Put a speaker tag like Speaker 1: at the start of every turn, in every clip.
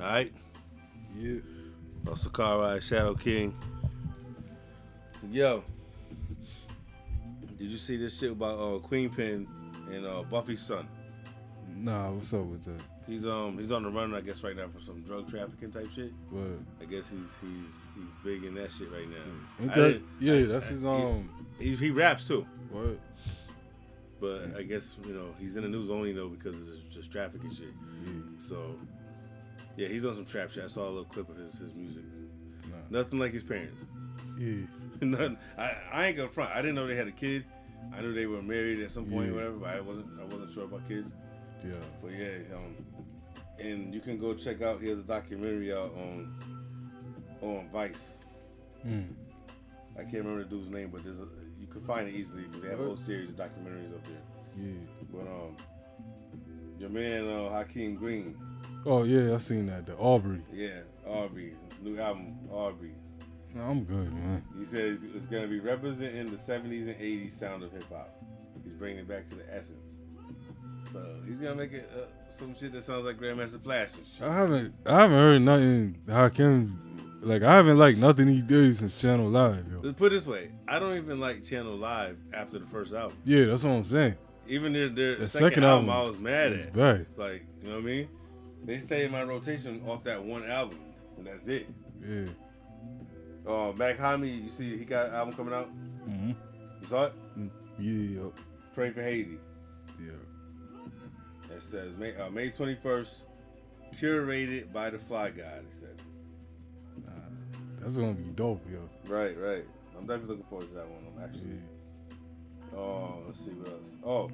Speaker 1: All right.
Speaker 2: Yeah.
Speaker 1: Oh, Sakara, Shadow King. So, yo, did you see this shit about uh, Queen Pin and uh, Buffy's son?
Speaker 2: Nah, what's up with that?
Speaker 1: He's um he's on the run, I guess, right now for some drug trafficking type shit.
Speaker 2: Word.
Speaker 1: I guess he's he's he's big in that shit right now.
Speaker 2: Ain't
Speaker 1: I
Speaker 2: that,
Speaker 1: didn't-
Speaker 2: Mm. yeah,
Speaker 1: I-
Speaker 2: that's
Speaker 1: I-
Speaker 2: his
Speaker 1: he-
Speaker 2: um.
Speaker 1: He, he raps too,
Speaker 2: Word. Mm.
Speaker 1: but I guess you know he's in the news only though because of this just trafficking shit. So yeah, he's on some trap shit. I saw a little clip of his his music.
Speaker 2: Nah.
Speaker 1: Nothing like his parents.
Speaker 2: Yeah.
Speaker 1: None. I, I ain't gonna front. I didn't know they had a kid. I knew they were married at some point,
Speaker 2: Yeah.
Speaker 1: or whatever. But I wasn't. I wasn't sure about kids.
Speaker 2: Yeah.
Speaker 1: But yeah, um, and you can go check out. He has a documentary out on on Vice.
Speaker 2: Mm.
Speaker 1: I can't remember the dude's name, but there's a, you can find it easily because they have a whole series of documentaries up there.
Speaker 2: Yeah.
Speaker 1: But um, your man uh, Hakeem Green,
Speaker 2: Oh yeah, I seen that. The Aubrey.
Speaker 1: yeah, Aubrey, new album Aubrey.
Speaker 2: Nah, I'm good, man.
Speaker 1: He says it's going to be representing the 70s and 80s sound of hip hop. He's bringing it back to the essence. So he's going to make it uh, some shit that sounds like Grandmaster Flash and shit.
Speaker 2: I haven't I haven't heard nothing Hakim like I haven't liked nothing he did since Channel Live, yo.
Speaker 1: Let's put it this way: I don't even like Channel Live after the first album.
Speaker 2: Yeah, that's what I'm saying.
Speaker 1: Even their their
Speaker 2: The
Speaker 1: second,
Speaker 2: second
Speaker 1: album,
Speaker 2: album
Speaker 1: I was mad
Speaker 2: It's
Speaker 1: at.
Speaker 2: bad.
Speaker 1: Like you know what I mean? They stay in my rotation off that one album, and that's it.
Speaker 2: Yeah.
Speaker 1: Uh, Mac Hami, you see, he got an album coming out.
Speaker 2: Mm-hmm.
Speaker 1: You saw it?
Speaker 2: Yeah, yo.
Speaker 1: Pray for Haiti.
Speaker 2: yeah.
Speaker 1: It says May uh, May 21st, curated by the Fly God. It said.
Speaker 2: Nah, that's gonna be dope, yo.
Speaker 1: Right, right. I'm definitely looking forward to that one. I'm
Speaker 2: Yeah.
Speaker 1: actually. Oh, let's see what else. Oh,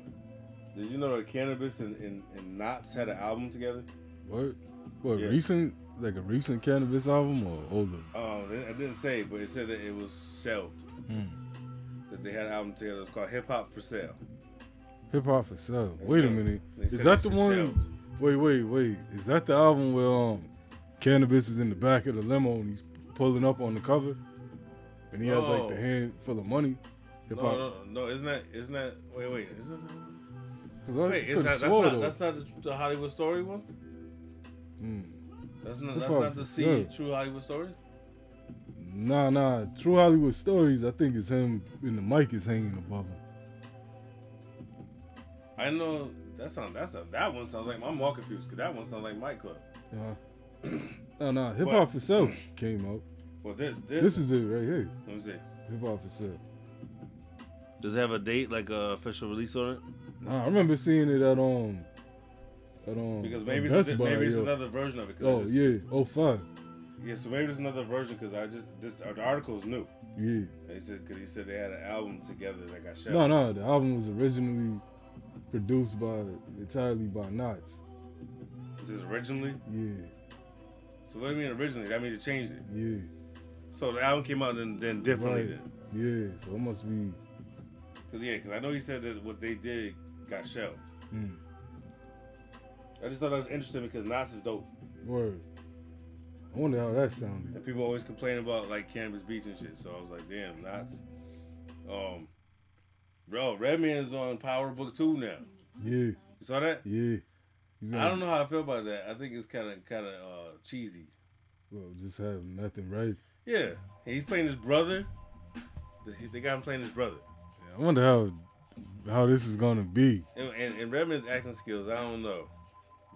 Speaker 1: did you know that Cannabis and, and, and Knots had an album together?
Speaker 2: What? What
Speaker 1: Yeah.
Speaker 2: recent like a recent cannabis album or older?
Speaker 1: Um, I didn't say, but it said that it was sold.
Speaker 2: Mm.
Speaker 1: That they had an album together. It's called Hip Hop for Sale.
Speaker 2: Hip hop for sale.
Speaker 1: They
Speaker 2: Wait a
Speaker 1: sell-
Speaker 2: minute.
Speaker 1: they
Speaker 2: Is
Speaker 1: sell
Speaker 2: that the
Speaker 1: some
Speaker 2: one? Wait, wait, wait. Is that the album where um cannabis is in the back of the limo and he's pulling up on the cover, and he has like the
Speaker 1: No.
Speaker 2: hand full of money? Hip
Speaker 1: Oh. No,
Speaker 2: hop.
Speaker 1: no, no. Isn't that? Isn't that? Wait, wait. Isn't
Speaker 2: Cause
Speaker 1: that?
Speaker 2: I
Speaker 1: Wait, is
Speaker 2: could've
Speaker 1: that? That's
Speaker 2: swore
Speaker 1: not.
Speaker 2: though.
Speaker 1: That's not the, the Hollywood story one.
Speaker 2: Mm.
Speaker 1: That's not.
Speaker 2: Hip
Speaker 1: That's
Speaker 2: Hop
Speaker 1: not the
Speaker 2: for
Speaker 1: C.
Speaker 2: Sale.
Speaker 1: True Hollywood stories.
Speaker 2: Nah, nah. True Hollywood stories. I think it's him and the mic is hanging above him.
Speaker 1: I know. That sound. That's a, that one sounds like I'm all confused because that one sounds like Mike Club.
Speaker 2: Uh, nah, nah. Hip
Speaker 1: But-
Speaker 2: hop for sale came out.
Speaker 1: Well, this. This,
Speaker 2: This is it right here.
Speaker 1: Let me see.
Speaker 2: Hip hop for sale.
Speaker 1: Does it have a date, like a official release on it?
Speaker 2: Nah, I remember seeing it at um at um
Speaker 1: Because
Speaker 2: at
Speaker 1: maybe it's,
Speaker 2: Best
Speaker 1: a,
Speaker 2: Buy,
Speaker 1: maybe it's
Speaker 2: yo.
Speaker 1: another version of it. 'cause I
Speaker 2: Oh
Speaker 1: just-
Speaker 2: yeah, oh five.
Speaker 1: Yeah, so maybe there's another version because I just this the article is new.
Speaker 2: Yeah.
Speaker 1: They said because he said they had an album together that got shut.
Speaker 2: No, no, the album was originally produced by entirely by Notch.
Speaker 1: This is originally.
Speaker 2: Yeah,
Speaker 1: So what do you mean originally? That means it changed it.
Speaker 2: yeah,
Speaker 1: So the album came out then, then differently
Speaker 2: Right.
Speaker 1: then.
Speaker 2: yeah. So it must be
Speaker 1: Cause yeah, cause I know he said that what they did got shelved. Hmm.
Speaker 2: mm,
Speaker 1: I just thought that was interesting because Nas is dope,
Speaker 2: word. I wonder how that sounded.
Speaker 1: and people always complain about like Canvas Beach and shit. So I was like, damn, Nas. Um, bro, Redman's on Power Book Two now.
Speaker 2: Yeah,
Speaker 1: You saw that?
Speaker 2: yeah. He's
Speaker 1: I don't know how I feel about that. I think it's kind of kind of uh, cheesy.
Speaker 2: Well, just have nothing right.
Speaker 1: Yeah, and he's playing his brother. They- They got him playing his brother,
Speaker 2: Yeah, I wonder how how this is gonna be.
Speaker 1: and, and, and Redman's acting skills. I don't know.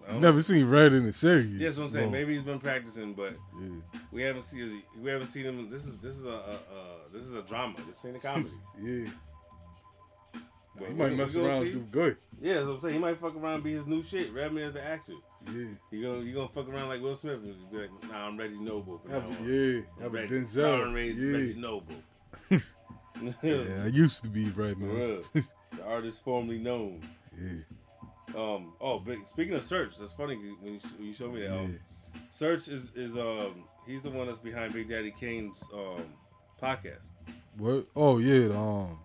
Speaker 1: I don't-
Speaker 2: Never seen Red in the series.
Speaker 1: Yeah, that's what I'm saying.
Speaker 2: Well,
Speaker 1: Maybe he's been practicing, but
Speaker 2: Yeah,
Speaker 1: we haven't seen we haven't seen him. This is this is a, a, a this is a drama. This ain't a comedy.
Speaker 2: yeah.
Speaker 1: But
Speaker 2: he
Speaker 1: we-
Speaker 2: might
Speaker 1: we
Speaker 2: mess
Speaker 1: gonna
Speaker 2: around
Speaker 1: see.
Speaker 2: and do good.
Speaker 1: Yeah, that's what I'm saying. He might fuck around and be his new shit. Redman's the actor.
Speaker 2: Yeah,
Speaker 1: You gonna you gonna fuck around like Will Smith and be like, Nah, I'm Reggie Noble. From
Speaker 2: have,
Speaker 1: now on.
Speaker 2: yeah, have
Speaker 1: I'm
Speaker 2: a
Speaker 1: Reggie, starring Reggie,
Speaker 2: Denzel.
Speaker 1: Reggie Noble.
Speaker 2: Yeah. yeah, I used to be right man.
Speaker 1: real. the artist formerly known.
Speaker 2: yeah,
Speaker 1: Um. Oh, but speaking of Search, that's funny 'cause when you, when you showed me that.
Speaker 2: yeah.
Speaker 1: Um, Search is is um he's the one that's behind Big Daddy Kane's um podcast.
Speaker 2: What? Oh yeah. The, um,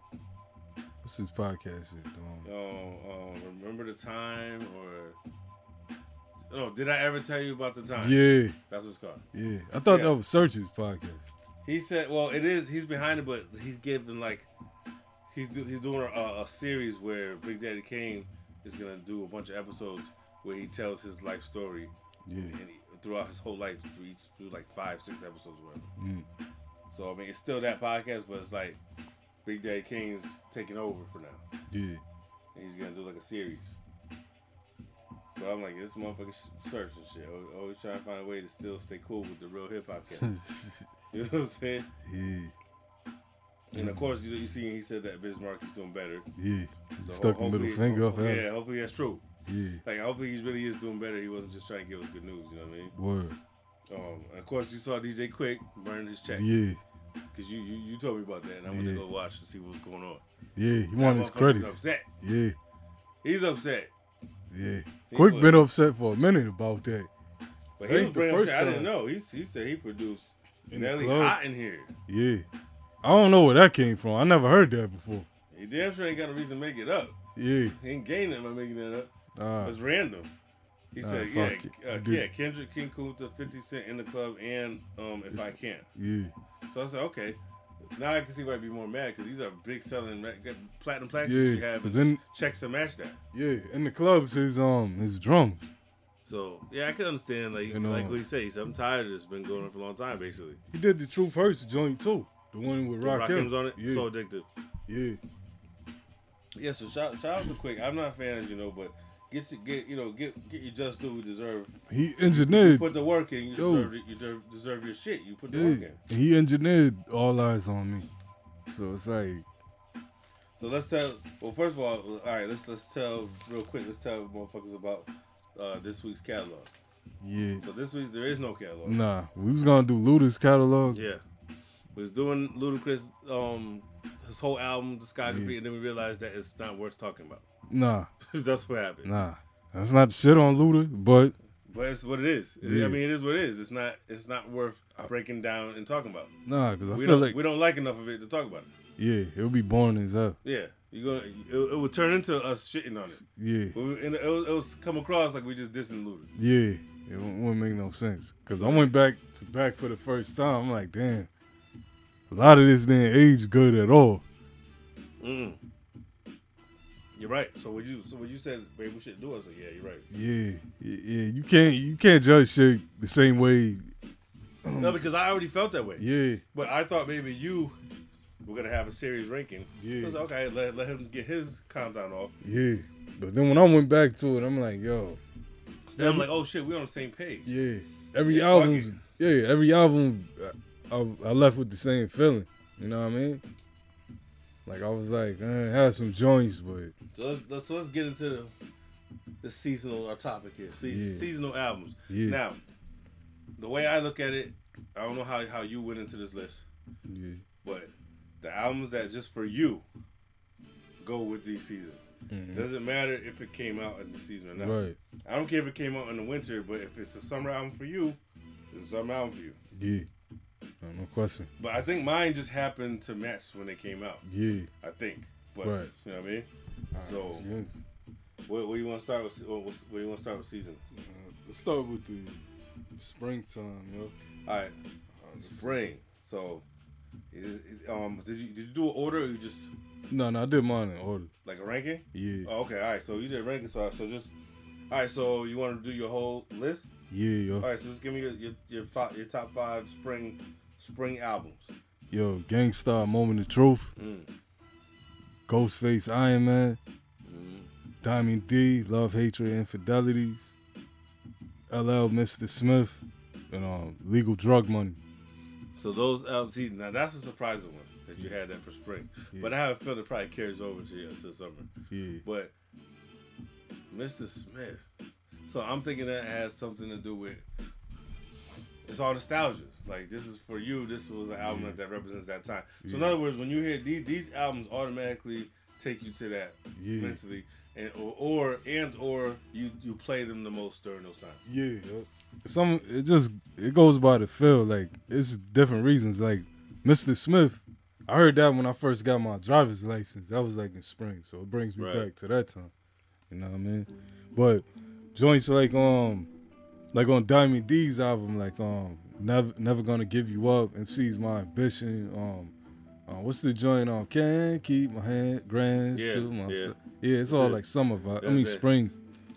Speaker 2: what's this podcast shit? The, um,
Speaker 1: Um, um, remember the time or no? Did I ever tell you about the time?
Speaker 2: yeah,
Speaker 1: that's what's called.
Speaker 2: yeah. I thought
Speaker 1: Yeah.
Speaker 2: that was Search's podcast.
Speaker 1: He said, "Well, it is. He's behind it, but he's giving like he's do, he's doing a, a series where Big Daddy Kane is gonna do a bunch of episodes where he tells his life story
Speaker 2: Yeah,
Speaker 1: and he, throughout his whole life through each through like five, six episodes worth.
Speaker 2: Mm.
Speaker 1: So I mean, it's still that podcast, but it's like Big Daddy Kane's taking over for now.
Speaker 2: Yeah.
Speaker 1: And he's gonna do like a series. But I'm like, this motherfucker searching shit. Always, always trying to find a way to still stay cool with the real hip hop cats. you know what I'm saying?
Speaker 2: yeah.
Speaker 1: And of course, you you see, he said that Bismarck is doing better.
Speaker 2: Yeah.
Speaker 1: So
Speaker 2: Stuck the middle
Speaker 1: hopefully-
Speaker 2: finger up.
Speaker 1: ho-
Speaker 2: at
Speaker 1: Yeah,
Speaker 2: him.
Speaker 1: hopefully that's true.
Speaker 2: Yeah.
Speaker 1: Like, hopefully he really is doing better. He wasn't just trying to give us good news. You know what I mean?
Speaker 2: Word.
Speaker 1: Um, and of course, you saw DJ Quick burn his check
Speaker 2: Yeah.
Speaker 1: because you, you you told me about that, and I went
Speaker 2: Yeah.
Speaker 1: to go watch to see what was going on.
Speaker 2: Yeah. He
Speaker 1: That
Speaker 2: wanted his
Speaker 1: motherfucker's
Speaker 2: credits.
Speaker 1: Upset.
Speaker 2: Yeah.
Speaker 1: He's upset.
Speaker 2: Yeah.
Speaker 1: He
Speaker 2: Quick
Speaker 1: was.
Speaker 2: been upset for a minute about that.
Speaker 1: But
Speaker 2: That
Speaker 1: he was
Speaker 2: ain't the
Speaker 1: bringing up
Speaker 2: first
Speaker 1: shit I didn't
Speaker 2: time.
Speaker 1: know. He, he said he produced
Speaker 2: In the
Speaker 1: Nelly
Speaker 2: club.
Speaker 1: hot in here.
Speaker 2: Yeah. I don't know where that came from. I never heard that before.
Speaker 1: He damn sure ain't got a reason to make it up.
Speaker 2: Yeah.
Speaker 1: He ain't gained nothing by making that up.
Speaker 2: Nah.
Speaker 1: It's random. He
Speaker 2: Nah,
Speaker 1: said, yeah,
Speaker 2: fuck it.
Speaker 1: uh,
Speaker 2: Dude.
Speaker 1: yeah, Kendrick, King Kunta, 50 Cent in the club, and um, If I Can.
Speaker 2: Yeah.
Speaker 1: So I said, okay. Now I can see why I'd be more mad because these are big selling re- platinum plaques that you
Speaker 2: Yeah.
Speaker 1: have.
Speaker 2: Cause in
Speaker 1: checks to match that.
Speaker 2: yeah, in the clubs his um his drums.
Speaker 1: So yeah, I can understand like
Speaker 2: You know.
Speaker 1: like what he says. I'm tired of this. Been going on for a long time, basically.
Speaker 2: He did the Truth Hurts joint too. The one with Rock,
Speaker 1: Rakim's on it.
Speaker 2: Yeah.
Speaker 1: So addictive.
Speaker 2: yeah.
Speaker 1: Yeah. So shout, shout out to Quick. I'm not a fan, as you know, but get your, get you know get get your just due. You deserve.
Speaker 2: He
Speaker 1: You
Speaker 2: engineered
Speaker 1: put the work in. You
Speaker 2: Yo.
Speaker 1: deserve, it- you deserve, deserve your shit. You put the
Speaker 2: yeah.
Speaker 1: work in.
Speaker 2: and he engineered all eyes on me. So it's like
Speaker 1: So let's tell. Well, first of all, all right. Let's let's tell real quick. Let's tell motherfuckers about uh, this week's catalog.
Speaker 2: yeah.
Speaker 1: So this week there is no catalog.
Speaker 2: Nah. We was gonna do Luda's catalog.
Speaker 1: Yeah. We was doing Ludacris um his whole album discography
Speaker 2: Yeah.
Speaker 1: and then we realized that it's not worth talking about.
Speaker 2: Nah,
Speaker 1: That's what happened.
Speaker 2: nah. That's not shit on Luda, but
Speaker 1: But it's what it is. It-
Speaker 2: Yeah.
Speaker 1: I mean it is what it is. It's not it's not worth breaking down and talking about.
Speaker 2: nah, cause I
Speaker 1: We
Speaker 2: feel
Speaker 1: don't
Speaker 2: like
Speaker 1: we don't like enough of it to talk about it.
Speaker 2: yeah, it'll be boring as hell.
Speaker 1: Yeah. You gonna it, it would turn into us shitting on it.
Speaker 2: Yeah,
Speaker 1: We- And it was, it was come across like we just dissing Luda.
Speaker 2: yeah. It wou- wouldn't make no sense. Cause I went back to back for the first time. I'm like, damn, a lot of this didn't age good at all.
Speaker 1: Mm. You're right. So when you so when you said maybe we should do it, I was like, Yeah, you're right.
Speaker 2: Yeah, yeah. yeah. You can't you can't judge shit the same way.
Speaker 1: No, because I already felt that way.
Speaker 2: Yeah,
Speaker 1: But I thought maybe you were gonna have a serious ranking.
Speaker 2: Yeah.
Speaker 1: I was like, okay, let, let him get his countdown off.
Speaker 2: yeah. But then when I went back to it, I'm like, yo,
Speaker 1: Then I'm like, oh shit, we on the same page.
Speaker 2: yeah. Every
Speaker 1: Yeah, fuck
Speaker 2: album, yeah, every album, I, I, I left with the same feeling. You know what I mean? Like I was like, man, I had some joints, but
Speaker 1: So let's, let's so let's get into the, the seasonal our topic here. Se-
Speaker 2: Yeah.
Speaker 1: Seasonal albums.
Speaker 2: yeah,
Speaker 1: Now, the way I look at it, I don't know how how you went into this list,
Speaker 2: yeah.
Speaker 1: but the albums that just for you go with these seasons.
Speaker 2: Mhm.
Speaker 1: Doesn't matter if it came out in the season or not.
Speaker 2: right,
Speaker 1: I don't care if it came out in the winter, but if it's a summer album for you, it's a summer album for you.
Speaker 2: yeah. No, no question.
Speaker 1: But I think mine just happened to match when they came out.
Speaker 2: Yeah.
Speaker 1: I think. But
Speaker 2: Right.
Speaker 1: you know what I mean. So
Speaker 2: Yeah.
Speaker 1: what, what you want to start with? What, what, what you want to start with season?
Speaker 2: Uh, let's start with the springtime, yo.
Speaker 1: All right,
Speaker 2: Uh, let's-
Speaker 1: spring. So, is, is- um, did you did you do an order or you just
Speaker 2: No, no, I did mine in order.
Speaker 1: like a ranking?
Speaker 2: Yeah,
Speaker 1: Oh, okay, all right. So you did ranking. So so just all right. So you want to do your whole list?
Speaker 2: yeah, yo.
Speaker 1: All right. So just give me your your your, fi- your top five spring spring albums.
Speaker 2: Yo, Gangstar, Moment of Truth,
Speaker 1: Mm.
Speaker 2: Ghostface, Iron Man, Mm-hmm. Diamond D, Love, Hatred, Infidelities, LL, Mr. Smith, and um, Legal Drug Money.
Speaker 1: So those albums. See, now that's a surprising one that you had that for spring.
Speaker 2: Yeah.
Speaker 1: But I have a feeling it probably carries over to your, to summer.
Speaker 2: Yeah,
Speaker 1: But Mr. Smith. So I'm thinking that has something to do with it's all nostalgia. Like this is for you. This was an album
Speaker 2: Yeah.
Speaker 1: that represents that time. So in
Speaker 2: Yeah.
Speaker 1: other words, when you hear these, these albums, automatically take you to that
Speaker 2: yeah,
Speaker 1: mentally, and or, or and or you you play them the most during those times.
Speaker 2: yeah. Yo. Some it just it goes by the feel. Like it's different reasons. Like Mr. Smith, I heard that when I first got my driver's license. That was like in spring, so it brings me
Speaker 1: Right.
Speaker 2: back to that time. You know what I mean? But joints like um like on Diamond D's album, like um never never gonna give you up. MC's my ambition. Um, uh, what's the joint on? Can't keep my hand grands
Speaker 1: Yeah,
Speaker 2: to myself.
Speaker 1: yeah.
Speaker 2: Yeah, it's all
Speaker 1: Yeah.
Speaker 2: like summer vibe. I
Speaker 1: That's
Speaker 2: mean
Speaker 1: it.
Speaker 2: spring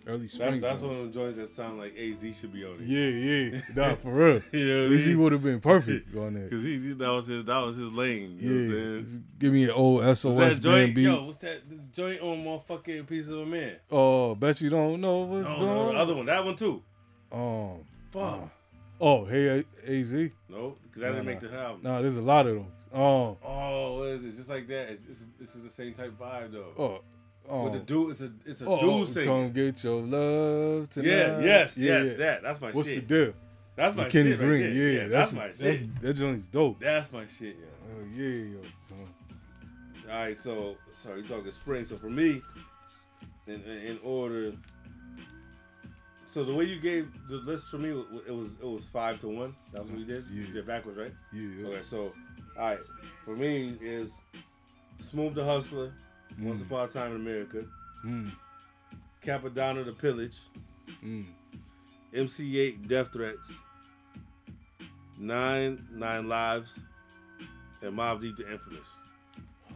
Speaker 2: early
Speaker 1: That's
Speaker 2: spring.
Speaker 1: that's
Speaker 2: bro.
Speaker 1: one of the joints that sound like AZ should be on it.
Speaker 2: Yeah, yeah. Nah, for real.
Speaker 1: You know
Speaker 2: At
Speaker 1: what
Speaker 2: least he
Speaker 1: I mean?
Speaker 2: would have been perfect on there.
Speaker 1: Cause he, he- that was his that was his lane. You know what
Speaker 2: Yeah.
Speaker 1: I'm saying?
Speaker 2: Give me an old
Speaker 1: What's
Speaker 2: SOS
Speaker 1: that joint?
Speaker 2: band beat.
Speaker 1: Yo, what's that the joint on motherfucking piece of a man?
Speaker 2: Oh, bet you don't know what's
Speaker 1: No,
Speaker 2: going
Speaker 1: no,
Speaker 2: on.
Speaker 1: the other one, that one too.
Speaker 2: Um,
Speaker 1: Fuck.
Speaker 2: oh, hey, A- AZ.
Speaker 1: No, because I
Speaker 2: Nah,
Speaker 1: didn't make
Speaker 2: nah.
Speaker 1: the album.
Speaker 2: Nah, there's a lot of them. Um,
Speaker 1: Oh, what is it? Just like that. It's, it's, this is the same type vibe though.
Speaker 2: oh, um,
Speaker 1: With the dude, it's a it's a
Speaker 2: oh, oh,
Speaker 1: dude singer.
Speaker 2: come get your love tonight.
Speaker 1: Yeah, yes,
Speaker 2: Yeah,
Speaker 1: yes,
Speaker 2: yeah.
Speaker 1: that that's my
Speaker 2: What's the
Speaker 1: shit.
Speaker 2: deal?
Speaker 1: that's my
Speaker 2: With Kenny
Speaker 1: shit right
Speaker 2: Green.
Speaker 1: there.
Speaker 2: yeah,
Speaker 1: that's,
Speaker 2: that's,
Speaker 1: my
Speaker 2: that's-
Speaker 1: shit.
Speaker 2: That joint's dope.
Speaker 1: That's my shit. Yeah.
Speaker 2: Oh yeah, yo. um,
Speaker 1: All right, so so you're talking spring. So for me, in, in, in order, so the way you gave the list for me, wa- wa- it was it was five to one. That was what you did.
Speaker 2: Yeah.
Speaker 1: You did backwards, right?
Speaker 2: yeah.
Speaker 1: Okay, so all right, for me is Smooth the Hustler, Once
Speaker 2: Mm,
Speaker 1: Upon a Time in America,
Speaker 2: mm,
Speaker 1: Capadonna the Pillage,
Speaker 2: mm.
Speaker 1: MC8 Death Threats, Nine Nine Lives, and Mob Deep the Infamous.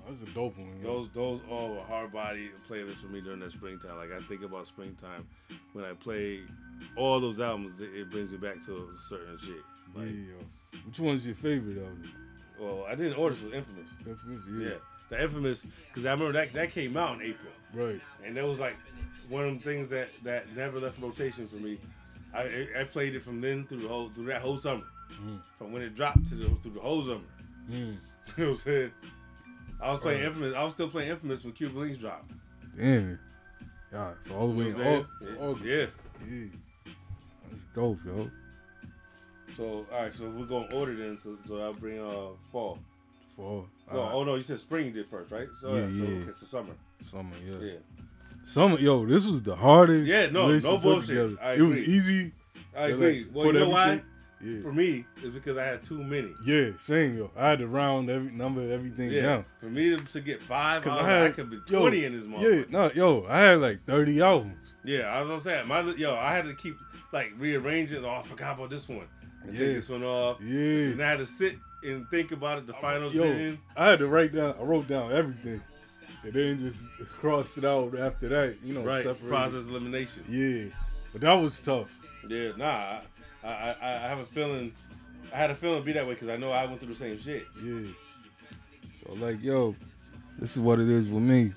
Speaker 2: That's a dope one. yo.
Speaker 1: Those those all were hard body playlists for me during that springtime. Like I think about springtime when I play all those albums, it, it brings me back to a certain shit. Like,
Speaker 2: yeah, yo. Which one's your favorite album?
Speaker 1: well, I didn't order, so Infamous.
Speaker 2: Infamous?
Speaker 1: Yeah, the Infamous, because I remember that that came out in April,
Speaker 2: Right.
Speaker 1: and that was like one of the things that that never left rotation for me. I I- I played it from then through the whole through that whole summer,
Speaker 2: Mm.
Speaker 1: from when it dropped to the through the whole summer.
Speaker 2: Mm.
Speaker 1: you know what I'm saying? I was playing
Speaker 2: Right.
Speaker 1: Infamous. I was still playing Infamous when Cuba Links dropped.
Speaker 2: Damn. Yeah, so all the
Speaker 1: You
Speaker 2: way
Speaker 1: know
Speaker 2: in
Speaker 1: what I'm
Speaker 2: August.
Speaker 1: saying?
Speaker 2: August.
Speaker 1: yeah.
Speaker 2: Yeah. That's dope, yo.
Speaker 1: So all right, so if we're going to order then, so, so I'll bring uh fall.
Speaker 2: For
Speaker 1: No,
Speaker 2: uh,
Speaker 1: oh no, you said spring you did first, right? So yeah,
Speaker 2: Yeah,
Speaker 1: so
Speaker 2: yeah.
Speaker 1: okay, so summer.
Speaker 2: summer, yeah.
Speaker 1: Yeah.
Speaker 2: Summer, yo, this was the hardest.
Speaker 1: Yeah, no,
Speaker 2: list
Speaker 1: no
Speaker 2: to put
Speaker 1: bullshit.
Speaker 2: together.
Speaker 1: I
Speaker 2: It was
Speaker 1: agree.
Speaker 2: easy.
Speaker 1: I
Speaker 2: to,
Speaker 1: agree.
Speaker 2: like,
Speaker 1: well, you
Speaker 2: put
Speaker 1: know why?
Speaker 2: everything-
Speaker 1: For me, it's because I had too many.
Speaker 2: Yeah. yeah, same, yo. I had to round every number, everything
Speaker 1: Yeah.
Speaker 2: down.
Speaker 1: For me to, to get five, I,
Speaker 2: 'Cause
Speaker 1: was
Speaker 2: I
Speaker 1: like, I
Speaker 2: had-
Speaker 1: could be
Speaker 2: yo,
Speaker 1: twenty in this
Speaker 2: Yeah,
Speaker 1: month. Yeah.
Speaker 2: no, yo, I had like 30 albums.
Speaker 1: I was gonna say my yo, I had to keep like rearranging. Oh, I forgot about this one. And
Speaker 2: Yeah.
Speaker 1: take this one off.
Speaker 2: Yeah.
Speaker 1: And I had to sit and think about it. The final
Speaker 2: Yo,
Speaker 1: decision.
Speaker 2: I had to write down, I wrote down everything. And then just crossed it out after that, you know,
Speaker 1: Right.
Speaker 2: separated.
Speaker 1: Process elimination.
Speaker 2: Yeah. But that was tough.
Speaker 1: Yeah, nah. I, I, I I have a feeling. I had a feeling it'd be that way because I know I went through the same shit.
Speaker 2: Yeah. So like, yo, this is what it is with me.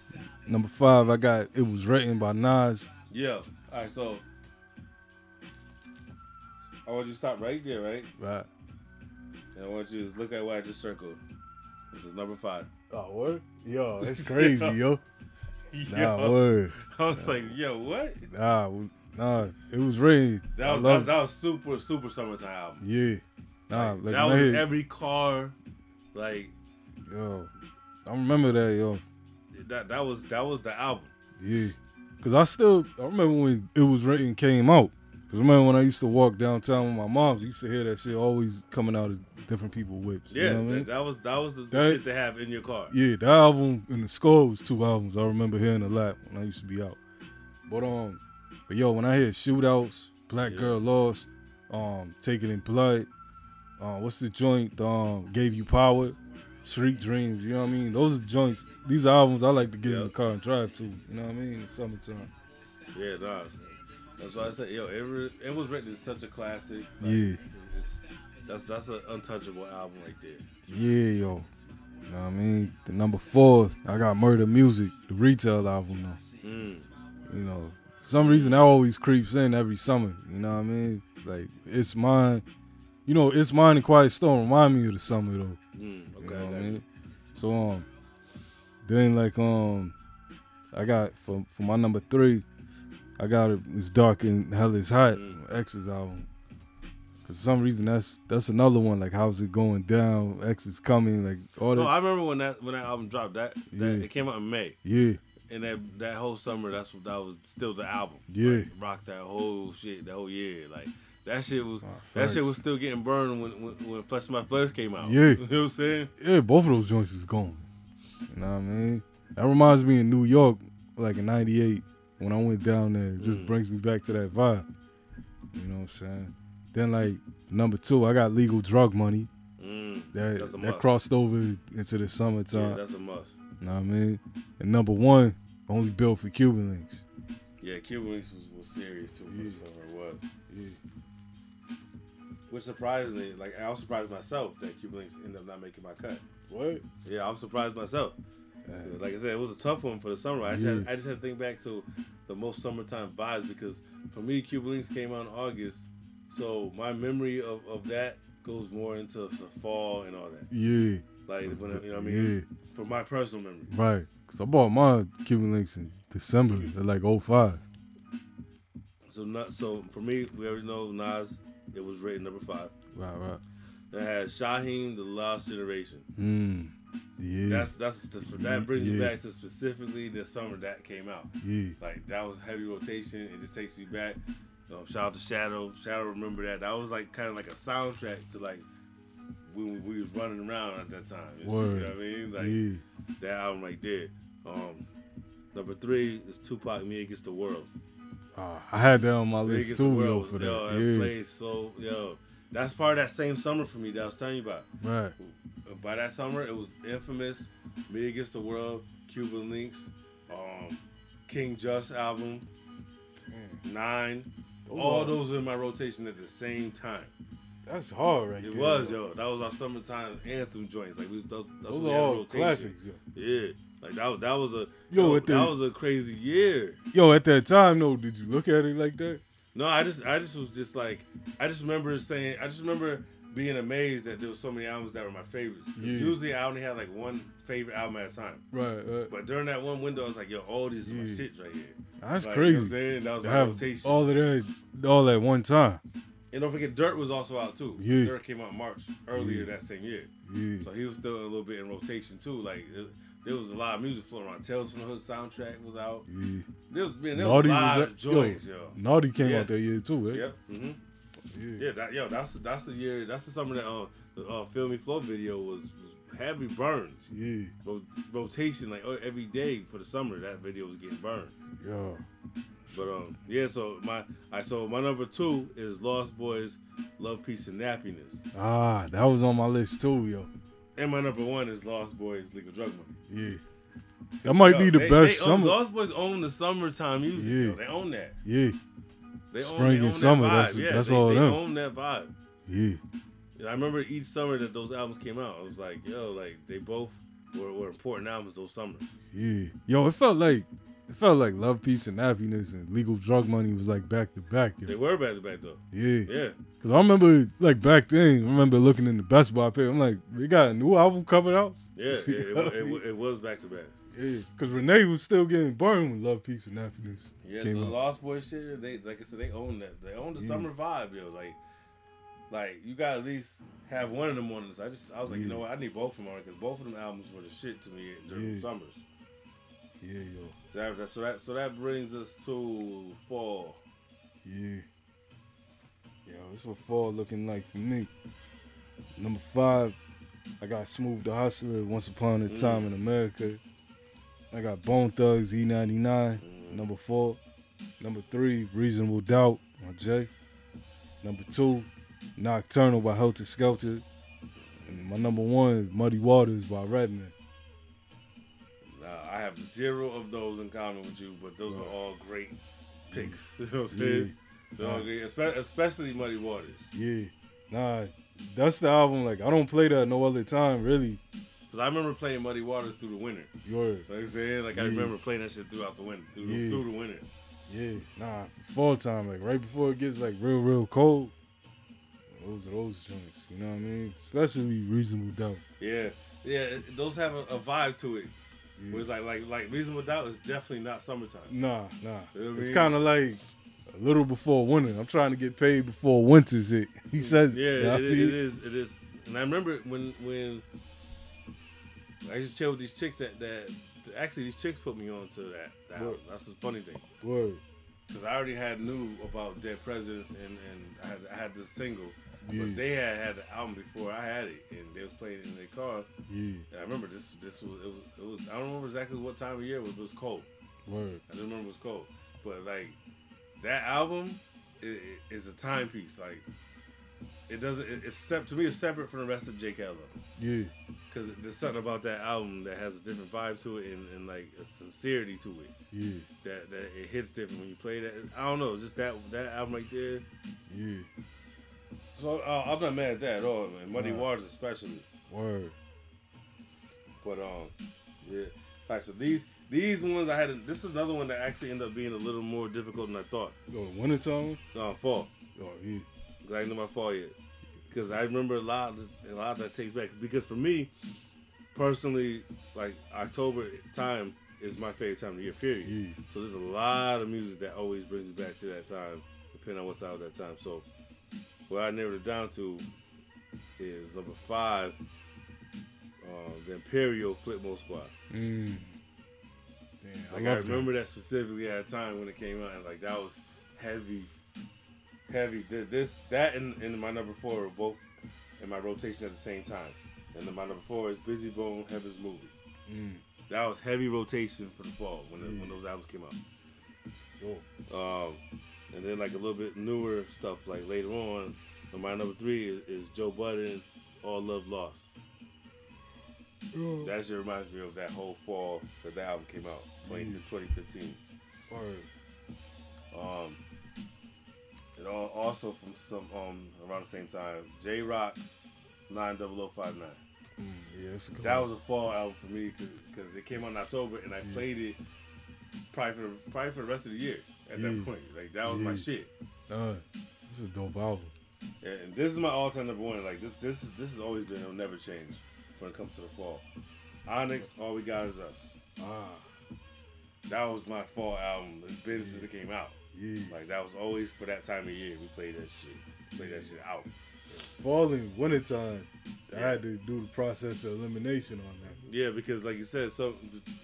Speaker 2: Number five, I got it was written by Nas.
Speaker 1: Yeah. All right. So I want you to stop right there, right?
Speaker 2: Right.
Speaker 1: And I want you to look at what I just circled. This is number five.
Speaker 2: Oh word? Yo, that's crazy, yo. Nah,
Speaker 1: yo,
Speaker 2: word.
Speaker 1: I was like, yo, what?
Speaker 2: Nah, w- nah. It was written.
Speaker 1: That
Speaker 2: I
Speaker 1: was, that
Speaker 2: love
Speaker 1: was that was super super summertime album.
Speaker 2: it. Yeah. Nah, like
Speaker 1: that was
Speaker 2: man,
Speaker 1: every car, like
Speaker 2: yo. I remember that, yo.
Speaker 1: that. That was that was the album.
Speaker 2: Yeah. Cause I still I remember when it was written came out. Cause remember when I used to walk downtown with my moms, I used to hear that shit always coming out of different people's whips. you
Speaker 1: Yeah,
Speaker 2: know what I mean?
Speaker 1: that, that was that was the,
Speaker 2: That-
Speaker 1: shit to have in your car.
Speaker 2: Yeah, the album and the score was two albums I remember hearing a lot when I used to be out. But um, but yo, when I hear shootouts, Black
Speaker 1: Yeah.
Speaker 2: Girl Lost, um, Taken in Blood, uh, what's the joint? Um, Gave You Power, Shriek Dreams. You know what I mean? Those joints, these albums, I like to get in the
Speaker 1: Yep.
Speaker 2: car and drive to. You know what I mean? In the summertime.
Speaker 1: Yeah, nah. That's why I said, yo, it, re- it was written as such a classic. Like,
Speaker 2: Yeah.
Speaker 1: It's, that's that's an untouchable album right there.
Speaker 2: Yeah, yo. You know what I mean? The number four, I got Murder Music, the retail album though.
Speaker 1: Mm.
Speaker 2: you know, for some reason that always creeps in every summer. You know what I mean? Like it's mine. You know, it's mine and Quiet Storm remind me of the summer though.
Speaker 1: Mm.
Speaker 2: You
Speaker 1: Okay.
Speaker 2: know what I
Speaker 1: I
Speaker 2: mean? So um, then like um, I got for for my number three, I got it, it's dark and hell is hot.
Speaker 1: Mm.
Speaker 2: X's album. Cause for some reason that's that's another one like how's it going down? X is coming like all
Speaker 1: No,
Speaker 2: that.
Speaker 1: I remember when that when that album dropped. That, that
Speaker 2: Yeah.
Speaker 1: it came out in May,
Speaker 2: yeah,
Speaker 1: and that that whole summer, that's what that was still the album.
Speaker 2: Yeah.
Speaker 1: like, rocked that whole shit that whole year. Like that shit was
Speaker 2: Ah,
Speaker 1: that shit
Speaker 2: facts.
Speaker 1: was still getting burned when when, when Flesh to My Flesh came out.
Speaker 2: Yeah.
Speaker 1: you know what I'm saying?
Speaker 2: yeah, both of those joints was gone. You know what I mean? That reminds me in New York, like in '98, when I went down there. It just
Speaker 1: Mm.
Speaker 2: brings me back to that vibe. You know what I'm saying? Then like number two, I got legal drug money.
Speaker 1: Mm.
Speaker 2: That
Speaker 1: That's a
Speaker 2: that uh,
Speaker 1: must.
Speaker 2: crossed over into the
Speaker 1: Yeah,
Speaker 2: summertime.
Speaker 1: that's a must.
Speaker 2: you know what I mean? And number one, only built for Cuban links.
Speaker 1: Yeah, Cuban Links was, was serious too for
Speaker 2: Yeah.
Speaker 1: the summer. It was.
Speaker 2: Yeah.
Speaker 1: Which surprisingly, like I was surprised myself that Cuban Links ended up not making my cut.
Speaker 2: What?
Speaker 1: Yeah, I'm surprised myself.
Speaker 2: Uh,
Speaker 1: Like I said, it was a tough one for the summer. I just, had,
Speaker 2: Yeah.
Speaker 1: I just had to think back to the most summertime vibes because for me, Cuba Links came out in August, so my memory of, of that goes more into the fall and all that.
Speaker 2: yeah.
Speaker 1: Like when I- you know what I mean? For my personal memory.
Speaker 2: Yeah. Right. Cause I bought my Cuban links in December, at like 05.
Speaker 1: So not so for me, we already know Nas. It was rated number five.
Speaker 2: Right, right.
Speaker 1: It had Shaheem, The Lost Generation.
Speaker 2: Mm. Yeah. Mm-hmm.
Speaker 1: That's that's the, that brings you
Speaker 2: Yeah.
Speaker 1: back to specifically the summer that came out.
Speaker 2: yeah.
Speaker 1: Like that was heavy rotation. It just takes you back. Um, shout out to Shadow. Shadow, remember that? That was like kind of like a soundtrack to like when we, we was running around at that time. You
Speaker 2: Word.
Speaker 1: know what I mean? Like
Speaker 2: yeah.
Speaker 1: that album right there. Um, number three is Tupac, Me Against the World.
Speaker 2: Ah, I had that on my
Speaker 1: Me Against
Speaker 2: list
Speaker 1: the
Speaker 2: too, yo,
Speaker 1: World.
Speaker 2: for that.
Speaker 1: yo, it
Speaker 2: yeah.
Speaker 1: played so yo. That's part of that same summer for me that I was telling you about.
Speaker 2: Right.
Speaker 1: by that summer, it was infamous. Me Against the World, Cuban Links, um, King Just album, Nine. all
Speaker 2: are-
Speaker 1: those were in my rotation at the same time.
Speaker 2: That's hard, right
Speaker 1: It
Speaker 2: there,
Speaker 1: was,
Speaker 2: yo.
Speaker 1: yo. That was our summertime anthem joints. Like we, those, that's
Speaker 2: Those
Speaker 1: what
Speaker 2: are
Speaker 1: we had
Speaker 2: all
Speaker 1: rotation.
Speaker 2: classics, yo.
Speaker 1: Yeah, like that. That was a
Speaker 2: Yo,
Speaker 1: yo.
Speaker 2: at the-
Speaker 1: that was a crazy year.
Speaker 2: Yo, at that time though, did you look at it like that?
Speaker 1: No, I just, I just was just like, I just remember saying, I just remember being amazed that there was so many albums that were my favorites. 'Cause
Speaker 2: Yeah.
Speaker 1: Usually, I only had like one favorite album at a time.
Speaker 2: Right, uh, right.
Speaker 1: But during that one window, I was like, yo, all these is my
Speaker 2: Yeah.
Speaker 1: shit right here.
Speaker 2: That's
Speaker 1: Like, You know what I'm
Speaker 2: crazy.
Speaker 1: saying? That was
Speaker 2: To
Speaker 1: my
Speaker 2: have
Speaker 1: rotation.
Speaker 2: all of that all at one time.
Speaker 1: and don't forget, Dirt was also out too.
Speaker 2: Yeah.
Speaker 1: Dirt came out in March earlier
Speaker 2: Yeah.
Speaker 1: that same year.
Speaker 2: Yeah.
Speaker 1: So he was still a little bit in rotation too. Like, it, there was a lot of music floating around. Tales from the Hood soundtrack was out.
Speaker 2: yeah.
Speaker 1: There was, man, there was
Speaker 2: Naughty
Speaker 1: a
Speaker 2: was
Speaker 1: lot
Speaker 2: out-
Speaker 1: of joys, yo.
Speaker 2: Naughty came
Speaker 1: Yeah.
Speaker 2: out that year too, right?
Speaker 1: Yep. hmm
Speaker 2: Yeah.
Speaker 1: Yeah, that, yo, that's that's the year, that's the summer that uh, the uh, Feel Me Flow video was, was had me burned.
Speaker 2: Yeah.
Speaker 1: Ro- rotation, like oh, every day for the summer, that video was getting burned.
Speaker 2: Yo.
Speaker 1: But um, yeah. So my, I so my number two is Lost Boys, Love, Peace, and Happiness,
Speaker 2: Ah, that was on my list too, yo.
Speaker 1: and my number one is Lost Boys, Legal Drug Money.
Speaker 2: Yeah. That might
Speaker 1: Yo,
Speaker 2: be the
Speaker 1: they-
Speaker 2: best
Speaker 1: they own-
Speaker 2: summer.
Speaker 1: Lost Boys own the summertime music.
Speaker 2: Yeah.
Speaker 1: yo. they own that.
Speaker 2: Yeah.
Speaker 1: They own,
Speaker 2: Spring
Speaker 1: they
Speaker 2: and
Speaker 1: own that
Speaker 2: summer,
Speaker 1: vibe.
Speaker 2: that's-
Speaker 1: yeah,
Speaker 2: that's
Speaker 1: they,
Speaker 2: all
Speaker 1: They
Speaker 2: them.
Speaker 1: own that vibe.
Speaker 2: Yeah.
Speaker 1: And I remember each summer that those albums came out. I was like, yo, like they both were, were important albums those summers.
Speaker 2: Yeah. Yo, it felt like it felt like love, peace, and happiness and legal drug money was like back to back.
Speaker 1: They
Speaker 2: yo.
Speaker 1: were back to back though.
Speaker 2: Yeah.
Speaker 1: Yeah,
Speaker 2: Cause I remember like back then, I remember looking in the Best Buy page. I'm like, they got a new album coming out.
Speaker 1: yeah. It, it, wa- it, wa- it was back to back.
Speaker 2: Yeah. Cause Renee was still getting burned with love, peace, and happiness.
Speaker 1: Yeah,
Speaker 2: came
Speaker 1: so the
Speaker 2: out.
Speaker 1: Lost Boys shit, they like I said, they own that. They own the
Speaker 2: Yeah.
Speaker 1: summer vibe, yo. Like, like you gotta at least have one of them on this. I just, I was like, you
Speaker 2: Yeah.
Speaker 1: know what? I need both of them on because both of them albums were the shit to me during
Speaker 2: Yeah.
Speaker 1: the summers.
Speaker 2: Yeah, yo.
Speaker 1: So that, that- so that, so that brings us to fall.
Speaker 2: Yeah. Yo, this what fall looking like for me. Number five, I got Smooth the Hustler, Once Upon a
Speaker 1: Mm.
Speaker 2: Time in America. I got Bone Thugs, E99,
Speaker 1: Mm.
Speaker 2: number four. Number three, Reasonable Doubt by Jay. Number two, Nocturnal by Helter Skelter. And my number one, Muddy Waters by Redman.
Speaker 1: Now, I have zero of those in common with you, but those are all great picks. You know what I'm
Speaker 2: Mm. Yeah.
Speaker 1: saying? They're all great, espe- especially Muddy Waters.
Speaker 2: Yeah. Nah, that's the album. Like, I don't play that no other time, really.
Speaker 1: Cause I remember playing Muddy Waters through the winter.
Speaker 2: You're
Speaker 1: Like I said, like I
Speaker 2: Yeah.
Speaker 1: remember playing that shit throughout the winter, through, the,
Speaker 2: Yeah.
Speaker 1: through the winter.
Speaker 2: Yeah, nah, fall time, like right before it gets like real, real cold. Those are those joints, you know what I mean? Especially reasonable doubt.
Speaker 1: Yeah, yeah, those have a, a vibe to it.
Speaker 2: Yeah.
Speaker 1: Where it's like, like, like reasonable doubt is definitely not summertime.
Speaker 2: Nah, nah.
Speaker 1: You know what I
Speaker 2: it's
Speaker 1: mean?
Speaker 2: kind of like a little before winter. I'm trying to get paid before winter's hit. He says,
Speaker 1: Yeah,
Speaker 2: I
Speaker 1: it, it
Speaker 2: feel-
Speaker 1: is, it is. And I remember when when I used to chill with these chicks that that actually these chicks put me on to that. that
Speaker 2: Word.
Speaker 1: album. That's the funny thing
Speaker 2: Word.
Speaker 1: because I already had knew about Dead Presidents and and I had, I had the single,
Speaker 2: Yeah.
Speaker 1: but they had had the album before I had it, and they was playing it in their car.
Speaker 2: Yeah,
Speaker 1: And I remember this this was it, was it was I don't remember exactly what time of year it was, but it was cold.
Speaker 2: word.
Speaker 1: I just remember it was cold. But like that album i- i- is a timepiece. Like it doesn't. It, it's sep- to me. It's separate from the rest of J. Calo
Speaker 2: Yeah,
Speaker 1: because there's something about that album that has a different vibe to it and, and like a sincerity to it
Speaker 2: yeah,
Speaker 1: that, that it hits different when you play that. I don't know, just that that album right there.
Speaker 2: yeah.
Speaker 1: So uh, I'm not mad at that at all, man. Muddy
Speaker 2: Nah.
Speaker 1: Waters especially,
Speaker 2: Word.
Speaker 1: but um, yeah. All right, so these these ones I had. to- this is another one that actually ended up being a little more difficult than I thought.
Speaker 2: Yo, wintertime.
Speaker 1: Uh, fall.
Speaker 2: Oh yeah,
Speaker 1: Cause I ain't in my fall yet. Because I remember a lot, of, a lot of that takes back. Because for me, personally, like October time is my favorite time of the year. Period.
Speaker 2: yeah,
Speaker 1: So there's a lot of music that always brings me back to that time, depending on what's out at that time. So what I narrowed it down to is number five, uh, the Imperial Flipmo Squad.
Speaker 2: Mm. Damn,
Speaker 1: Like I,
Speaker 2: love that.
Speaker 1: remember that. specifically at a time when it came out, and like that was heavy, heavy. Th- This, that, and, and my number four were both in my rotation at the same time. And then my number four is Busy Bone, Heaven's Movie.
Speaker 2: Mm.
Speaker 1: That was heavy rotation for the fall when the, when
Speaker 2: Yeah.
Speaker 1: those albums came out.
Speaker 2: Dope.
Speaker 1: Um, and then like a little bit newer stuff like later on. and My number three is, is Joe Budden, All Love Lost. That just reminds me of that whole fall that the album came out, 20,
Speaker 2: Yeah.
Speaker 1: 2015.
Speaker 2: Word.
Speaker 1: Um, and all, also from some um around the same time, J Rock, 90059.
Speaker 2: Mm, yeah, that's a good.
Speaker 1: That
Speaker 2: one.
Speaker 1: was a fall album for me because it came out in October and I
Speaker 2: Yeah.
Speaker 1: played it probably for the, probably for the rest of the year. At
Speaker 2: Yeah.
Speaker 1: that point, like that was my
Speaker 2: Yeah.
Speaker 1: shit.
Speaker 2: Nah, this is a dope album.
Speaker 1: And and this is my all-time number one. Like this, this is this has always been. It'll never change when it comes to the fall. Onyx, all we got is us.
Speaker 2: Ah,
Speaker 1: That was my fall album. It's been since it came out.
Speaker 2: yeah.
Speaker 1: Like that was always for that time of year. We played that shit. Played that shit out.
Speaker 2: Falling wintertime. I had to do the process of elimination on that.
Speaker 1: Yeah, because like you said, some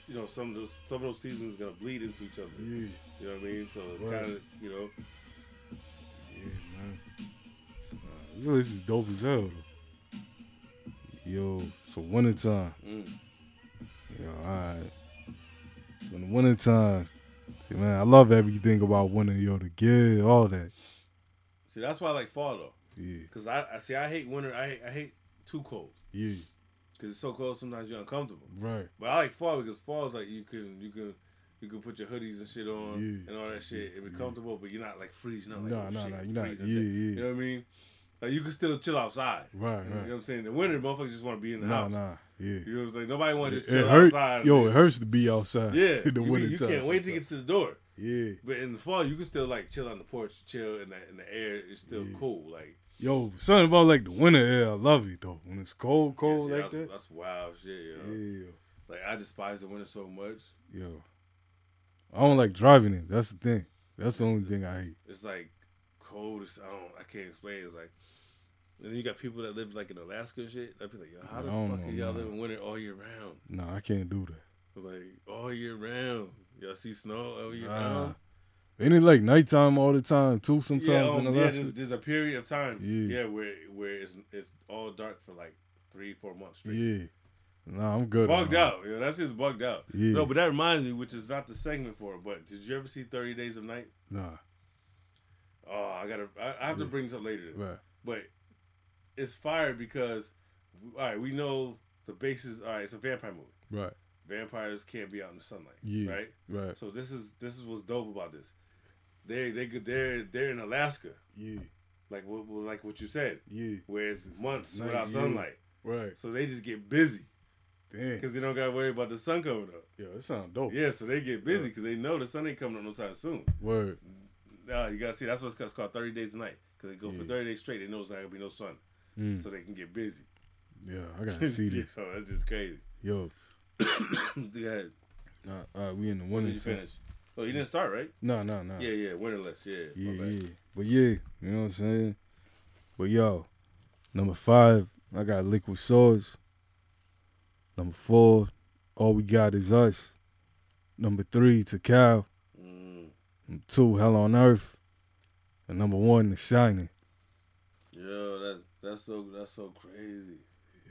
Speaker 1: you know some of those some of those seasons gonna bleed into each other.
Speaker 2: Yeah,
Speaker 1: You know what I mean? So it's
Speaker 2: Right.
Speaker 1: kind of you know
Speaker 2: yeah, man. Nah, this list is dope as hell. though. Yo, so wintertime.
Speaker 1: mm,
Speaker 2: Yo, all right. So in the wintertime, see, man, I love everything about winter. Yo, the gear, all that.
Speaker 1: see that's why I like fall though.
Speaker 2: Yeah,
Speaker 1: Cause I, I see I hate winter. I I hate too cold.
Speaker 2: yeah,
Speaker 1: Cause it's so cold sometimes you're uncomfortable.
Speaker 2: right.
Speaker 1: But I like fall because fall is like you can you can you can put your hoodies and shit on
Speaker 2: Yeah.
Speaker 1: and all that shit and be
Speaker 2: Yeah.
Speaker 1: comfortable, but you're not like freezing. Not like,
Speaker 2: Nah,
Speaker 1: oh,
Speaker 2: nah,
Speaker 1: shit,
Speaker 2: nah.
Speaker 1: I'm
Speaker 2: You're not. Yeah,
Speaker 1: freezing. You
Speaker 2: yeah.
Speaker 1: know what I mean? Like you can still chill outside.
Speaker 2: Right,
Speaker 1: You know what
Speaker 2: right.
Speaker 1: I'm saying? The winter, motherfuckers just want to be in the
Speaker 2: Nah,
Speaker 1: house.
Speaker 2: nah. Yeah.
Speaker 1: You know what I'm saying? Nobody want to
Speaker 2: It
Speaker 1: just chill
Speaker 2: hurt.
Speaker 1: outside.
Speaker 2: Yo, it hurts to be outside.
Speaker 1: Yeah,
Speaker 2: in the
Speaker 1: you,
Speaker 2: winter
Speaker 1: you
Speaker 2: time.
Speaker 1: can't wait to get
Speaker 2: sometimes.
Speaker 1: to the door.
Speaker 2: Yeah.
Speaker 1: But in the fall, you can still like chill on the porch, chill, and the, and the air is still
Speaker 2: Yeah.
Speaker 1: cool. Like
Speaker 2: Yo, something about like the winter air. I love it though. When it's cold,
Speaker 1: yeah,
Speaker 2: cold
Speaker 1: see,
Speaker 2: like
Speaker 1: that's,
Speaker 2: that.
Speaker 1: that's wild shit. Yo.
Speaker 2: Yeah.
Speaker 1: Like I despise the winter so much.
Speaker 2: Yo. I don't like driving it. That's the thing. That's the only thing I hate.
Speaker 1: it's like cold. It's, I don't. I can't explain. It's like, and then you got people that live like in Alaska and shit. I'd be like, yo, how the
Speaker 2: I don't
Speaker 1: fuck
Speaker 2: know,
Speaker 1: are y'all
Speaker 2: man.
Speaker 1: living winter all year round?
Speaker 2: Nah, I can't do that.
Speaker 1: Like all year round, y'all see snow all year
Speaker 2: Nah.
Speaker 1: round.
Speaker 2: Ain't it like nighttime all the time too? Sometimes
Speaker 1: yeah, um,
Speaker 2: in
Speaker 1: yeah,
Speaker 2: Alaska.
Speaker 1: there's, there's a period of time.
Speaker 2: Yeah.
Speaker 1: Yeah, where where it's it's all dark for like three four months
Speaker 2: Yeah.
Speaker 1: straight.
Speaker 2: Nah, I'm good.
Speaker 1: Bugged
Speaker 2: on that.
Speaker 1: out, yo. That's just bugged out.
Speaker 2: Yeah.
Speaker 1: No, but that reminds me, which is not the segment for it. But did you ever see Thirty Days of Night?
Speaker 2: Nah.
Speaker 1: Oh, I gotta. I, I have to
Speaker 2: Yeah.
Speaker 1: bring this up later.
Speaker 2: Right.
Speaker 1: but it's fire because all right, we know the basis. All right, it's a vampire movie.
Speaker 2: Right.
Speaker 1: Vampires can't be out in the sunlight,
Speaker 2: Yeah.
Speaker 1: right?
Speaker 2: Right.
Speaker 1: So this is this is what's dope about this. They they could- they're they're in Alaska,
Speaker 2: Yeah.
Speaker 1: like what what- like what you said,
Speaker 2: Yeah.
Speaker 1: where it's months
Speaker 2: night,
Speaker 1: without
Speaker 2: yeah.
Speaker 1: sunlight.
Speaker 2: Right.
Speaker 1: So they just get busy
Speaker 2: Damn.
Speaker 1: because they don't got to worry about the sun coming up.
Speaker 2: Yo, it sounds dope.
Speaker 1: Yeah, so they get busy because they know the sun ain't coming up no time soon.
Speaker 2: Word.
Speaker 1: Now you gotta see that's what's it's called thirty days a night because they go
Speaker 2: Yeah.
Speaker 1: for thirty days straight. They know it's not gonna be no sun,
Speaker 2: Mm.
Speaker 1: so they can get busy.
Speaker 2: Yeah, I gotta see
Speaker 1: Yeah,
Speaker 2: this.
Speaker 1: so that's just crazy.
Speaker 2: Yo,
Speaker 1: Go ahead.
Speaker 2: nah, uh, we in the
Speaker 1: When
Speaker 2: winter.
Speaker 1: did you
Speaker 2: time.
Speaker 1: finish? Oh, you didn't start, right?
Speaker 2: No, no, no.
Speaker 1: Yeah, yeah. Winterless. Yeah. my
Speaker 2: Yeah,
Speaker 1: bad.
Speaker 2: yeah. But yeah, you know what I'm saying? But yo, number five, I got liquid swords. Number four, all we got is us. Number three, to cow.
Speaker 1: Mm,
Speaker 2: Number two, hell on earth. And number one, the shining.
Speaker 1: yo, that that's so that's so crazy.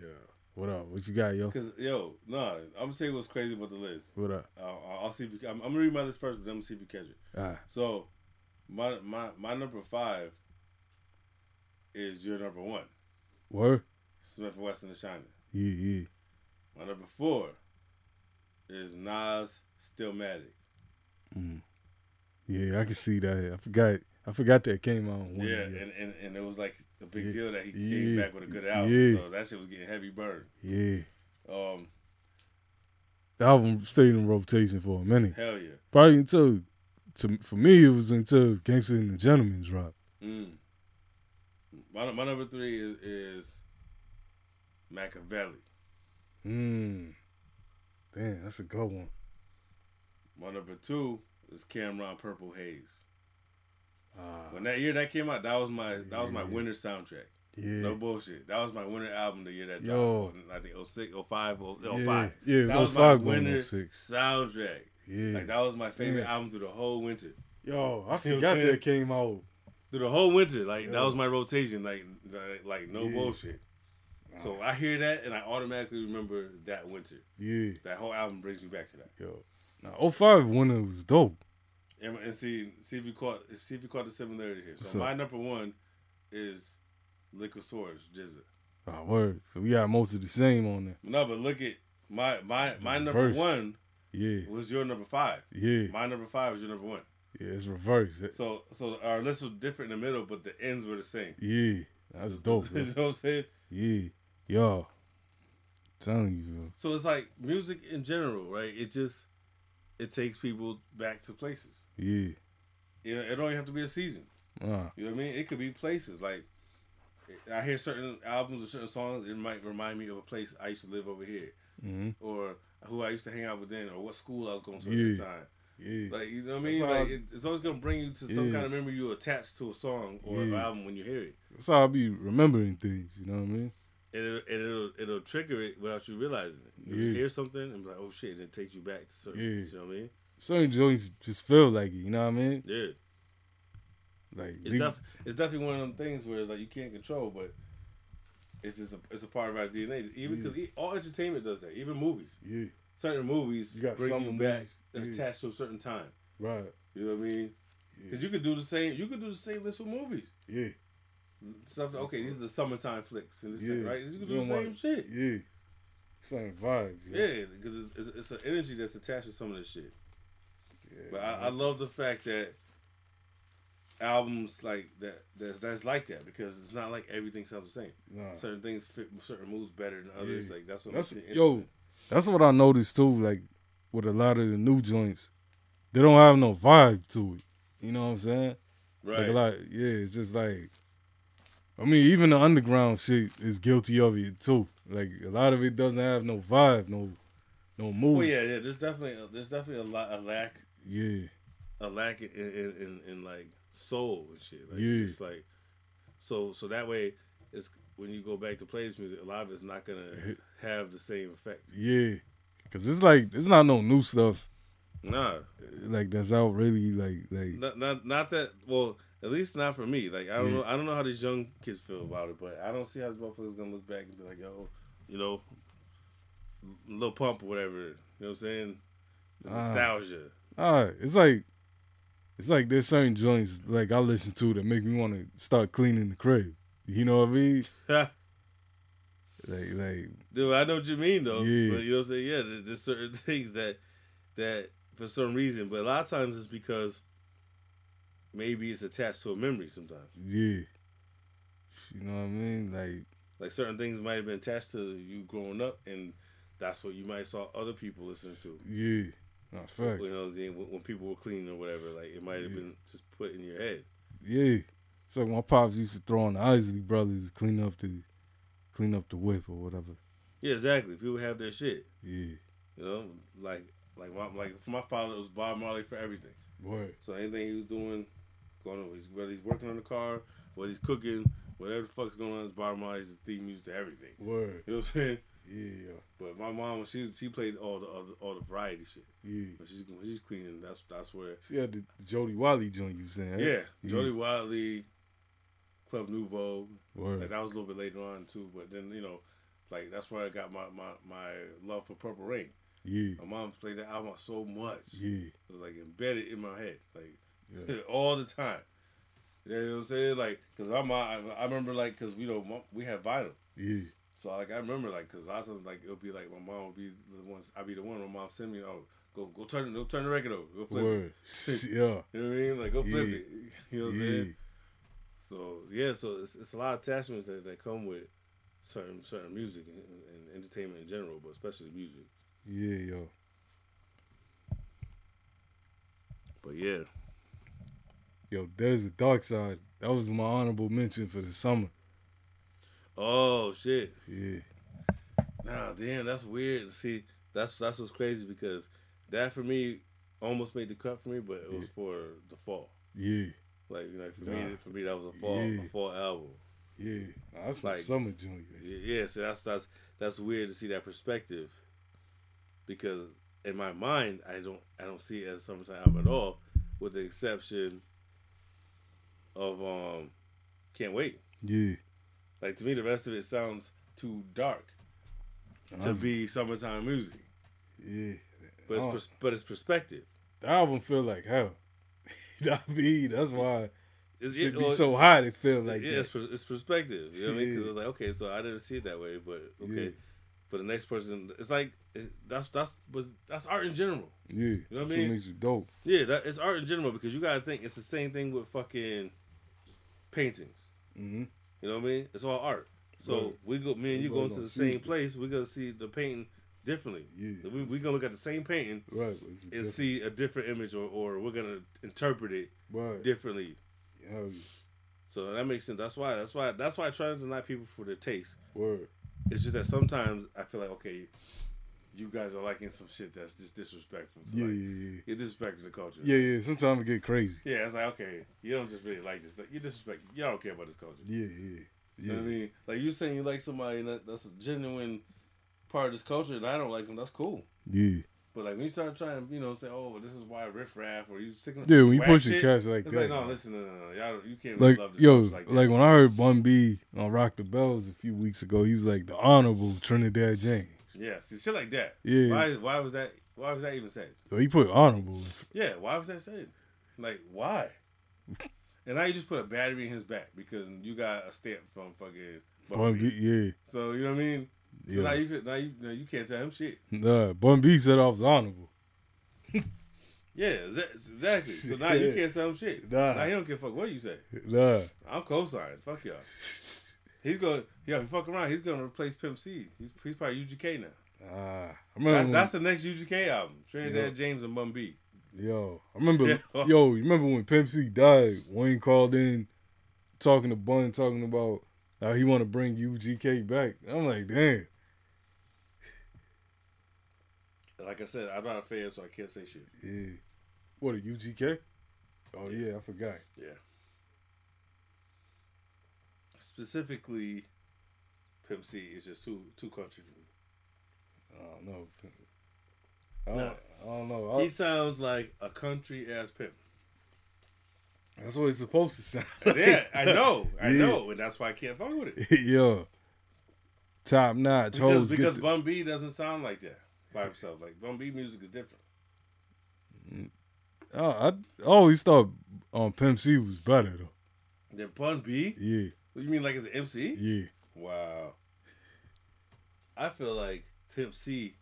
Speaker 2: Yeah. What up? What you got, yo?
Speaker 1: Cause yo, nah, I'm gonna say what's crazy about the list.
Speaker 2: What up?
Speaker 1: Uh, I'll I'll see if you. I'm, I'm gonna read my list first, but then I'm gonna see if you catch it.
Speaker 2: Ah,
Speaker 1: So, my my my number five is your number one,
Speaker 2: Word?
Speaker 1: Smith and Wesson and China.
Speaker 2: Yeah, yeah.
Speaker 1: My number four is Nas Stillmatic.
Speaker 2: Mm. Yeah, I can see that. I forgot. I forgot that came out. on
Speaker 1: Yeah,
Speaker 2: one year.
Speaker 1: and, and, and it was like a big
Speaker 2: Yeah.
Speaker 1: deal that he came
Speaker 2: Yeah.
Speaker 1: back with a good album.
Speaker 2: Yeah.
Speaker 1: So that shit was getting heavy burn.
Speaker 2: yeah.
Speaker 1: Um,
Speaker 2: The album stayed in rotation for a minute.
Speaker 1: hell yeah.
Speaker 2: Probably until, to for me, it was until Gangsta and the Gentleman dropped.
Speaker 1: Mm. My, my number three is, is Machiavelli.
Speaker 2: Mm. Damn, that's a good one.
Speaker 1: My number two is Cameron Purple Haze.
Speaker 2: Ah,
Speaker 1: When that year that came out, that was my that was my
Speaker 2: Yeah.
Speaker 1: winter soundtrack.
Speaker 2: yeah.
Speaker 1: No bullshit. That was my winter album the year that
Speaker 2: Yo.
Speaker 1: dropped. oh I think 06, 05, 05.
Speaker 2: Yeah, yeah, it
Speaker 1: That
Speaker 2: was
Speaker 1: was my
Speaker 2: 05 going
Speaker 1: winter
Speaker 2: 06.
Speaker 1: soundtrack.
Speaker 2: Yeah.
Speaker 1: Like that was my favorite
Speaker 2: Yeah.
Speaker 1: album through the whole winter.
Speaker 2: Yo, I
Speaker 1: You know what
Speaker 2: forgot
Speaker 1: I'm saying?
Speaker 2: that came out.
Speaker 1: Through the whole winter, like that
Speaker 2: Yo.
Speaker 1: was my rotation. Like like, like no
Speaker 2: Yeah.
Speaker 1: bullshit. So I hear that and I automatically remember that winter.
Speaker 2: Yeah.
Speaker 1: That whole album brings me back to that.
Speaker 2: Yo. Nah, 05 winner was dope.
Speaker 1: And, and see see if you caught see if you caught the similarity here. So
Speaker 2: What's up?
Speaker 1: my number one is Liquosaurus Jizza.
Speaker 2: Ah, word. So we got most of the same on there.
Speaker 1: No, but look at my my my
Speaker 2: The
Speaker 1: number
Speaker 2: verse.
Speaker 1: one
Speaker 2: Yeah.
Speaker 1: was your number five.
Speaker 2: Yeah.
Speaker 1: My number five was your number one.
Speaker 2: Yeah, it's reversed. It-
Speaker 1: So so our lists were different in the middle, but the ends were the same.
Speaker 2: Yeah. That's dope.
Speaker 1: you
Speaker 2: yo.
Speaker 1: know what I'm saying?
Speaker 2: yeah. Yo. Telling you, yo.
Speaker 1: So it's like music in general, right? It just it takes people back to places.
Speaker 2: Yeah.
Speaker 1: You know, it don't even have to be a season.
Speaker 2: Nah.
Speaker 1: You know what I mean? It could be places. Like I hear certain albums or certain songs, it might remind me of a place I used to live over here,
Speaker 2: hmm
Speaker 1: or who I used to hang out with then, or what school I was going to at
Speaker 2: Yeah.
Speaker 1: the time.
Speaker 2: Yeah.
Speaker 1: Like you know what I
Speaker 2: That's
Speaker 1: mean?
Speaker 2: how I-
Speaker 1: Like it, it's always gonna bring you to some
Speaker 2: Yeah.
Speaker 1: kind of memory you attach to a song or an
Speaker 2: Yeah.
Speaker 1: album when you hear it,
Speaker 2: That's how I be remembering things, you know what I mean?
Speaker 1: and it'll, and it'll it'll trigger it without you realizing it. You
Speaker 2: Yeah.
Speaker 1: hear something and be like, oh shit, and it takes you back to certain.
Speaker 2: Yeah.
Speaker 1: You know what I mean?
Speaker 2: Certain joints just feel like it, you know what I mean?
Speaker 1: Yeah,
Speaker 2: Like
Speaker 1: it's
Speaker 2: leave-
Speaker 1: def- it's definitely one of them things where it's like you can't control, but it's just a, it's a part of our DNA. Even
Speaker 2: Yeah.
Speaker 1: because all entertainment does that, even movies.
Speaker 2: Yeah.
Speaker 1: Certain movies
Speaker 2: You got
Speaker 1: bring
Speaker 2: summer
Speaker 1: you back
Speaker 2: movies. Yeah.
Speaker 1: attached to a certain time.
Speaker 2: Right.
Speaker 1: You know what I mean?
Speaker 2: Yeah.
Speaker 1: Because you could do the same. You could do the same list with movies.
Speaker 2: yeah.
Speaker 1: Stuff. Okay, these are the summertime flicks, and this
Speaker 2: Yeah.
Speaker 1: right. You
Speaker 2: You
Speaker 1: can do
Speaker 2: don't
Speaker 1: the same
Speaker 2: want-
Speaker 1: shit.
Speaker 2: Yeah. Same vibes.
Speaker 1: Yeah, because it's, it's, it's an energy that's attached to some of this shit.
Speaker 2: Yeah,
Speaker 1: But I, I love the fact that albums like that that's, that's like that because it's not like everything sounds the same.
Speaker 2: nah.
Speaker 1: Certain things fit certain moods better than others.
Speaker 2: Uh-huh. Yeah.
Speaker 1: Like that's what
Speaker 2: That's
Speaker 1: makes it
Speaker 2: yo.
Speaker 1: interesting.
Speaker 2: That's what I noticed too. Like with a lot of the new joints, they don't have no vibe to it. You know what I'm saying? Like
Speaker 1: right?
Speaker 2: a lot. Yeah, it's just like. I mean, even the underground shit is guilty of it too. Like a lot of it doesn't have no vibe, no, no mood.
Speaker 1: well, Oh, yeah, yeah. There's definitely a, there's definitely a lot a lack
Speaker 2: yeah,
Speaker 1: a lack in in, in, in like soul and shit. Like,
Speaker 2: Yeah.
Speaker 1: It's like so so that way it's when you go back to plays music, a lot of it's not gonna have the same effect.
Speaker 2: yeah. Cause it's like it's not no new stuff
Speaker 1: Nah.
Speaker 2: like that's out really like like
Speaker 1: not, not not that well at least not for me like i don't
Speaker 2: Yeah.
Speaker 1: know i don't know how these young kids feel about it but i don't see how these motherfuckers gonna look back and be like yo you know little pump or whatever you know what i'm saying
Speaker 2: Ah.
Speaker 1: nostalgia
Speaker 2: ah, it's like it's like there's certain joints like I listen to that make me want to start cleaning the crib. You know what I mean? Like like
Speaker 1: dude i know what you mean though
Speaker 2: Yeah.
Speaker 1: but you know what i'm saying yeah there, there's certain things that that for some reason but a lot of times it's because maybe it's attached to a memory sometimes
Speaker 2: yeah, you know what I mean? Like
Speaker 1: like certain things might have been attached to you growing up and that's what you might saw other people listening to
Speaker 2: yeah, not fact.
Speaker 1: you know, then when when people were cleaning or whatever, like it might have
Speaker 2: Yeah.
Speaker 1: been just put in your head.
Speaker 2: Yeah, so my pops used to throw on the Isley Brothers to clean up the clean up the whip or whatever.
Speaker 1: Yeah, exactly. People have their shit,
Speaker 2: Yeah,
Speaker 1: you know, like like my like for my father it was Bob Marley for everything.
Speaker 2: boy.
Speaker 1: So anything he was doing, going on, whether he's working on the car, whether he's cooking, whatever the fuck's going on, it's Bob Marley's the theme music to everything.
Speaker 2: Word,
Speaker 1: You know what I'm saying?
Speaker 2: yeah,
Speaker 1: But my mom, she she played all the all the, all the variety shit.
Speaker 2: yeah.
Speaker 1: But she's when she's cleaning. That's that's where.
Speaker 2: She had the Jody Wiley joint you was saying?
Speaker 1: Yeah,
Speaker 2: right?
Speaker 1: Jody Wiley, Club Nouveau, Like
Speaker 2: Word,
Speaker 1: that was a little bit later on too, but then you know, like that's where I got my my, my love for Purple Rain.
Speaker 2: yeah,
Speaker 1: My mom played that album so much,
Speaker 2: yeah,
Speaker 1: it was like embedded in my head, like
Speaker 2: yeah.
Speaker 1: all the time. You know what I'm saying? Like, cause I'm, I, I remember like, cause you know my- we had vinyl,
Speaker 2: Yeah.
Speaker 1: so like I remember like, cause lots of like it'll be like my mom would be the ones I'd be the one my mom send me oh go go turn go turn the record over go flip
Speaker 2: Word. yeah.
Speaker 1: it you know what I mean like go flip
Speaker 2: Yeah.
Speaker 1: it you know what I'm
Speaker 2: Yeah.
Speaker 1: saying so yeah so it's, it's a lot of attachments that, that come with certain certain music and, and entertainment in general but especially music
Speaker 2: Yeah, yo.
Speaker 1: but yeah
Speaker 2: Yo, there's the dark side. That was my honorable mention for the summer.
Speaker 1: oh shit
Speaker 2: Yeah.
Speaker 1: Nah, damn, that's weird. See, that's that's what's crazy because that for me almost made the cut for me, but it was
Speaker 2: Yeah.
Speaker 1: for the fall.
Speaker 2: Yeah.
Speaker 1: Like, you know, for me,
Speaker 2: Nah.
Speaker 1: for me that was a fall,
Speaker 2: Yeah.
Speaker 1: a fall album.
Speaker 2: Yeah. Nah, that's my
Speaker 1: Like-
Speaker 2: summer joint.
Speaker 1: Y- Yeah, so that's that's that's weird to see that perspective because in my mind I don't I don't see it as a summertime album at all, with the exception of um, can't wait.
Speaker 2: Yeah.
Speaker 1: Like to me, the rest of it sounds too dark to
Speaker 2: That's-
Speaker 1: be summertime music,
Speaker 2: Yeah.
Speaker 1: but it's
Speaker 2: Oh.
Speaker 1: pers- but it's perspective.
Speaker 2: The album feel like hell. You know what I mean? That's why it
Speaker 1: It's-
Speaker 2: should be
Speaker 1: well,
Speaker 2: so hot it feel like
Speaker 1: like yeah,
Speaker 2: that.
Speaker 1: it's, per, it's perspective. You know what I mean? Because
Speaker 2: Yeah.
Speaker 1: I was like, okay, so I didn't see it that way, but okay.
Speaker 2: Yeah.
Speaker 1: For the next person, it's like it, that's that's but that's art in general.
Speaker 2: Yeah. You
Speaker 1: know what I mean?
Speaker 2: makes it dope.
Speaker 1: Yeah, that, it's art in general because you gotta think it's the same thing with fucking paintings.
Speaker 2: Mm-hmm.
Speaker 1: You know what I mean? It's all art. So
Speaker 2: Right.
Speaker 1: we go, me and you
Speaker 2: Everybody
Speaker 1: going to
Speaker 2: gonna
Speaker 1: the
Speaker 2: see
Speaker 1: same
Speaker 2: it.
Speaker 1: place. We're gonna see the painting differently.
Speaker 2: Yeah.
Speaker 1: We we gonna look at the same painting
Speaker 2: Right.
Speaker 1: and see a different image, or or we're gonna interpret it
Speaker 2: Right.
Speaker 1: differently.
Speaker 2: Hell yeah.
Speaker 1: So that makes sense. That's why. That's why. That's why I try to deny people for their taste.
Speaker 2: Word.
Speaker 1: It's just that sometimes I feel like okay, you guys are liking some shit that's just disrespectful. To
Speaker 2: Yeah,
Speaker 1: like,
Speaker 2: yeah, yeah.
Speaker 1: You're disrespecting the culture.
Speaker 2: Yeah, yeah. Sometimes it get crazy.
Speaker 1: Yeah, it's like okay, you don't just really like this. Like, you disrespect. You don't care about this culture.
Speaker 2: Yeah, yeah.
Speaker 1: You
Speaker 2: Yeah.
Speaker 1: know what I mean? Like you saying you like somebody and that, that's a genuine part of this culture, and I don't like them. That's cool.
Speaker 2: Yeah.
Speaker 1: But like when you start trying, you know, say, oh, this is why riff raff, or you sticking.
Speaker 2: Yeah, when you
Speaker 1: whack
Speaker 2: pushing
Speaker 1: shit,
Speaker 2: cats like
Speaker 1: it's like
Speaker 2: that.
Speaker 1: no, listen, no, no, no, y'all, you can't really
Speaker 2: like
Speaker 1: love this
Speaker 2: yo,
Speaker 1: culture
Speaker 2: like,
Speaker 1: like, that.
Speaker 2: when I heard Bun B on Rock the Bells a few weeks ago, he was like the honorable Trinidad James.
Speaker 1: yeah, see, shit like that.
Speaker 2: Yeah.
Speaker 1: Why? Why was that? Why was that even said?
Speaker 2: So he put honorable.
Speaker 1: Yeah, why was that said? Like, why? And now you just put a battery in his back because you got a stamp from fucking
Speaker 2: Bun
Speaker 1: Bumpy.
Speaker 2: B, yeah,
Speaker 1: So you know what I mean? So
Speaker 2: yeah.
Speaker 1: now you feel- now you now you can't tell him shit.
Speaker 2: nah, Bun B said I was honorable.
Speaker 1: Yeah, exa- exactly. So now you
Speaker 2: Yeah.
Speaker 1: can't tell him shit.
Speaker 2: Nah.
Speaker 1: Now he don't give a fuck what you say.
Speaker 2: Nah,
Speaker 1: I'm co-signed. Fuck y'all. He's gonna yeah, fuck around. He's gonna replace Pimp C. He's he's probably UGK now.
Speaker 2: ah, I
Speaker 1: That's,
Speaker 2: remember.
Speaker 1: that's the next UGK album. Trinidad
Speaker 2: Yeah.
Speaker 1: James and Bun B.
Speaker 2: when, yo, I remember.
Speaker 1: Yeah.
Speaker 2: Yo, you remember when Pimp C died? Wayne called in, talking to Bun, talking about how he want to bring UGK back. I'm like, damn.
Speaker 1: Like I said, I'm not a fan, so I can't say shit.
Speaker 2: Yeah. What a UGK? Oh yeah, I forgot.
Speaker 1: Specifically, Pimp C is just too too country for me.
Speaker 2: I don't know. I don't,
Speaker 1: Nah.
Speaker 2: I don't know. I-
Speaker 1: He sounds like a country ass pimp.
Speaker 2: that's what it's supposed to sound.
Speaker 1: Yeah, I know, I
Speaker 2: Yeah.
Speaker 1: know, and that's why I can't fuck with it.
Speaker 2: Yo, top notch
Speaker 1: Because
Speaker 2: hoes.
Speaker 1: because
Speaker 2: get
Speaker 1: Bun B doesn't sound like that by himself. Like Bun B music is different.
Speaker 2: the- oh, I always thought um, Pimp C was better though.
Speaker 1: Then Bun B,
Speaker 2: Yeah,
Speaker 1: you mean like as an MC?
Speaker 2: yeah,
Speaker 1: Wow. I feel like Pimp C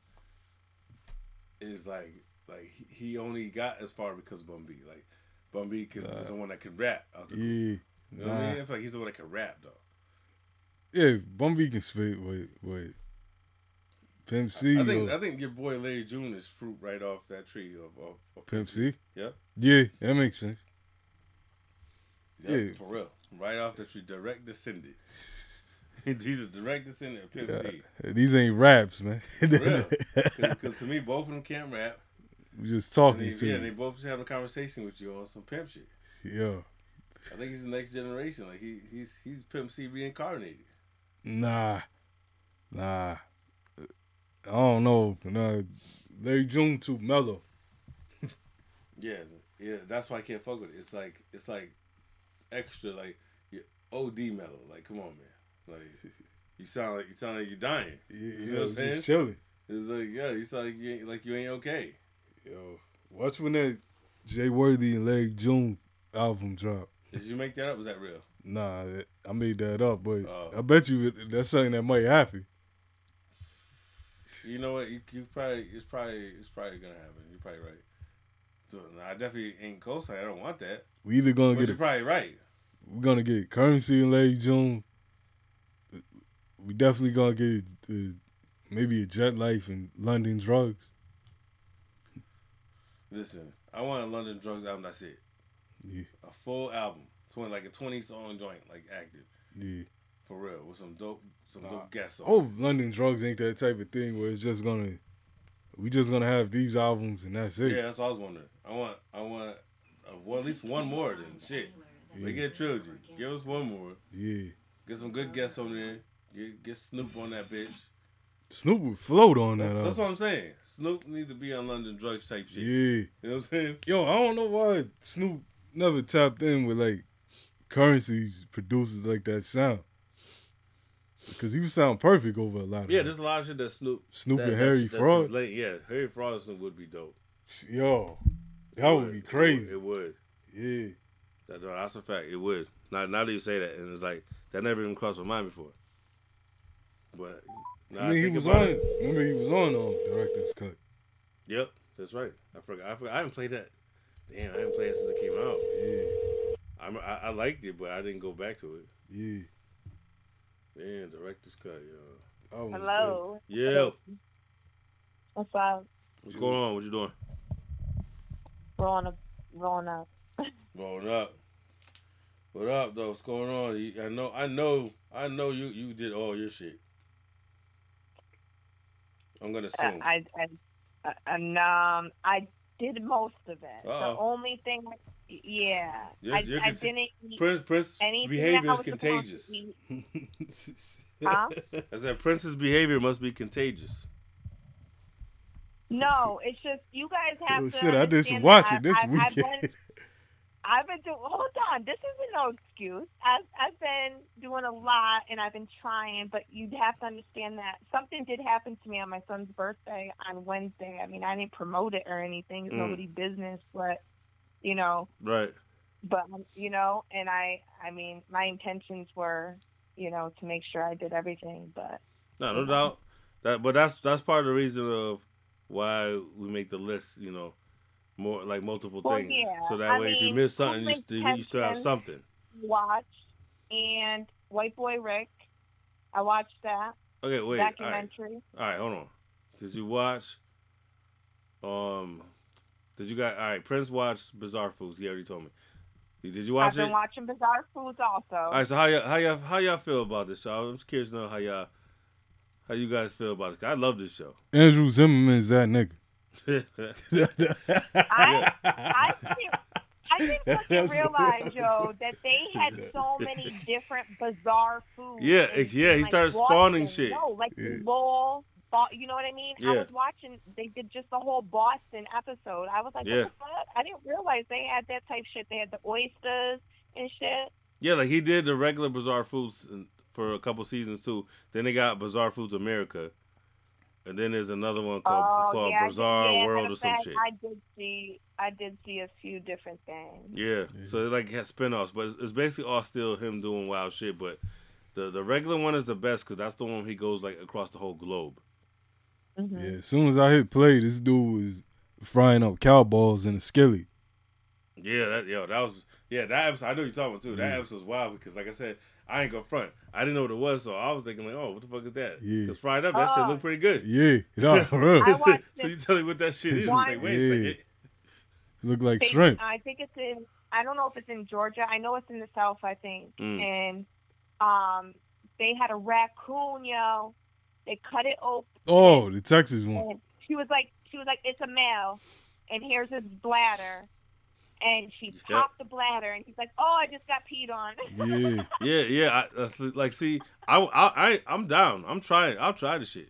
Speaker 1: is like like he- he only got as far because of Bun B. Like Bun B could,
Speaker 2: Uh,
Speaker 1: was the one that could rap. Out the group.
Speaker 2: yeah.
Speaker 1: You know what I
Speaker 2: Nah.
Speaker 1: mean? I feel like he's the one that can rap though.
Speaker 2: Yeah, Bumby can spit. Wait, wait. Pimp C.
Speaker 1: I think
Speaker 2: yo.
Speaker 1: I think your boy Larry June is fruit right off that tree of, of, of
Speaker 2: Pimp C.
Speaker 1: Yeah.
Speaker 2: Yeah, that makes sense.
Speaker 1: Yeah,
Speaker 2: Yeah.
Speaker 1: for real. Right off the tree, direct descendant. he's a direct descendant of Pimp C.
Speaker 2: These ain't raps, man.
Speaker 1: real. Because to me, both of them can't rap.
Speaker 2: We just
Speaker 1: And
Speaker 2: talking
Speaker 1: they,
Speaker 2: to
Speaker 1: yeah, they
Speaker 2: you.
Speaker 1: both just having a conversation with you on some pimp shit.
Speaker 2: Yo,
Speaker 1: I think he's the next generation. Like he he's he's Pimp C reincarnated.
Speaker 2: nah, nah. I don't know. Nah, Larry June too mellow.
Speaker 1: Yeah, yeah. That's why I can't fuck with it. It's like it's like extra like you OD mellow. Like come on, man. Like you sound like you sound like you're dying.
Speaker 2: Yeah,
Speaker 1: You know what I'm
Speaker 2: yo,
Speaker 1: saying?
Speaker 2: just chilling.
Speaker 1: It's like yeah, you sound like you ain't, like you ain't okay.
Speaker 2: Yo, watch when that Jay Worthy and Larry June album drop.
Speaker 1: Did you make that up? Was that real?
Speaker 2: Nah, it- I made that up, but
Speaker 1: Oh.
Speaker 2: I bet you it- that's something that might happen.
Speaker 1: You know what? You, you probably it's probably it's probably gonna happen. You're probably right. So, no, I definitely ain't coast. I don't want that.
Speaker 2: We either gonna
Speaker 1: But
Speaker 2: get
Speaker 1: you're
Speaker 2: a,
Speaker 1: probably right.
Speaker 2: we're gonna get currency in late June. We definitely gonna get uh, maybe a jet life and London drugs.
Speaker 1: Listen, I want a London Drugs album. That's it.
Speaker 2: Yeah,
Speaker 1: A full album, twenty like a twenty song joint, like active
Speaker 2: yeah.
Speaker 1: for real, with some dope some
Speaker 2: Nah.
Speaker 1: dope guests on.
Speaker 2: Oh, London drugs ain't that type of thing where it's just gonna we just gonna have these albums and that's it.
Speaker 1: yeah, that's what I was wondering. I want I want uh, well, at least one more then shit. We get a trilogy. Give us one more.
Speaker 2: yeah.
Speaker 1: Get some good guests on there. Get, get Snoop on that bitch.
Speaker 2: Snoop would float on
Speaker 1: That's,
Speaker 2: that.
Speaker 1: that's
Speaker 2: album.
Speaker 1: what I'm saying. Snoop needs to be on London Drugs type shit.
Speaker 2: yeah.
Speaker 1: You know what I'm saying?
Speaker 2: Yo, I don't know why Snoop never tapped in with like currency producers like that sound. Because he would sound perfect over a lot of
Speaker 1: Yeah,
Speaker 2: them.
Speaker 1: there's a lot of shit that Snoop.
Speaker 2: Snoop
Speaker 1: that-
Speaker 2: and
Speaker 1: that's-
Speaker 2: Harry
Speaker 1: that's
Speaker 2: Fraud.
Speaker 1: his lane. Yeah, Harry Fraud and Snoop would be dope.
Speaker 2: Yo, that
Speaker 1: It
Speaker 2: would be crazy.
Speaker 1: It would.
Speaker 2: Yeah.
Speaker 1: That- no, that's a fact. It would. Now, now that you say that, and it's like that never even crossed my mind before. But now
Speaker 2: I mean, he
Speaker 1: think
Speaker 2: was
Speaker 1: about
Speaker 2: on.
Speaker 1: it-
Speaker 2: Remember, he was on um, Director's Cut.
Speaker 1: Yep, that's right. I forgot. I forgot. I haven't played that. Damn, I haven't played it since it came out.
Speaker 2: Yeah,
Speaker 1: I'm, I, I liked it, but I didn't go back to it.
Speaker 2: yeah.
Speaker 1: Man, director's cut, yo.
Speaker 2: That was dope.
Speaker 3: Hello.
Speaker 1: Yeah,
Speaker 3: What's up?
Speaker 1: what's going on? What you doing?
Speaker 3: Rolling up. Rolling up.
Speaker 1: Rolling up. What up, though? What's going on? You- I know, I know, I know you. You did all your shit. I'm gonna assume.
Speaker 3: Uh, I, I, I, and um, I did most of it.
Speaker 1: Uh-oh.
Speaker 3: The only thing, yeah,
Speaker 1: You're-
Speaker 3: I,
Speaker 1: you're
Speaker 3: I
Speaker 1: conti-
Speaker 3: didn't eat
Speaker 1: Prince, Prince,
Speaker 3: anything. that
Speaker 1: behavior
Speaker 3: I
Speaker 1: is
Speaker 3: was supposed to
Speaker 1: contagious.
Speaker 3: eat. Huh?
Speaker 1: I said Prince's behavior must be contagious.
Speaker 3: No, it's just you guys have
Speaker 2: Well,
Speaker 3: to.
Speaker 2: Oh, shit, I did some
Speaker 3: understand
Speaker 2: watching
Speaker 3: that
Speaker 2: this
Speaker 3: I- I- I've
Speaker 2: weekend.
Speaker 3: been, I've been doing. Hold on, this isn't no excuse. I've I've been doing a lot and I've been trying, but you have to understand that something did happen to me on my son's birthday on Wednesday. I mean, I didn't promote it or anything. It's
Speaker 1: Mm.
Speaker 3: nobody's business, but you know,
Speaker 1: Right.
Speaker 3: but um, you know and i i mean my intentions were you know to make sure i did everything but
Speaker 1: No, no doubt. That, but that's that's part of the reason of why we make the list. You know, more like multiple
Speaker 3: Well,
Speaker 1: things.
Speaker 3: yeah,
Speaker 1: So that
Speaker 3: I
Speaker 1: way, if you
Speaker 3: mean,
Speaker 1: miss something, you,
Speaker 3: public
Speaker 1: st- you still have
Speaker 3: tension.
Speaker 1: something.
Speaker 3: watch and white boy rick i watched that
Speaker 1: Okay, wait. All right.
Speaker 3: documentary
Speaker 1: All right, hold on. Did you watch? Um, did you got? All right, Prince watched Bizarre Foods. He already told me. Did you watch
Speaker 3: i've
Speaker 1: it?
Speaker 3: been watching bizarre foods also
Speaker 1: all right, so how y'all how y'all how y'all feel about this show? I'm just curious to know how y'all how you guys feel about it. 'cause I love this show.
Speaker 2: Andrew Zimmerman's that nigga.
Speaker 3: I- i didn't, I didn't fucking
Speaker 2: That's-
Speaker 3: realize, Joe, that they had so many different bizarre foods.
Speaker 1: Yeah,
Speaker 3: and-
Speaker 1: yeah, he
Speaker 3: like,
Speaker 1: started
Speaker 3: watching-
Speaker 1: spawning shit.
Speaker 3: No, like
Speaker 2: Yeah.
Speaker 3: bowl, bo- you know what I mean? I
Speaker 1: Yeah.
Speaker 3: was watching. They did just the whole Boston episode. I was like,
Speaker 1: Yeah.
Speaker 3: what the fuck? I didn't realize they had that type shit. They had the oysters and shit.
Speaker 1: yeah, like he did the regular Bizarre Foods for a couple seasons too. Then they got Bizarre Foods America, and then there's another one called
Speaker 3: oh,
Speaker 1: called
Speaker 3: yeah, I did-
Speaker 1: Bizarre
Speaker 3: yeah,
Speaker 1: World
Speaker 3: matter
Speaker 1: or
Speaker 3: of
Speaker 1: some
Speaker 3: fact,
Speaker 1: shit.
Speaker 3: I did see. I did see a few different things.
Speaker 1: Yeah.
Speaker 2: Yeah.
Speaker 1: So it like has spin-offs, but it's- it's basically all still him doing wild shit. But the the regular one is the best because that's the one he goes like across the whole globe.
Speaker 3: Mhm.
Speaker 2: yeah, as soon as I hit play, this dude was frying up cow balls in a skillet.
Speaker 1: Yeah, that yo, that was yeah, that episode I know you're talking about too. That
Speaker 2: Yeah.
Speaker 1: episode's wild because like I said, I ain't gonna front. I didn't know what it was, so I was thinking like, oh, what the fuck is that?
Speaker 2: Yeah.
Speaker 1: Because fried up, that shit
Speaker 3: Oh.
Speaker 1: looked pretty good.
Speaker 2: Yeah, nah, for real.
Speaker 3: I watched
Speaker 1: so
Speaker 3: it.
Speaker 1: you tell me what that shit is? It's
Speaker 3: Why-
Speaker 1: like, wait a
Speaker 2: Yeah.
Speaker 1: second.
Speaker 2: Look like
Speaker 3: think-
Speaker 2: shrimp.
Speaker 3: I think it's in. I don't know if it's in Georgia. I know it's in the South. I think,
Speaker 1: Mm.
Speaker 3: and um, they had a raccoon. Yo, they cut it open.
Speaker 2: Oh, the Texas one.
Speaker 3: And she was like, she was like, it's a male, and here's his bladder, and she
Speaker 1: Yep.
Speaker 3: popped the bladder, and he's like, oh, I just got peed on.
Speaker 2: Yeah,
Speaker 1: Yeah, yeah. I, that's like, see, I, I, I, I'm down. I'm trying. I'll try the shit.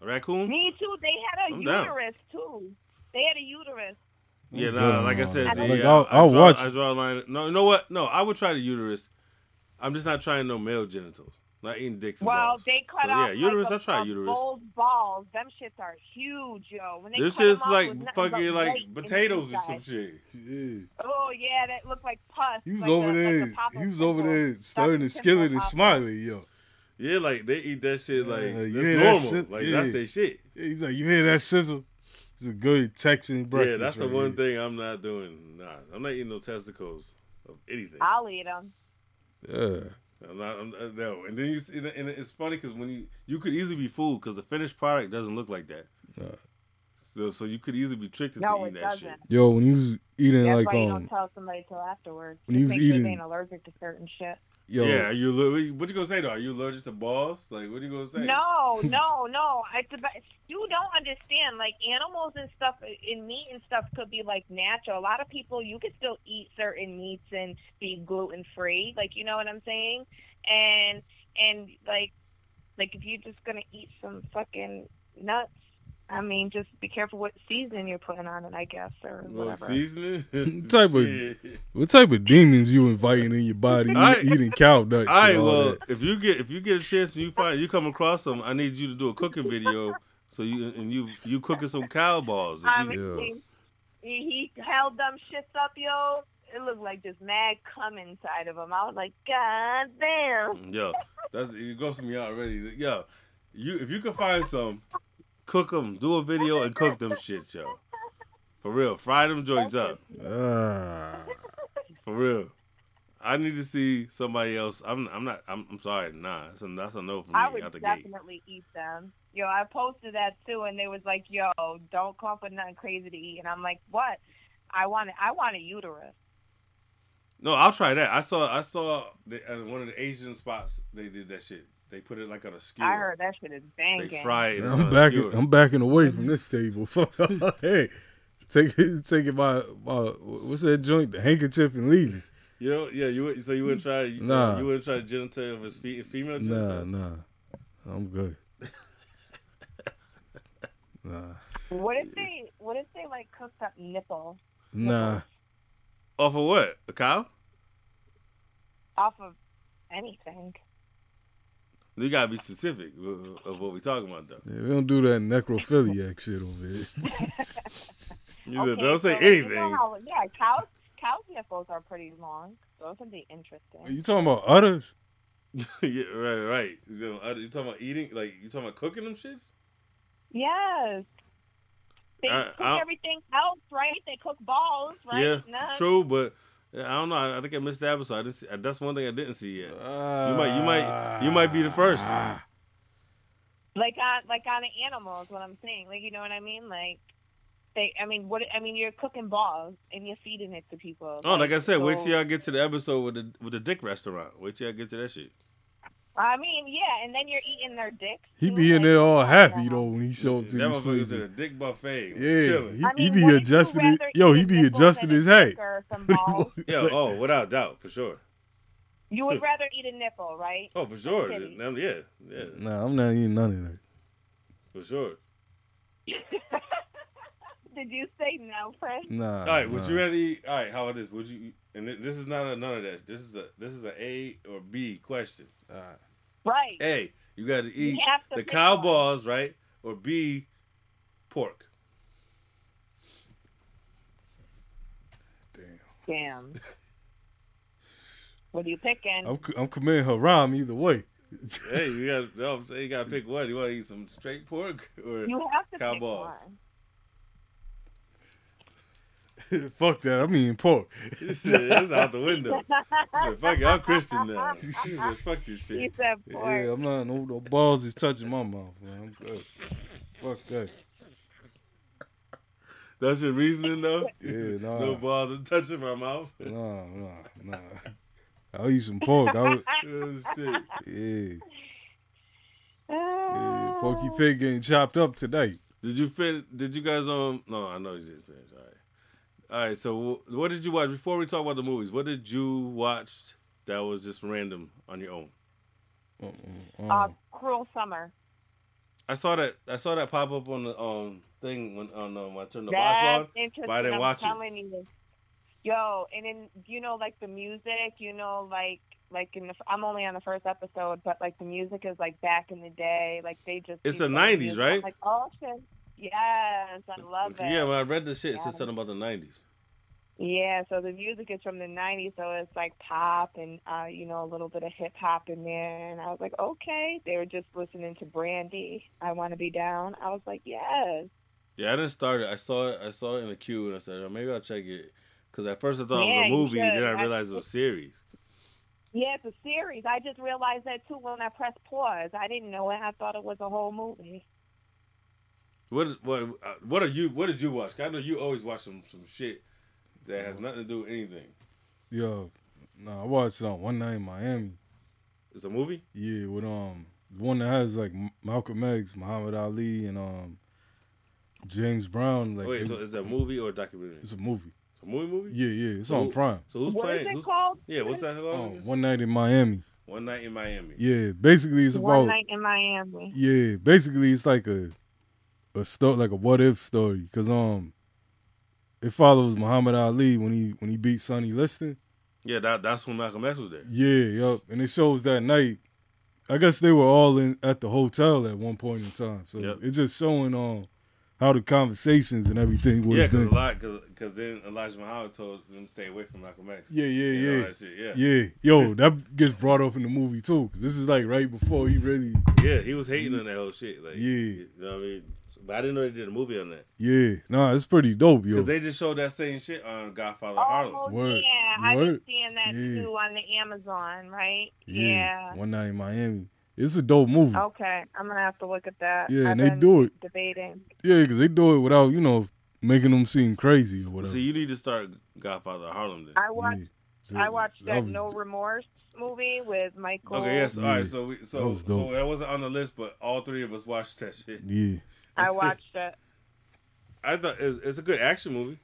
Speaker 1: Raccoon.
Speaker 3: Me too. They had a
Speaker 1: I'm down.
Speaker 3: uterus too. They had a uterus.
Speaker 1: Yeah,
Speaker 2: I'm
Speaker 1: nah,
Speaker 2: good
Speaker 1: like I
Speaker 2: on
Speaker 1: said,
Speaker 2: that.
Speaker 1: see,
Speaker 3: Like,
Speaker 1: yeah,
Speaker 2: I'll-
Speaker 1: I,
Speaker 2: I'll
Speaker 1: draw,
Speaker 2: watch
Speaker 1: I
Speaker 2: it.
Speaker 1: draw a line. No, you know what? No, I would try the uterus. I'm just not trying no male genitals. Not eating dicks. and
Speaker 3: Well,
Speaker 1: balls.
Speaker 3: they cut
Speaker 1: So, yeah,
Speaker 3: off
Speaker 1: uterus,
Speaker 3: Like a,
Speaker 1: I tried
Speaker 3: a
Speaker 1: uterus.
Speaker 3: Bold balls. Them shits are huge, yo. When they
Speaker 1: This
Speaker 3: cut 'em
Speaker 1: shit's
Speaker 3: off, it
Speaker 1: like
Speaker 3: was nothing but
Speaker 1: fucking like
Speaker 3: white and
Speaker 1: potatoes or
Speaker 3: inside.
Speaker 1: some shit.
Speaker 2: Yeah.
Speaker 3: Oh yeah, that looked like pus.
Speaker 2: He was
Speaker 3: like
Speaker 2: over
Speaker 3: a,
Speaker 2: there.
Speaker 3: Like a pop of
Speaker 2: he was over
Speaker 3: pimples.
Speaker 2: there stirring and
Speaker 3: Pimple
Speaker 2: skilling and
Speaker 3: popper.
Speaker 2: smiling, yo.
Speaker 1: Yeah, like they eat that shit like
Speaker 2: Yeah,
Speaker 1: that's
Speaker 2: yeah, that
Speaker 1: normal.
Speaker 2: shit-
Speaker 1: like
Speaker 2: yeah.
Speaker 1: that's their shit.
Speaker 2: Yeah, He's like, you hear that sizzle? It's a good Texan breakfast.
Speaker 1: yeah, that's the
Speaker 2: right
Speaker 1: one
Speaker 2: here.
Speaker 1: thing I'm not doing. Nah, I'm not eating no testicles of anything.
Speaker 3: I'll eat them.
Speaker 2: Yeah.
Speaker 1: I'm not. I'm, uh, no, and then you see, and and it's funny because when you you could easily be fooled because the finished product doesn't look like that.
Speaker 2: Nah.
Speaker 1: So so you could easily be tricked into
Speaker 3: No,
Speaker 1: eating
Speaker 3: it
Speaker 1: that
Speaker 3: doesn't.
Speaker 1: shit.
Speaker 2: Yo, when he was eating
Speaker 3: That's
Speaker 2: like
Speaker 3: why you don't
Speaker 2: um,
Speaker 3: tell somebody till afterwards.
Speaker 2: when he
Speaker 3: Just
Speaker 2: was
Speaker 3: make sure
Speaker 2: eating-
Speaker 3: they ain't allergic to certain shit.
Speaker 2: yo,
Speaker 1: Yeah, are you allo- what you gonna say though? Are you allergic to balls? Like what are you gonna say?
Speaker 3: No, no, no. It's about you don't understand. Like animals and stuff, and meat and stuff could be like natural. A lot of people, you could still eat certain meats and be gluten free. Like you know what I'm saying? And and like like if you're just gonna eat some fucking nuts, I mean, just be careful what seasoning you're putting on it, I guess, or
Speaker 1: Well,
Speaker 3: whatever.
Speaker 1: seasoning
Speaker 2: Type of-
Speaker 1: Shit.
Speaker 2: what type of demons you inviting in your body?
Speaker 1: All right.
Speaker 2: eat- eating cow nuts.
Speaker 1: All right,
Speaker 2: and all
Speaker 1: well,
Speaker 2: that?
Speaker 1: if you get if you get a chance and you find you come across some, I need you to do a cooking video. So you and you you cooking some cow balls. If
Speaker 3: I
Speaker 1: you-
Speaker 3: mean, he, he held them shits up, yo. It looked like just mad cum inside of him. I was like, God damn.
Speaker 1: Yo, that's you ghosted me already. Yo, you if you can find some, cook them. Do a video and cook them shits, yo. For real, fry them joints up.
Speaker 2: Ah.
Speaker 1: For real, I need to see somebody else. I'm I'm not. I'm, I'm sorry. Nah, that's a, that's a no for
Speaker 3: I
Speaker 1: me
Speaker 3: would
Speaker 1: out the gate.
Speaker 3: definitely eat them. Yo, I posted that too, and they was like, "Yo, don't come up with nothing crazy to eat." And I'm like, "What? I want, I want a uterus."
Speaker 1: No, I'll try that. I saw I saw the, uh, one of the Asian spots. They did that shit. They put it like on a skewer.
Speaker 3: I heard that shit is banging.
Speaker 1: They fry it. and it's on
Speaker 2: I'm
Speaker 1: a
Speaker 2: backing.
Speaker 1: skewer.
Speaker 2: I'm backing away from this table. hey, take it, take it my, my what's that joint? The handkerchief and leave
Speaker 1: You know, yeah. You would- so you wouldn't try. You,
Speaker 2: Nah.
Speaker 1: You wouldn't try the genital of his fe- female
Speaker 2: it. Nah,
Speaker 1: genital.
Speaker 2: nah, I'm good. Nah,
Speaker 3: What if they, what if they like cooked up nipple
Speaker 2: nah.
Speaker 1: Off of what? A cow?
Speaker 3: off of anything?
Speaker 1: You gotta be specific of of what we talking about, though.
Speaker 2: Yeah, we don't do that necrophiliac shit over here.
Speaker 1: You said,
Speaker 3: Okay,
Speaker 1: don't say
Speaker 3: so, like, you know
Speaker 1: anything.
Speaker 3: how- yeah, cows, cows nipples are pretty long. Those would be interesting.
Speaker 2: you talking about udders?
Speaker 1: yeah, right, right. You know, uh, you talking about eating? Like you talking about cooking them shits?
Speaker 3: Yes. They
Speaker 1: I-
Speaker 3: cook
Speaker 1: I'll-
Speaker 3: everything else, right? They cook balls, right?
Speaker 1: Yeah,
Speaker 3: Nuts.
Speaker 1: true. But I don't know. I, I think I missed the episode. I didn't see, uh, that's one thing I didn't see
Speaker 3: Uh,
Speaker 1: yet. might- you might- you might be the first.
Speaker 3: Like on like on an animal is what I'm saying. Like you know what I mean? Like they, I mean, what I mean, you're cooking balls and you're feeding it to people.
Speaker 1: Oh, like I said, wait
Speaker 3: so-
Speaker 1: till y'all get to the episode with the with the dick restaurant. Wait till y'all get to that shit.
Speaker 3: I mean, yeah, and then you're eating their dicks.
Speaker 2: He
Speaker 3: too,
Speaker 2: be in
Speaker 3: like-
Speaker 2: there all happy
Speaker 3: Yeah.
Speaker 2: though when he show up to
Speaker 1: That
Speaker 2: these
Speaker 1: motherfucker's in a
Speaker 2: places.
Speaker 1: dick buffet.
Speaker 2: Yeah,
Speaker 1: chilling.
Speaker 2: he,
Speaker 3: I mean,
Speaker 2: he be
Speaker 3: would you
Speaker 2: adjusting. His,
Speaker 3: rather
Speaker 2: yo,
Speaker 3: eat
Speaker 2: he
Speaker 3: a
Speaker 2: be
Speaker 3: nipple
Speaker 2: adjusting
Speaker 3: than a
Speaker 2: his hat.
Speaker 3: dick or some balls?
Speaker 1: Yeah.
Speaker 2: Like,
Speaker 1: oh, without doubt, for sure.
Speaker 3: you would rather eat a nipple, right?
Speaker 1: Oh, for sure.
Speaker 3: Titties.
Speaker 1: Um, Yeah, yeah,
Speaker 2: Nah, I'm not eating none of that.
Speaker 1: for sure.
Speaker 3: Did you say no, Prince?
Speaker 2: Nah.
Speaker 1: All right, would
Speaker 2: nah.
Speaker 1: you rather? Eat, all right, how about this? Would you? And thi- this is not a none of that. This is a this is a A or B question.
Speaker 2: Alright.
Speaker 3: Right.
Speaker 1: A, you got to eat
Speaker 3: You have
Speaker 1: the
Speaker 3: to pick
Speaker 1: cow
Speaker 3: one.
Speaker 1: balls, right? Or B, pork.
Speaker 2: Damn.
Speaker 3: Damn. What are you picking?
Speaker 2: I'm c- I'm committing haram either way.
Speaker 1: Hey, you got. No, I'm saying you got to pick one. You want to eat some straight pork or?
Speaker 3: You have to
Speaker 1: Cow
Speaker 3: pick
Speaker 1: balls.
Speaker 3: one.
Speaker 2: Fuck that. I'm eating pork.
Speaker 1: this is out the window. Fuck it, I'm Christian now. Jesus, fuck this
Speaker 3: You
Speaker 1: shit.
Speaker 3: said pork.
Speaker 2: Yeah, I'm not. No, no balls is touching my mouth, man. I'm good. Fuck that.
Speaker 1: That's your reasoning though.
Speaker 2: Yeah, nah.
Speaker 1: No balls are touching my mouth.
Speaker 2: Nah, nah, nah. I'll eat some pork. I would,
Speaker 1: Oh, shit.
Speaker 2: yeah, yeah.
Speaker 3: Ah.
Speaker 2: Porky Pig getting chopped up tonight.
Speaker 1: Did you fin? Did you guys um? No, I know you didn't finish. All right, all right. So wh- what did you watch before we talk about the movies? What did you watch that was just random on your own?
Speaker 2: Uh-uh,
Speaker 3: Uh,
Speaker 2: uh-uh.
Speaker 3: cruel summer.
Speaker 1: I saw that. I saw that pop up on the um thing when on um, I turned the
Speaker 3: That's
Speaker 1: box
Speaker 3: interesting.
Speaker 1: but I didn't
Speaker 3: am
Speaker 1: watch it.
Speaker 3: telling you. Yo, and then you know, like the music, you know, like Like in the, I'm only on the first episode, but like the music is like back in the day. Like they just.
Speaker 1: It's
Speaker 3: do
Speaker 1: the
Speaker 3: so
Speaker 1: 90s,
Speaker 3: music.
Speaker 1: right?
Speaker 3: I'm like, oh shit. Yes, I love it.
Speaker 1: Yeah, when I read this shit, it said something about the nineties.
Speaker 3: Yeah, so the music is from the 90s, so it's like pop and, uh, you know, a little bit of hip hop in there. And I was like, okay. They were just listening to Brandy, I Want to Be Down. I was like, yes.
Speaker 1: Yeah, I didn't start it. I saw it. I saw it in the queue, and I said, oh, maybe I'll check it. Because at first I thought
Speaker 3: Yeah,
Speaker 1: it was a
Speaker 3: you
Speaker 1: movie,
Speaker 3: should.
Speaker 1: then I
Speaker 3: I-
Speaker 1: realized it was a series.
Speaker 3: Yeah, it's a series. I just realized that too when I pressed pause. I didn't know it. I thought it was a whole movie.
Speaker 1: What what uh, what are you? What did you watch? 'Cause I know you always watch some some shit that
Speaker 3: Mm-hmm.
Speaker 1: has nothing to do with anything.
Speaker 2: Yo, nah, I watched um, One Night in Miami.
Speaker 1: It's a movie.
Speaker 2: Yeah, with um the one that has like M- Malcolm X, Muhammad Ali, and um James Brown. Like
Speaker 1: Wait,
Speaker 2: they-
Speaker 1: so is that a movie or a documentary?
Speaker 2: it's a movie.
Speaker 1: It's a movie movie.
Speaker 2: Yeah, yeah, it's
Speaker 1: So
Speaker 2: on
Speaker 1: who-
Speaker 2: Prime.
Speaker 1: So who's
Speaker 3: What is
Speaker 1: playing?
Speaker 3: it
Speaker 1: who's-
Speaker 3: called?
Speaker 1: yeah, what's that called?
Speaker 2: Um,
Speaker 1: again?
Speaker 2: One Night in Miami.
Speaker 1: One night in Miami.
Speaker 2: Yeah, basically it's
Speaker 3: One
Speaker 2: about
Speaker 3: Night in Miami.
Speaker 2: yeah, basically it's like a a story like a what if story because um it follows Muhammad Ali when he when he beat Sonny Liston.
Speaker 1: Yeah, that that's when Malcolm X was there.
Speaker 2: Yeah, yep. And it shows that night. I guess they were all in at the hotel at one point in time. So
Speaker 1: Yep.
Speaker 2: it's just showing um how the conversations and everything would
Speaker 1: Yeah,
Speaker 2: have
Speaker 1: because
Speaker 2: been.
Speaker 1: a lot, because then Elijah Muhammad told them to stay away from Malcolm X.
Speaker 2: yeah,
Speaker 1: And
Speaker 2: yeah,
Speaker 1: all
Speaker 2: yeah.
Speaker 1: that shit, yeah.
Speaker 2: Yeah, yo, that gets brought up in the movie too, cause this is like right before he really,
Speaker 1: Yeah, he was hating on that whole shit. Like,
Speaker 2: Yeah.
Speaker 1: you know what I mean. But I didn't know they did a movie on that
Speaker 2: yeah, nah, it's pretty dope, yo.
Speaker 1: because they just showed that same shit on Godfather
Speaker 3: Oh,
Speaker 1: Harlem.
Speaker 2: Word.
Speaker 3: yeah. I've
Speaker 2: Word.
Speaker 3: been seeing that
Speaker 2: Yeah.
Speaker 3: too on the Amazon, right?
Speaker 2: one night in Miami, it's a dope movie. Yeah, 'cause
Speaker 3: Okay. I'm going to have to look at that.
Speaker 2: Yeah,
Speaker 3: I've
Speaker 2: and they
Speaker 3: been
Speaker 2: do it.
Speaker 3: Debating.
Speaker 2: Yeah, because they do it without you know making them seem crazy or whatever.
Speaker 1: So you need to start Godfather Harlem then.
Speaker 3: I watched.
Speaker 2: yeah. So
Speaker 3: I watched that
Speaker 2: was-
Speaker 3: No Remorse movie with Michael.
Speaker 1: Okay, yes, all
Speaker 2: Yeah.
Speaker 1: right. So we,
Speaker 2: That
Speaker 1: so
Speaker 2: was dope.
Speaker 1: so that wasn't on the list, but all three of us watched that shit.
Speaker 2: Yeah,
Speaker 3: I watched it.
Speaker 1: I thought it's, it's a good action movie,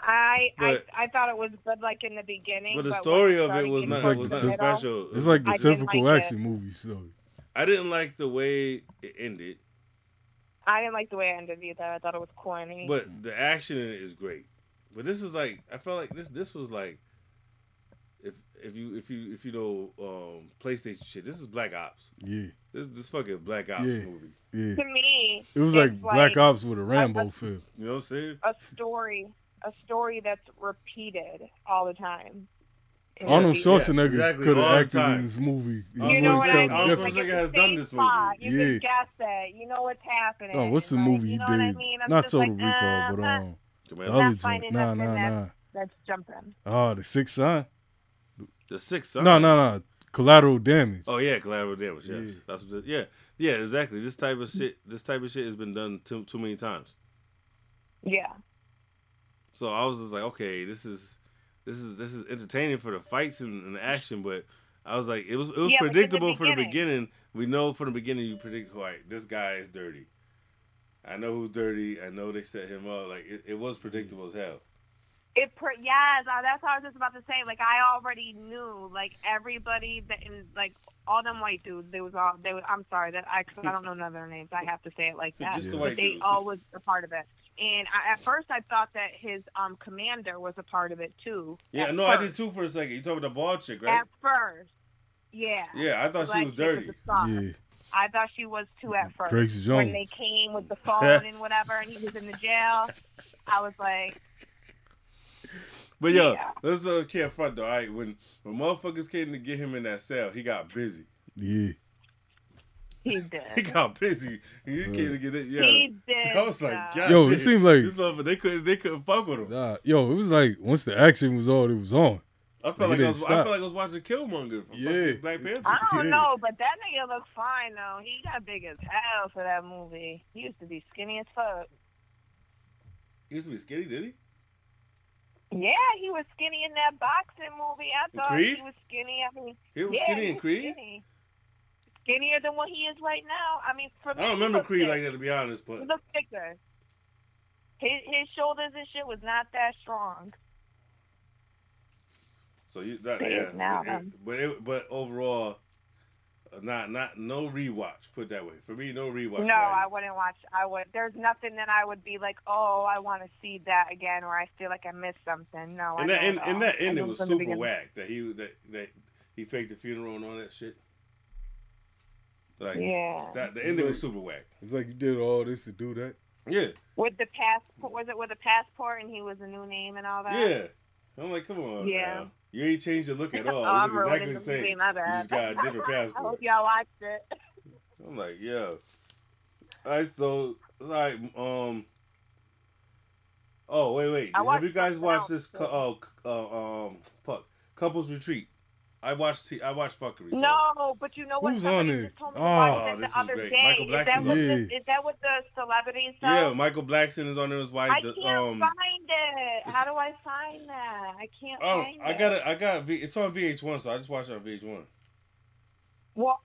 Speaker 3: I,
Speaker 1: But-
Speaker 3: I I thought it was good, like in the beginning.
Speaker 1: but the
Speaker 3: when
Speaker 1: story of it
Speaker 3: started
Speaker 1: was
Speaker 3: getting
Speaker 1: not
Speaker 2: It's like
Speaker 1: was
Speaker 2: the
Speaker 1: not
Speaker 2: tip-
Speaker 1: special.
Speaker 2: it's like the
Speaker 3: I didn't
Speaker 2: typical
Speaker 3: like it.
Speaker 2: action movie story.
Speaker 1: I didn't like the way it ended,
Speaker 3: I didn't like the way it ended either. I thought it was corny.
Speaker 1: but the action in it is great. But this is like I felt like this this was like if if you if you if you know um PlayStation shit, this is Black Ops.
Speaker 2: Yeah,
Speaker 1: This this fucking Black Ops
Speaker 2: Yeah.
Speaker 1: movie.
Speaker 2: yeah.
Speaker 3: to me,
Speaker 2: It was
Speaker 3: it's
Speaker 2: like Black Ops with a Rambo
Speaker 3: I-
Speaker 2: feel.
Speaker 1: You know what I'm saying?
Speaker 3: a story, a story that's repeated all the time. It
Speaker 2: Arnold
Speaker 3: repeats.
Speaker 2: Schwarzenegger
Speaker 1: exactly,
Speaker 2: could
Speaker 1: all the
Speaker 2: have acted
Speaker 1: time.
Speaker 2: in this movie. He
Speaker 1: Arnold
Speaker 3: You
Speaker 2: would've
Speaker 3: know
Speaker 1: Schwarzenegger-
Speaker 3: what I
Speaker 2: told
Speaker 3: mean?
Speaker 2: the
Speaker 1: Arnold
Speaker 2: difference.
Speaker 3: Like, it's
Speaker 1: Schwarzenegger has
Speaker 3: the
Speaker 1: done
Speaker 3: same
Speaker 1: this
Speaker 3: plot. You
Speaker 2: Yeah.
Speaker 3: can guess it. You know what's happening.
Speaker 2: Oh, what's the
Speaker 3: Like,
Speaker 2: movie
Speaker 3: you
Speaker 2: he
Speaker 3: know
Speaker 2: did?
Speaker 3: what I mean? I'm
Speaker 2: Not
Speaker 3: just like,
Speaker 2: Total Recall,
Speaker 3: uh,
Speaker 2: but um,
Speaker 1: Come
Speaker 2: the
Speaker 1: on.
Speaker 3: not
Speaker 2: other joint.
Speaker 3: finding
Speaker 2: Nah,
Speaker 3: nothing
Speaker 2: nah,
Speaker 3: that-
Speaker 2: nah.
Speaker 3: Let's jump in.
Speaker 2: Ah, the Sixth Sign.
Speaker 1: The sixth.
Speaker 2: No, no, no. Collateral Damage.
Speaker 1: Oh yeah, collateral damage. Yes,
Speaker 2: Yeah.
Speaker 1: that's what. The, yeah, yeah, exactly. This type of shit. This type of shit has been done too too many times.
Speaker 3: Yeah.
Speaker 1: So I was just like, okay, this is this is this is entertaining for the fights and, and the action, but I was like, it was it was
Speaker 3: Yeah, but in the
Speaker 1: predictable for the
Speaker 3: beginning-
Speaker 1: beginning. We know from the beginning you predict, all right, this guy is dirty. I know who's dirty. I know they set him up. Like it, it was predictable as hell.
Speaker 3: It per- yes, uh, that's what I was just about to say. Like I already knew, like everybody that in like all them white dudes, they was all they. Was, I'm sorry that I cause I don't know none of their names. I have to say it like that.
Speaker 1: Just
Speaker 2: the
Speaker 3: but
Speaker 1: white
Speaker 3: they
Speaker 1: dudes.
Speaker 3: all was a part of it. And I, at first, I thought that his um commander was a part of it too.
Speaker 1: Yeah,
Speaker 3: at
Speaker 1: no,
Speaker 3: first.
Speaker 1: I did too for a second. You talking about the bald chick, right?
Speaker 3: At first, yeah.
Speaker 1: Yeah, I thought
Speaker 3: Like,
Speaker 1: she was
Speaker 3: it
Speaker 1: dirty.
Speaker 3: a song.
Speaker 2: Yeah,
Speaker 3: I thought she was too at first.
Speaker 2: Grace
Speaker 3: When
Speaker 2: Jones.
Speaker 3: they came with the phone and whatever, and he was in the jail, I was like,
Speaker 1: But yo,
Speaker 3: Yeah.
Speaker 1: let's uh, can't front though. All right, when when motherfuckers came to get him in that cell, he got busy.
Speaker 2: Yeah,
Speaker 3: he
Speaker 1: He
Speaker 3: did.
Speaker 1: got busy. He came to get it. Yeah.
Speaker 3: He did.
Speaker 1: I was like,
Speaker 3: though.
Speaker 1: God
Speaker 2: Yo, it
Speaker 1: damn,
Speaker 2: seemed like-
Speaker 1: this motherfucker. They couldn't. They couldn't fuck with him.
Speaker 2: nah, yo, it was like once the action was on, it was on.
Speaker 1: I
Speaker 2: He
Speaker 1: felt like I
Speaker 2: didn't
Speaker 1: was. I
Speaker 2: stop.
Speaker 1: felt like I was watching Killmonger from
Speaker 2: Yeah.
Speaker 1: fucking Black Panther.
Speaker 3: I don't
Speaker 2: Yeah.
Speaker 3: know, but that nigga looked fine though. He got big as hell for that movie. He used to be skinny as fuck.
Speaker 1: He used to be skinny, did he?
Speaker 3: Yeah, he was skinny in that boxing movie. I
Speaker 1: In
Speaker 3: thought
Speaker 1: Creed?
Speaker 3: he was skinny. I mean,
Speaker 1: He was
Speaker 3: yeah,
Speaker 1: skinny
Speaker 3: he
Speaker 1: in
Speaker 3: was
Speaker 1: Creed.
Speaker 3: skinny. Skinnier than what he is right now. I mean, for me,
Speaker 1: I don't
Speaker 3: he
Speaker 1: remember
Speaker 3: looked
Speaker 1: Creed
Speaker 3: thick.
Speaker 1: like that to be honest, but
Speaker 3: He looked thicker. His his shoulders and shit was not that strong.
Speaker 1: so you that
Speaker 3: Big
Speaker 1: yeah.
Speaker 3: now,
Speaker 1: it- it-
Speaker 3: um.
Speaker 1: but it, but overall, Not not no rewatch. Put that way. For me, no rewatch.
Speaker 3: No, I
Speaker 1: value.
Speaker 3: wouldn't watch. I would. There's nothing that I would be like, oh, I want to see that again, or I feel like I missed something. No, I
Speaker 1: and that
Speaker 3: know it
Speaker 1: and,
Speaker 3: all.
Speaker 1: and that
Speaker 3: I
Speaker 1: ending
Speaker 3: know
Speaker 1: was
Speaker 3: from the
Speaker 1: super
Speaker 3: beginning.
Speaker 1: whack. That he was- that that he faked the funeral and all that shit. Like
Speaker 3: Yeah.
Speaker 1: that, the ending was super whack.
Speaker 2: It's like you did all this to do that.
Speaker 1: Yeah,
Speaker 3: With the passport, was it with a passport, and he was a new name and all that?
Speaker 1: yeah. I'm like, come on.
Speaker 3: Yeah.
Speaker 1: now. You ain't changed your look at all.
Speaker 3: Oh,
Speaker 1: You
Speaker 3: I'm
Speaker 1: look
Speaker 3: ruining
Speaker 1: exactly the
Speaker 3: the movie.
Speaker 1: same.
Speaker 3: My
Speaker 1: You
Speaker 3: bad.
Speaker 1: just got a different
Speaker 3: I hope
Speaker 1: passport.
Speaker 3: y'all watched it.
Speaker 1: I'm like, yo. All right, so all right. Um. Oh wait, wait.
Speaker 3: I
Speaker 1: Have
Speaker 3: watched
Speaker 1: you guys
Speaker 3: something
Speaker 1: watched
Speaker 3: else,
Speaker 1: this?
Speaker 3: but-
Speaker 1: Co- oh, uh, um, fuck. Couples Retreat. I watched. T- I watched fuckery. so-
Speaker 3: No, but you know what?
Speaker 2: Who's
Speaker 3: Somebody
Speaker 2: on it?
Speaker 3: just told me to
Speaker 2: Oh,
Speaker 3: watch it
Speaker 1: this is
Speaker 3: the other
Speaker 1: great.
Speaker 3: day.
Speaker 1: Michael
Speaker 3: is, that
Speaker 1: Blackson.
Speaker 3: what
Speaker 2: Yeah.
Speaker 3: the, is that what the celebrities?
Speaker 1: Yeah, Michael Blackson is on there. His wife.
Speaker 3: I
Speaker 1: the-
Speaker 3: can't
Speaker 1: um,
Speaker 3: find it.
Speaker 1: it's-
Speaker 3: How do I find that? I can't
Speaker 1: Oh,
Speaker 3: find
Speaker 1: I
Speaker 3: it.
Speaker 1: got it. I got. V- it's on VH1, so I just watched it on VH1.
Speaker 3: Well,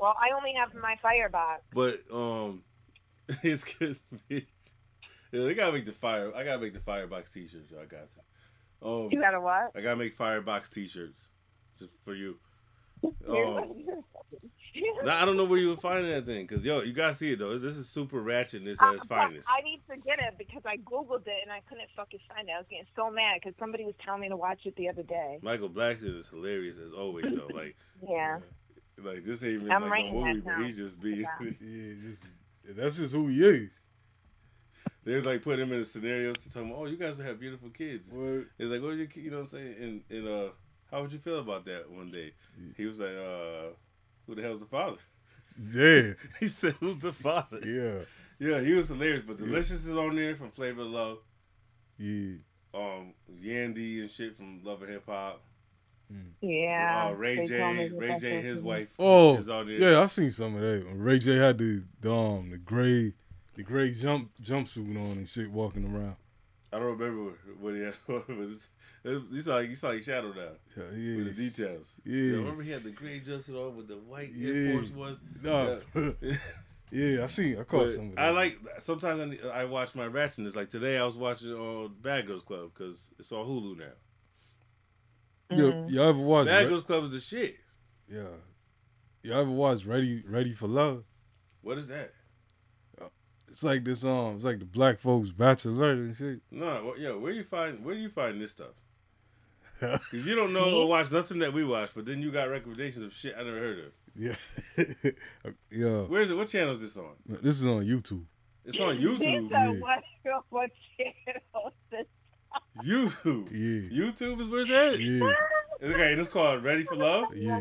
Speaker 3: well, I only have my firebox.
Speaker 1: But um, it's gonna be. Yeah, they gotta make the fire. I gotta make the firebox t-shirts. Y'all got to. Um,
Speaker 3: You got a what?
Speaker 1: I gotta make firebox t-shirts just for you. Um,
Speaker 3: You're-
Speaker 1: no, I don't know where you would find that thing, cause yo, you gotta see it though. This is super ratchetness
Speaker 3: Uh,
Speaker 1: at its
Speaker 3: but
Speaker 1: finest.
Speaker 3: I need to get it because I googled it and I couldn't fucking find it. I was getting so mad because somebody was telling me to watch it the other day.
Speaker 1: Michael Blackson is hilarious as always though. Like,
Speaker 3: Yeah.
Speaker 1: like this ain't even
Speaker 3: I'm
Speaker 1: like a
Speaker 3: writing that
Speaker 1: movie, but
Speaker 3: down.
Speaker 1: he just be.
Speaker 3: Yeah.
Speaker 2: Yeah, just that's just who he is.
Speaker 1: they like put him in a scenario to tell him, "Oh, you guys would have beautiful kids."
Speaker 2: What?
Speaker 1: He's like, what would you, you know what I'm saying? And, and uh, how would you feel about that one day? He was like, uh, who the hell's the father?
Speaker 2: Yeah,
Speaker 1: He said, who's the father? Yeah,
Speaker 2: yeah,
Speaker 1: he was hilarious. But Delicious is on there from Flavor of Love.
Speaker 2: yeah.
Speaker 1: Um, Yandy and shit from Love and Hip Hop.
Speaker 3: Yeah.
Speaker 1: uh, Ray
Speaker 3: they told me
Speaker 1: J,
Speaker 3: that
Speaker 1: Ray
Speaker 3: that's
Speaker 1: J,
Speaker 3: what
Speaker 1: his
Speaker 3: it
Speaker 1: wife
Speaker 2: Oh,
Speaker 1: is on there.
Speaker 2: yeah. I seen some of that. When Ray J had the, the um the gray the gray jump jumpsuit on and shit walking around.
Speaker 1: I don't remember what he had, but it's, it's, it's like he's like Shadow now
Speaker 2: Yeah, yeah.
Speaker 1: with the details. Yeah,
Speaker 2: Yeah,
Speaker 1: remember he had the gray jumpsuit on with the white
Speaker 2: Yeah.
Speaker 1: Air Force One.
Speaker 2: nah,
Speaker 1: Yeah.
Speaker 2: yeah. I seen. I caught
Speaker 1: But
Speaker 2: some. Of that.
Speaker 1: I like sometimes I, need- I watch my ratchetness. Like today, I was watching on Bad Girls Club because it's on Hulu now.
Speaker 3: is.
Speaker 2: Yo, y'all ever watched?
Speaker 1: Bad
Speaker 2: Re-
Speaker 1: Girls Club is the shit.
Speaker 2: yeah. Y'all ever watched Ready Ready for Love?
Speaker 1: What is that?
Speaker 2: It's like this um. It's like the black folks bachelorette and shit.
Speaker 1: No, what, yo, where you find where do you find this stuff? Because you don't know or watch nothing that we watch, but then you got recommendations of shit I never heard of.
Speaker 2: Yeah. yeah.
Speaker 1: Where's it? What channel is this on?
Speaker 2: This is on YouTube.
Speaker 1: It's on
Speaker 3: He
Speaker 1: YouTube.
Speaker 2: Yeah.
Speaker 3: said, what, what channel is
Speaker 1: YouTube.
Speaker 2: Yeah.
Speaker 1: YouTube is where it's at.
Speaker 2: Yeah.
Speaker 1: Okay, and it's called Ready for Love,
Speaker 2: Yeah.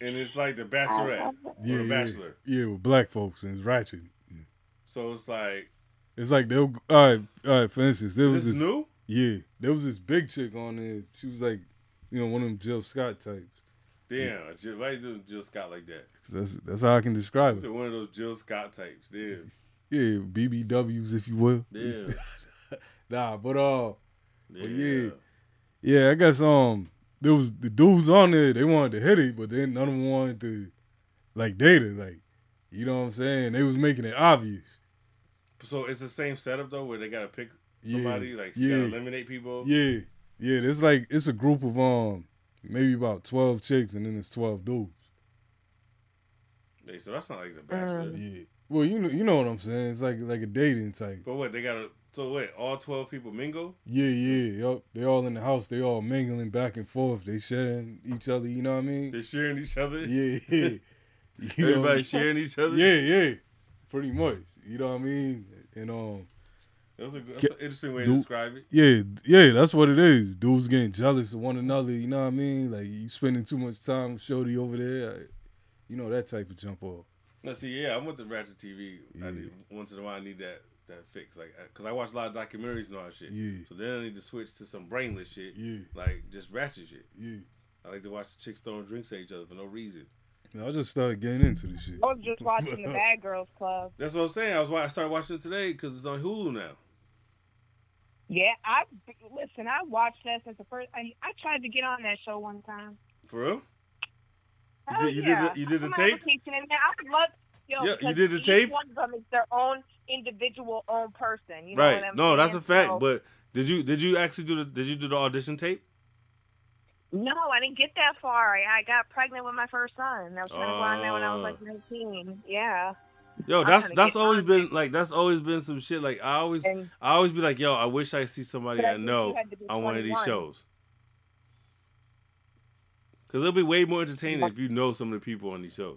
Speaker 1: and it's like the Bachelorette
Speaker 2: Yeah.
Speaker 1: or the
Speaker 2: yeah.
Speaker 1: Bachelor.
Speaker 2: Yeah, with black folks and it's ratchet.
Speaker 1: So it's like
Speaker 2: It's like they'll all right, all right, for instance, there was
Speaker 1: this
Speaker 2: this,
Speaker 1: is new.
Speaker 2: Yeah. There was this big chick on there. She was like, you know, one of them Jill Scott types.
Speaker 1: Damn, Jill- why you doing Jill Scott like that?
Speaker 2: 'Cause That's that's how I can describe
Speaker 1: It's
Speaker 2: it.
Speaker 1: one of those Jill Scott types. Damn,
Speaker 2: Yeah, BBWs if you will.
Speaker 1: damn,
Speaker 2: Nah, but uh
Speaker 1: yeah.
Speaker 2: yeah. yeah, I guess um there was the dudes on there, they wanted to hit it, but then none of them wanted to like date it. Like, you know what I'm saying? They was making it obvious.
Speaker 1: So it's the same setup though, where they gotta pick
Speaker 2: Yeah,
Speaker 1: somebody, like you
Speaker 2: yeah.
Speaker 1: gotta eliminate people.
Speaker 2: Yeah, yeah. There's like it's a group of um maybe about twelve chicks and then it's twelve dudes.
Speaker 1: Hey, so that's not like the bachelor.
Speaker 2: Yeah. Well, you know you know what I'm saying. It's like like a dating type.
Speaker 1: But what they gotta? So wait, all twelve people mingle?
Speaker 2: Yeah, yeah. Yup. They all in the house. They all mingling back and forth. They sharing each other. You know what I mean?
Speaker 1: They're sharing each other.
Speaker 2: Yeah, yeah. You know-
Speaker 1: Everybody sharing each other.
Speaker 2: Yeah, yeah. Pretty much. You know what I mean? And um,
Speaker 1: That's, a, that's
Speaker 2: Get-
Speaker 1: an interesting way
Speaker 2: do-
Speaker 1: to describe it.
Speaker 2: yeah, yeah. That's what it is. Dudes getting jealous of one another. You know what I mean? Like you spending too much time with Shorty over there. like, you know that type of jump off.
Speaker 1: No, see, yeah, I'm with the Ratchet TV.
Speaker 2: Yeah.
Speaker 1: I need, once in a while, I need that that fix, like, I- cause I watch a lot of documentaries and all that shit.
Speaker 2: Yeah.
Speaker 1: So then I need to switch to some brainless shit,
Speaker 2: Yeah,
Speaker 1: like just ratchet shit.
Speaker 2: yeah.
Speaker 1: I like to watch the chicks throwing drinks at each other for no reason.
Speaker 2: Man, I just started getting into this shit.
Speaker 3: I was just watching the Bad Girls Club.
Speaker 1: That's what I'm saying. I was why I started watching it today because it's on Hulu now.
Speaker 3: Yeah, I listen. I watched that since the first. I, I tried to get on that show one time.
Speaker 1: For real? You
Speaker 3: Hell
Speaker 1: did- you did
Speaker 3: yeah.
Speaker 1: the- you did the
Speaker 3: I put my
Speaker 1: tape?
Speaker 3: application in there. I love. Yo,
Speaker 1: Yeah, you
Speaker 3: because
Speaker 1: did the
Speaker 3: each
Speaker 1: tape?
Speaker 3: One of them is their own individual, own person. You know
Speaker 1: right.
Speaker 3: what I'm
Speaker 1: no, that's a
Speaker 3: saying?
Speaker 1: fact.
Speaker 3: So-
Speaker 1: But did you did you actually do the did you do the audition tape?
Speaker 3: No, I didn't get that far. I, I got pregnant with my first son. That was kind of why I when I was
Speaker 1: Ah.
Speaker 3: like 19. Yeah.
Speaker 1: Yo,
Speaker 3: I'm
Speaker 1: that's
Speaker 3: gonna
Speaker 1: that's
Speaker 3: get
Speaker 1: always
Speaker 3: on
Speaker 1: been like that's always been some shit. Like I always
Speaker 3: And
Speaker 1: I always be like, yo, I wish I see somebody
Speaker 3: But I
Speaker 1: I
Speaker 3: think
Speaker 1: know
Speaker 3: you had to be
Speaker 1: on one of these
Speaker 3: 21.
Speaker 1: shows. Cause it'll be way more entertaining if you know some of the people on these shows.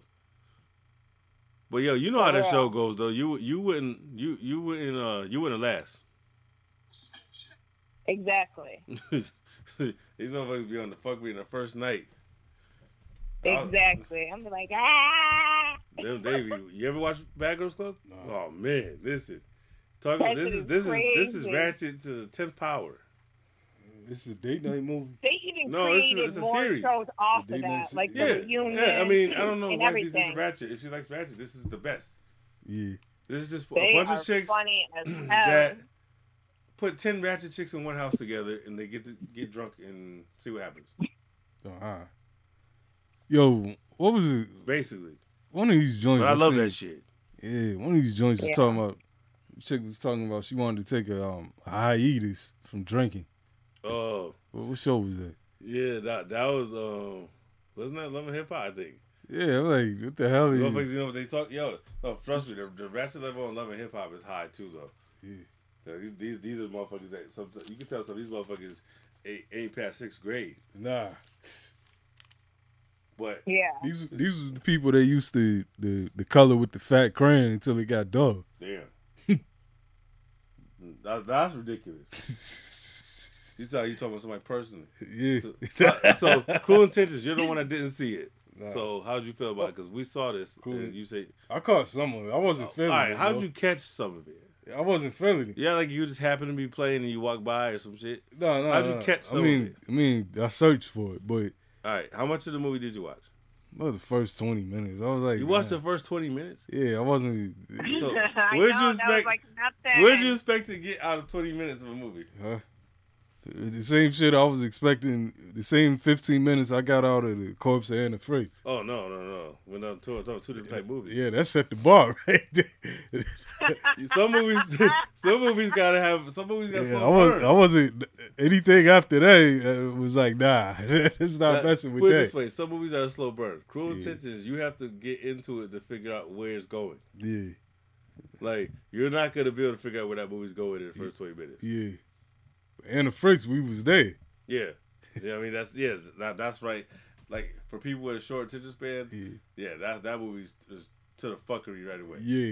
Speaker 1: But yo, you know how that
Speaker 3: Yeah.
Speaker 1: show goes though. You you wouldn't you you wouldn't uh you wouldn't last.
Speaker 3: exactly.
Speaker 1: these motherfuckers be on the fuck me in the first night. I-
Speaker 3: Exactly. I'm like, ah.
Speaker 1: Them they be, you ever watch Bad Girls Club?
Speaker 2: No.
Speaker 1: Oh man, listen. Talk about
Speaker 3: That
Speaker 1: this
Speaker 3: shit
Speaker 1: is
Speaker 3: is
Speaker 1: this is this is
Speaker 3: crazy.
Speaker 1: ratchet to the tenth power.
Speaker 2: This is a date night movie.
Speaker 3: They even
Speaker 1: No, it's a-
Speaker 3: created
Speaker 1: it's a
Speaker 3: more
Speaker 1: series.
Speaker 3: shows off
Speaker 2: They
Speaker 3: of that,
Speaker 2: made-
Speaker 3: like
Speaker 2: Yeah,
Speaker 1: Yeah,
Speaker 3: the reunion.
Speaker 1: yeah. I mean, I don't know
Speaker 3: and
Speaker 1: why she's
Speaker 3: everything.
Speaker 1: into Ratchet. If she likes Ratchet, this is the best.
Speaker 2: Yeah.
Speaker 1: This is just
Speaker 3: They
Speaker 1: a bunch
Speaker 3: are
Speaker 1: of chicks
Speaker 3: funny as hell.
Speaker 1: that put ten Ratchet chicks in one house together, and they get to get drunk and see what happens.
Speaker 2: So, alright. Yo, what was it?
Speaker 1: Basically,
Speaker 2: One of these joints.
Speaker 1: but I love
Speaker 2: seen-
Speaker 1: that shit.
Speaker 2: Yeah, one of these joints was
Speaker 3: Yeah.
Speaker 2: talking about. Chick was talking about she wanted to take a, um, a hiatus from drinking.
Speaker 1: Oh
Speaker 2: What, what show was that?
Speaker 1: yeah, that that was um, wasn't that Love and Hip Hop? I think.
Speaker 2: Yeah, I'm like, what the hell? Is
Speaker 1: Motherfuckers, you know what they talk? Yo, no, trust me, the, the ratchet level on Love and Hip Hop is high too, though.
Speaker 2: Yeah.
Speaker 1: Yeah, these, these these are motherfuckers that some you can tell some of these motherfuckers ain't, ain't past sixth grade,
Speaker 2: Nah,
Speaker 1: but
Speaker 3: Yeah.
Speaker 2: these these was the people that used to the the color with the fat crayon until it got dark.
Speaker 1: Damn. that, that's ridiculous. You saw you talking about somebody personally.
Speaker 2: yeah,
Speaker 1: So, so, cool intentions. You're the one that didn't see it.
Speaker 2: Nah.
Speaker 1: So how'd you feel about it? Because we saw this.
Speaker 2: Cool.
Speaker 1: And you say,
Speaker 2: I caught some of it. I wasn't
Speaker 1: Oh, all
Speaker 2: feeling
Speaker 1: right.
Speaker 2: it.
Speaker 1: How'd
Speaker 2: bro.
Speaker 1: you catch some of it?
Speaker 2: I wasn't feeling it.
Speaker 1: Yeah, like you just happened to be playing and you walk by or some shit.
Speaker 2: No, no.
Speaker 1: How'd you
Speaker 2: no.
Speaker 1: catch some
Speaker 2: I
Speaker 1: of
Speaker 2: mean,
Speaker 1: it?
Speaker 2: I mean, I searched for it, but
Speaker 1: All right. How much of the movie did you watch?
Speaker 2: about the first twenty minutes, I was like,
Speaker 1: You watched
Speaker 2: nah.
Speaker 1: the first 20 minutes.
Speaker 2: Yeah, I wasn't.
Speaker 1: So
Speaker 3: I
Speaker 1: where'd you
Speaker 3: know, that was
Speaker 1: expect?
Speaker 3: like nothing.
Speaker 1: Where'd you expect to get out of 20 minutes of a movie?
Speaker 2: Huh? The same shit I was expecting. The same fifteen minutes I got out of the corpse of Anna Frank.
Speaker 1: Oh no, no, no. We're not talking talking two different type movies.
Speaker 2: Yeah, that set the bar right there.
Speaker 1: Some movies, some movies gotta have. Some movies gotta
Speaker 2: Yeah, I
Speaker 1: slow
Speaker 2: was
Speaker 1: burn.
Speaker 2: I wasn't anything after that uh, was like nah, it's not
Speaker 1: Like,
Speaker 2: messing
Speaker 1: put
Speaker 2: with
Speaker 1: it this
Speaker 2: that.
Speaker 1: way: some movies are a slow burn. Cruel
Speaker 2: Yeah.
Speaker 1: Intentions, you have to get into it to figure out where it's going.
Speaker 2: Yeah,
Speaker 1: Like you're not gonna be able to figure out where that movie's going in the first twenty minutes.
Speaker 2: yeah. And the first we was there.
Speaker 1: Yeah, yeah. I mean, that's yeah. That, that's right. Like for people with a short attention span,
Speaker 2: Yeah,
Speaker 1: yeah, that that movie's is to the fuckery right away.
Speaker 2: yeah.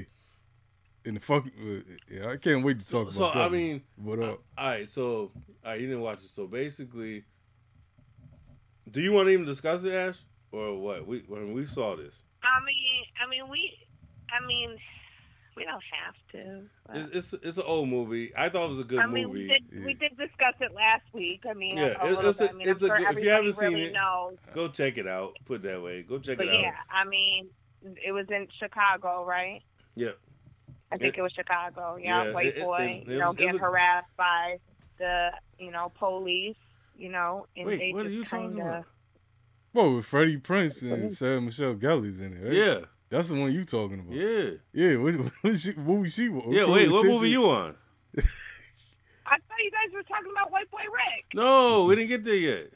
Speaker 2: And the fuck, uh, yeah, I can't wait to talk
Speaker 1: So
Speaker 2: about that.
Speaker 1: I mean,
Speaker 2: what up?
Speaker 1: all right. So all right, you didn't watch it. So basically, do you want to even discuss it, Ash, or what? We when we saw this.
Speaker 3: I mean, I mean, we, I mean, we don't have to. but-
Speaker 1: It's, it's it's an old movie. I thought it was a good
Speaker 3: Uh. I mean,
Speaker 1: movie.
Speaker 3: we did we did discuss it last week. I mean,
Speaker 1: Yeah,
Speaker 3: a, a
Speaker 1: it-
Speaker 3: little
Speaker 1: it's a-
Speaker 3: bit. I mean,
Speaker 1: it's a
Speaker 3: I'm sure
Speaker 1: good- if you
Speaker 3: everybody
Speaker 1: haven't seen
Speaker 3: really
Speaker 1: it,
Speaker 3: knows.
Speaker 1: Go check it out. Put it that way. Go check
Speaker 3: But
Speaker 1: it out.
Speaker 3: yeah, I mean, it was in Chicago, right?
Speaker 1: Yeah.
Speaker 3: I think
Speaker 1: It-
Speaker 3: it, was Chicago. Yeah,
Speaker 1: Yeah, it-
Speaker 3: white
Speaker 1: it-
Speaker 3: boy,
Speaker 1: it- it
Speaker 3: you know,
Speaker 1: was- it
Speaker 3: getting
Speaker 1: was a-
Speaker 3: harassed by the you know police, you know, and they
Speaker 1: Wait, what are
Speaker 3: just
Speaker 1: you
Speaker 3: kinda,
Speaker 1: talking about?
Speaker 2: Well, with Freddie Prince and Sarah Michelle Gellar's in it, right?
Speaker 1: Yeah,
Speaker 2: that's the one you talking about.
Speaker 1: yeah,
Speaker 2: yeah. What, what she, movie she? What
Speaker 1: yeah. Wait, what movie you on?
Speaker 3: I thought you guys were talking about white boy Rick.
Speaker 1: No, we didn't get there yet.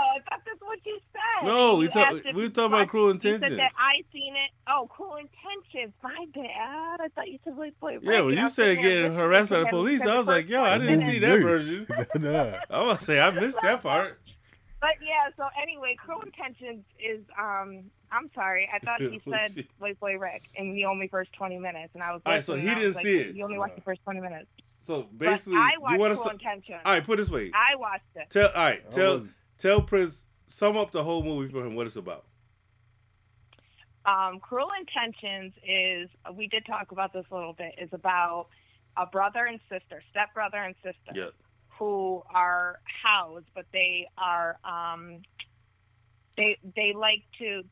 Speaker 3: Oh, I thought that's what you said.
Speaker 1: No, we
Speaker 3: You
Speaker 1: talk-
Speaker 3: asked if
Speaker 1: we
Speaker 3: you
Speaker 1: talking about
Speaker 3: watched-
Speaker 1: Cruel
Speaker 3: You
Speaker 1: Intentions.
Speaker 3: said that I seen it. Oh, Cruel Intentions. My bad. I thought you said white boy Rick.
Speaker 1: Yeah, when
Speaker 3: And I
Speaker 1: you
Speaker 3: was sitting
Speaker 1: said
Speaker 3: there
Speaker 1: getting
Speaker 3: listening
Speaker 1: harassed
Speaker 3: to
Speaker 1: by the
Speaker 3: him
Speaker 1: police,
Speaker 3: for
Speaker 1: I was
Speaker 3: the
Speaker 1: like, yo, I
Speaker 3: first
Speaker 1: didn't
Speaker 3: time.
Speaker 1: see that version.
Speaker 2: nah.
Speaker 1: I was say I missed that part.
Speaker 3: But yeah, so anyway, Cruel Intentions is um I'm sorry, I thought you
Speaker 1: Oh,
Speaker 3: said
Speaker 1: shit.
Speaker 3: White Boy Rick in the only first twenty minutes and I was
Speaker 1: All right, so
Speaker 3: listening,
Speaker 1: he
Speaker 3: and I
Speaker 1: didn't
Speaker 3: was like,
Speaker 1: see it.
Speaker 3: You only watched the first twenty minutes.
Speaker 1: So basically,
Speaker 3: but I watched
Speaker 1: you want to?
Speaker 3: Cruel
Speaker 1: All
Speaker 3: Intentions.
Speaker 1: right, put it this way.
Speaker 3: I watched it.
Speaker 1: Tell all right, tell
Speaker 2: wasn't-
Speaker 1: tell Prince. Sum up the whole movie for him. What it's about.
Speaker 3: Um, Cruel Intentions is we did talk about this a little bit, is about a brother and sister, stepbrother and sister.
Speaker 1: Yeah.
Speaker 3: who are housed, but they are um, they they like to,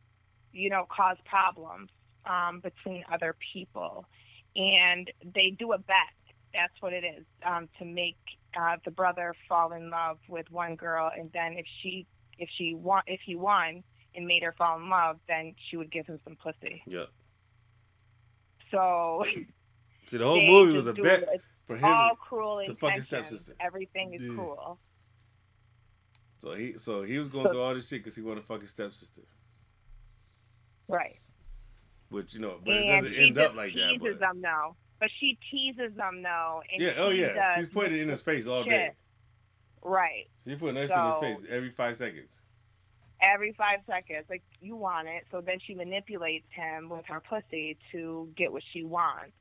Speaker 3: you know, cause problems um, between other people, and they do a bet. That's what it is um, to make uh, the brother fall in love with one girl, and then if she if she won if he won and made her fall in love, then she would give him some pussy.
Speaker 1: Yeah.
Speaker 3: So
Speaker 1: See, the whole
Speaker 3: they
Speaker 1: movie was
Speaker 3: just
Speaker 1: a
Speaker 3: do
Speaker 1: bet
Speaker 3: it.
Speaker 1: for him.
Speaker 3: all cruel
Speaker 1: to fuck his
Speaker 3: intentions.
Speaker 1: stepsister.
Speaker 3: Everything is
Speaker 2: Yeah.
Speaker 3: cruel.
Speaker 1: So he so he was going
Speaker 3: So-
Speaker 1: through all this shit because he wanted to fuck his stepsister,
Speaker 3: right.
Speaker 1: which you know, but it
Speaker 3: and
Speaker 1: doesn't
Speaker 3: he
Speaker 1: end
Speaker 3: just
Speaker 1: up like that.
Speaker 3: teases
Speaker 1: But
Speaker 3: them though. But she teases them though. And
Speaker 1: yeah, oh
Speaker 3: he
Speaker 1: yeah,
Speaker 3: does-
Speaker 1: she's putting it in his face all
Speaker 3: shit.
Speaker 1: day.
Speaker 3: Right.
Speaker 1: She putting that shit in his
Speaker 3: So-
Speaker 1: face every five seconds.
Speaker 3: Every five seconds, like you want it, so then she manipulates him with her pussy to get what she wants,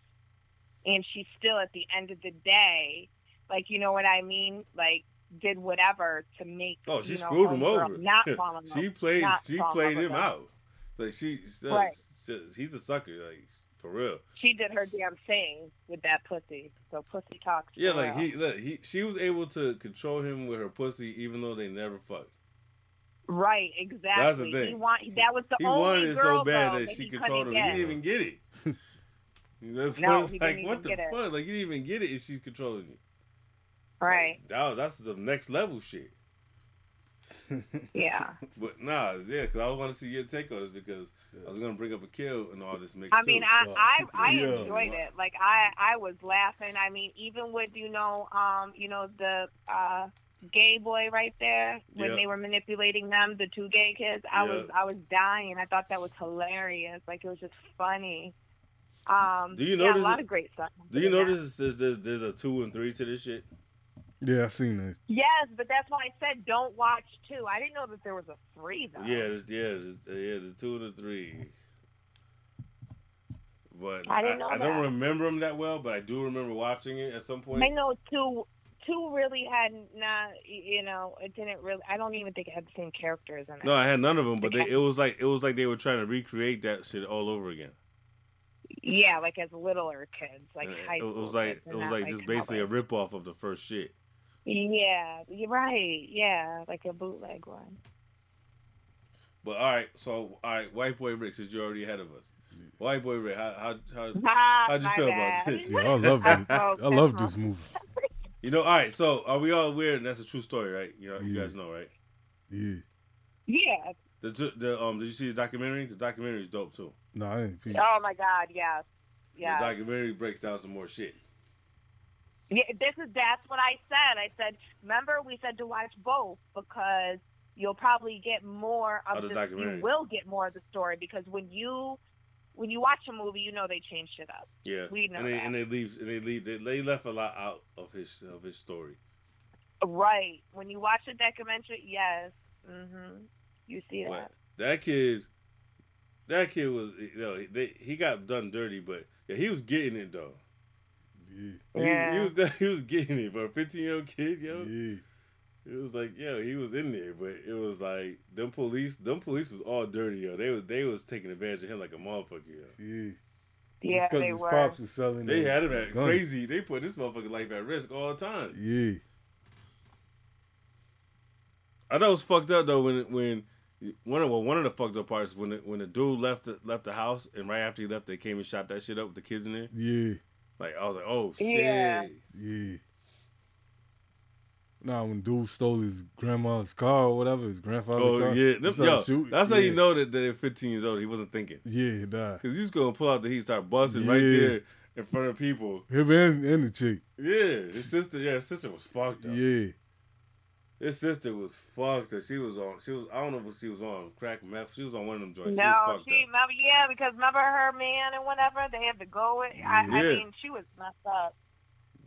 Speaker 3: and she still, at the end of the day, like you know what I mean, like did whatever to make.
Speaker 1: Oh, she
Speaker 3: you know,
Speaker 1: screwed him
Speaker 3: homegirl
Speaker 1: over.
Speaker 3: Not fall in love.
Speaker 1: She played.
Speaker 3: not
Speaker 1: She
Speaker 3: fall in
Speaker 1: played
Speaker 3: love
Speaker 1: him
Speaker 3: with him.
Speaker 1: out. Like she, she,
Speaker 3: Right.
Speaker 1: she, he's a sucker. Like for real.
Speaker 3: she did her damn thing with that pussy. So pussy talks.
Speaker 1: Yeah,
Speaker 3: for
Speaker 1: like
Speaker 3: real.
Speaker 1: he, look, he, she was able to control him with her pussy, even though they never fucked.
Speaker 3: Right, exactly.
Speaker 1: That's the
Speaker 3: He
Speaker 1: thing.
Speaker 3: want, that was the
Speaker 1: He
Speaker 3: only
Speaker 1: wanted it
Speaker 3: girl,
Speaker 1: so bad
Speaker 3: though,
Speaker 1: that,
Speaker 3: that
Speaker 1: she
Speaker 3: he
Speaker 1: controlled him. He
Speaker 3: couldn't get.
Speaker 1: didn't even get it. That's
Speaker 3: No,
Speaker 1: why it's
Speaker 3: he didn't
Speaker 1: like, what
Speaker 3: even
Speaker 1: the
Speaker 3: get it.
Speaker 1: fuck? Like you didn't even get it, and she's controlling you.
Speaker 3: Right.
Speaker 1: Like, that, that's the next level shit.
Speaker 3: Yeah.
Speaker 1: But nah, yeah, because I want to see your take on this because I was gonna bring up a kill and all this mix.
Speaker 3: I mean,
Speaker 1: too.
Speaker 2: Yeah.
Speaker 3: I I, I
Speaker 2: Yeah.
Speaker 3: enjoyed it. Like I I was laughing. I mean, even with you know um you know the uh gay boy right there when
Speaker 1: Yeah.
Speaker 3: they were manipulating them, the two gay kids. I
Speaker 1: Yeah.
Speaker 3: was I was dying. I thought that was hilarious. Like it was just funny. Um,
Speaker 1: Do you
Speaker 3: yeah,
Speaker 1: notice
Speaker 3: a lot
Speaker 1: it-
Speaker 3: of great stuff?
Speaker 1: do you
Speaker 3: in that.
Speaker 1: notice there's, there's there's a two and three to this shit?
Speaker 2: Yeah, I've seen this.
Speaker 3: Yes, but that's why I said don't watch two. I didn't know that there was a three though.
Speaker 1: Yeah, there's, yeah, there's, uh, yeah, the two and the three. But
Speaker 3: I didn't know
Speaker 1: don't
Speaker 3: that.
Speaker 1: remember them that well, but I do remember watching it at some point.
Speaker 3: I know two two really had not you know it didn't really. I don't even think it had the same characters in it.
Speaker 1: No, I had none of them, but they,
Speaker 3: Okay.
Speaker 1: it was like it was like they were trying to recreate that shit all over again.
Speaker 3: Yeah, like as littler kids, like
Speaker 1: And it-
Speaker 3: high
Speaker 1: it,
Speaker 3: school
Speaker 1: was like
Speaker 3: kids
Speaker 1: it
Speaker 3: and
Speaker 1: was
Speaker 3: not,
Speaker 1: like just basically a
Speaker 3: college.
Speaker 1: rip off of the first shit.
Speaker 3: yeah, you're right. Yeah, like a bootleg one.
Speaker 1: But all right, so all right, white boy Rick, since you already ahead of us, white boy Rick, how how, how
Speaker 3: Ah,
Speaker 1: Mm-hmm. How'd you
Speaker 3: my
Speaker 1: feel about
Speaker 3: bad.
Speaker 1: this?
Speaker 2: Yeah, I love it.
Speaker 3: Oh,
Speaker 2: I love this movie.
Speaker 1: you know? All right, so are we all aware? And that's a true story, right? You know, you
Speaker 2: Yeah.
Speaker 1: guys know, right?
Speaker 2: Yeah.
Speaker 3: Yeah.
Speaker 1: The two- the um, did you see the documentary? The documentary is dope too.
Speaker 2: No, I didn't. peep.
Speaker 3: Oh my God. Yes. Yeah.
Speaker 1: The documentary breaks down some more shit.
Speaker 3: Yeah, this is that's what I said. I said, remember we said to watch both because you'll probably get more of
Speaker 1: Of the
Speaker 3: the,
Speaker 1: documentary.
Speaker 3: You will get more of the story because when you when you watch a movie, you know they change shit up.
Speaker 1: Yeah,
Speaker 3: We know
Speaker 1: and they
Speaker 3: that.
Speaker 1: and they leave and they leave they, they left a lot out of his of his story.
Speaker 3: Right. When you watch a documentary, yes, hmm you see that.
Speaker 1: But that kid, that kid was you know they, he got done dirty, but yeah, he was getting it though.
Speaker 2: Yeah.
Speaker 1: He, was-
Speaker 3: Yeah.
Speaker 1: he was he was getting it, but a fifteen year old kid, yo,
Speaker 2: Yeah.
Speaker 1: it was like yo, he was in there, but it was like them police, them police was all dirty, yo. They was they was taking advantage of him like a motherfucker, yo.
Speaker 2: Yeah.
Speaker 3: yeah,
Speaker 2: Just 'cause
Speaker 3: they
Speaker 2: his
Speaker 3: were.
Speaker 2: pops was selling
Speaker 1: They
Speaker 2: the-
Speaker 1: had him
Speaker 2: the
Speaker 1: at
Speaker 2: guns.
Speaker 1: crazy. They put this motherfucker life at risk all the time.
Speaker 2: Yeah.
Speaker 1: I thought it was fucked up though when when one of well, one of the fucked up parts when the, when the dude left the, left the house and right after he left they came and shot that shit up with the kids in there.
Speaker 2: Yeah.
Speaker 1: Like I was like, oh shit.
Speaker 3: Yeah.
Speaker 2: Yeah. Nah, when dude stole his grandma's car or whatever, his grandfather's
Speaker 1: Oh
Speaker 2: car.
Speaker 1: yeah,
Speaker 2: he
Speaker 1: Them-
Speaker 2: started
Speaker 1: yo,
Speaker 2: shooting.
Speaker 1: that's how
Speaker 2: yeah.
Speaker 1: you know that, that at 15 years old he wasn't thinking
Speaker 2: Yeah, nah.
Speaker 1: because you just gonna pull out the heat, start busting right
Speaker 2: Yeah.
Speaker 1: there in front of people.
Speaker 2: Him and, and the chick.
Speaker 1: Yeah, his sister, yeah, his sister was fucked up.
Speaker 2: Yeah.
Speaker 1: His sister was fucked up. She was on, she was, I don't know what she was on, crack meth. She was on one of them joints. she was
Speaker 3: No,
Speaker 1: fucked
Speaker 3: she
Speaker 1: up.
Speaker 3: remember, yeah, because remember her man and whatever they had to go with. I, I
Speaker 1: Yeah.
Speaker 3: mean, she was messed up.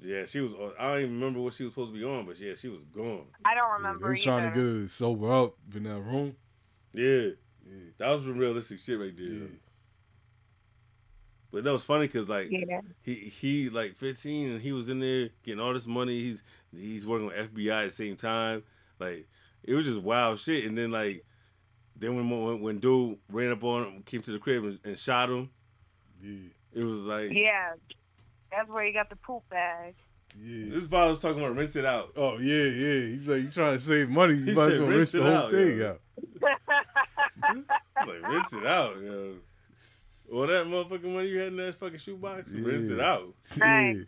Speaker 1: Yeah, she was on. I don't even remember what she was supposed to be on, but yeah, she was gone.
Speaker 3: I don't
Speaker 2: yeah they
Speaker 3: remember
Speaker 2: were trying to
Speaker 3: either.
Speaker 2: get her sober up in that room.
Speaker 1: Yeah.
Speaker 2: Yeah.
Speaker 1: That was some realistic shit right there.
Speaker 2: Yeah.
Speaker 1: But that was funny because like
Speaker 3: yeah.
Speaker 1: he he like 15 and he was in there getting all this money. He's he's working with FBI at the same time. Like it was just wild shit. And then like then when when, when dude ran up on him, came to the crib and, and shot him,
Speaker 2: Yeah.
Speaker 1: it was like
Speaker 3: yeah, that's where you got the poop bag.
Speaker 2: Yeah.
Speaker 1: this father was talking about rinse it out.
Speaker 2: Oh yeah, yeah. He was like, "You trying to save money? You
Speaker 1: He
Speaker 2: might as
Speaker 1: said,
Speaker 2: well
Speaker 1: "Rinse
Speaker 2: rinse the
Speaker 1: it
Speaker 2: whole
Speaker 1: out,
Speaker 2: thing
Speaker 1: yeah."
Speaker 2: out."
Speaker 1: I was like rinse it out. You know? All that motherfucking money you had in that fucking shoebox, rinse it
Speaker 2: Yeah.
Speaker 1: out.
Speaker 3: Right.
Speaker 2: Yeah,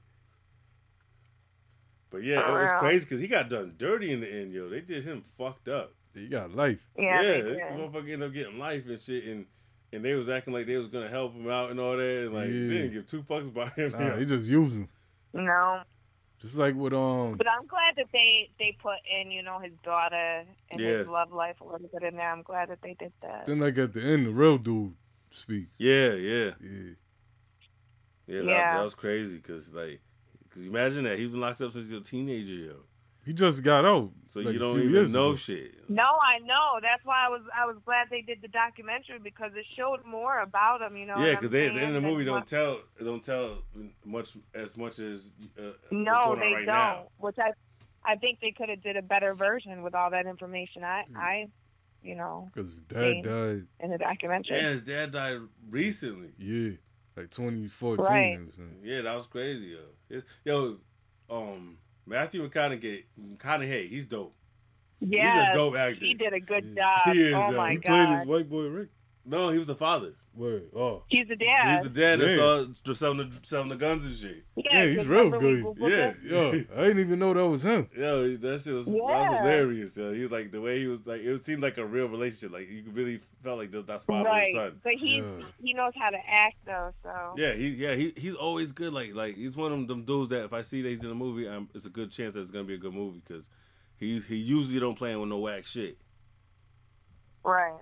Speaker 1: But yeah, it
Speaker 3: For
Speaker 1: was
Speaker 3: real.
Speaker 1: crazy because he got done dirty in the end, yo. They did him fucked up.
Speaker 2: he got life.
Speaker 1: yeah,
Speaker 3: yeah, they
Speaker 1: this
Speaker 3: did.
Speaker 1: motherfucker ended up getting life and shit, and and they was acting like they was gonna help him out and all that, and like
Speaker 2: Yeah.
Speaker 1: they didn't give two fucks about him.
Speaker 2: Nah,
Speaker 1: yo.
Speaker 2: he just used him.
Speaker 3: no,
Speaker 2: Just like with um,
Speaker 3: But I'm glad that they they put in, you know, his daughter and his
Speaker 1: Yeah.
Speaker 3: love life a little bit in there. I'm glad that they did that.
Speaker 2: then like at the end, the real dude speak.
Speaker 1: Yeah, yeah,
Speaker 2: Yeah,
Speaker 1: yeah. That,
Speaker 3: Yeah.
Speaker 1: that was crazy because like, cause you imagine that he's been locked up since he was a teenager, yo.
Speaker 2: he just got out.
Speaker 1: So
Speaker 2: like,
Speaker 1: you
Speaker 2: a
Speaker 1: don't
Speaker 2: few
Speaker 1: even
Speaker 2: years
Speaker 1: know
Speaker 2: ago.
Speaker 1: shit.
Speaker 3: No, I know. That's why I was I was glad they did the documentary because it showed more about him. You know.
Speaker 1: yeah,
Speaker 3: what I'm
Speaker 1: because they at the
Speaker 3: saying?
Speaker 1: end of the
Speaker 3: Than
Speaker 1: movie don't
Speaker 3: what-
Speaker 1: tell don't tell much as much as uh, what's
Speaker 3: No,
Speaker 1: going
Speaker 3: they
Speaker 1: on right
Speaker 3: don't.
Speaker 1: now.
Speaker 3: Which I I think they could have did a better version with all that information. I
Speaker 1: Hmm.
Speaker 2: Mm.
Speaker 3: I you know
Speaker 2: Cause his dad
Speaker 3: Yeah.
Speaker 2: died.
Speaker 3: in the documentary.
Speaker 1: Yeah, his dad died recently.
Speaker 2: Yeah, like 2014
Speaker 3: Right.
Speaker 2: or something.
Speaker 1: Yeah, that was crazy, yo. It- Yo, um, Matthew McConaughey, McConaughey, he's dope.
Speaker 3: Yes,
Speaker 1: He's a dope actor.
Speaker 3: He did a good
Speaker 2: Yeah.
Speaker 3: job.
Speaker 1: He is,
Speaker 3: oh
Speaker 1: though.
Speaker 3: my
Speaker 2: he played
Speaker 3: god.
Speaker 2: his white boy Rick.
Speaker 1: No, he was the father.
Speaker 2: Word. Oh,
Speaker 3: He's a dad.
Speaker 1: He's the dad that
Speaker 2: Yeah.
Speaker 1: saw that's selling the selling the guns and shit.
Speaker 2: Yeah, he's real good.
Speaker 1: Yeah,
Speaker 2: yo, I didn't even know that was him.
Speaker 1: Yo, he- that shit was, that was
Speaker 3: Yeah.
Speaker 1: hilarious. Yo. He was like the way he was like it seemed like a real relationship. Like you really felt like that- that's father
Speaker 3: right,
Speaker 1: and son.
Speaker 3: but he
Speaker 2: Yeah.
Speaker 3: he knows how to act though. So
Speaker 1: Yeah, he yeah he he's always good. Like like he's one of them, them dudes that if I see that he's in a movie, i it's a good chance that it's gonna be a good movie because he he usually don't play with no whack shit.
Speaker 3: right.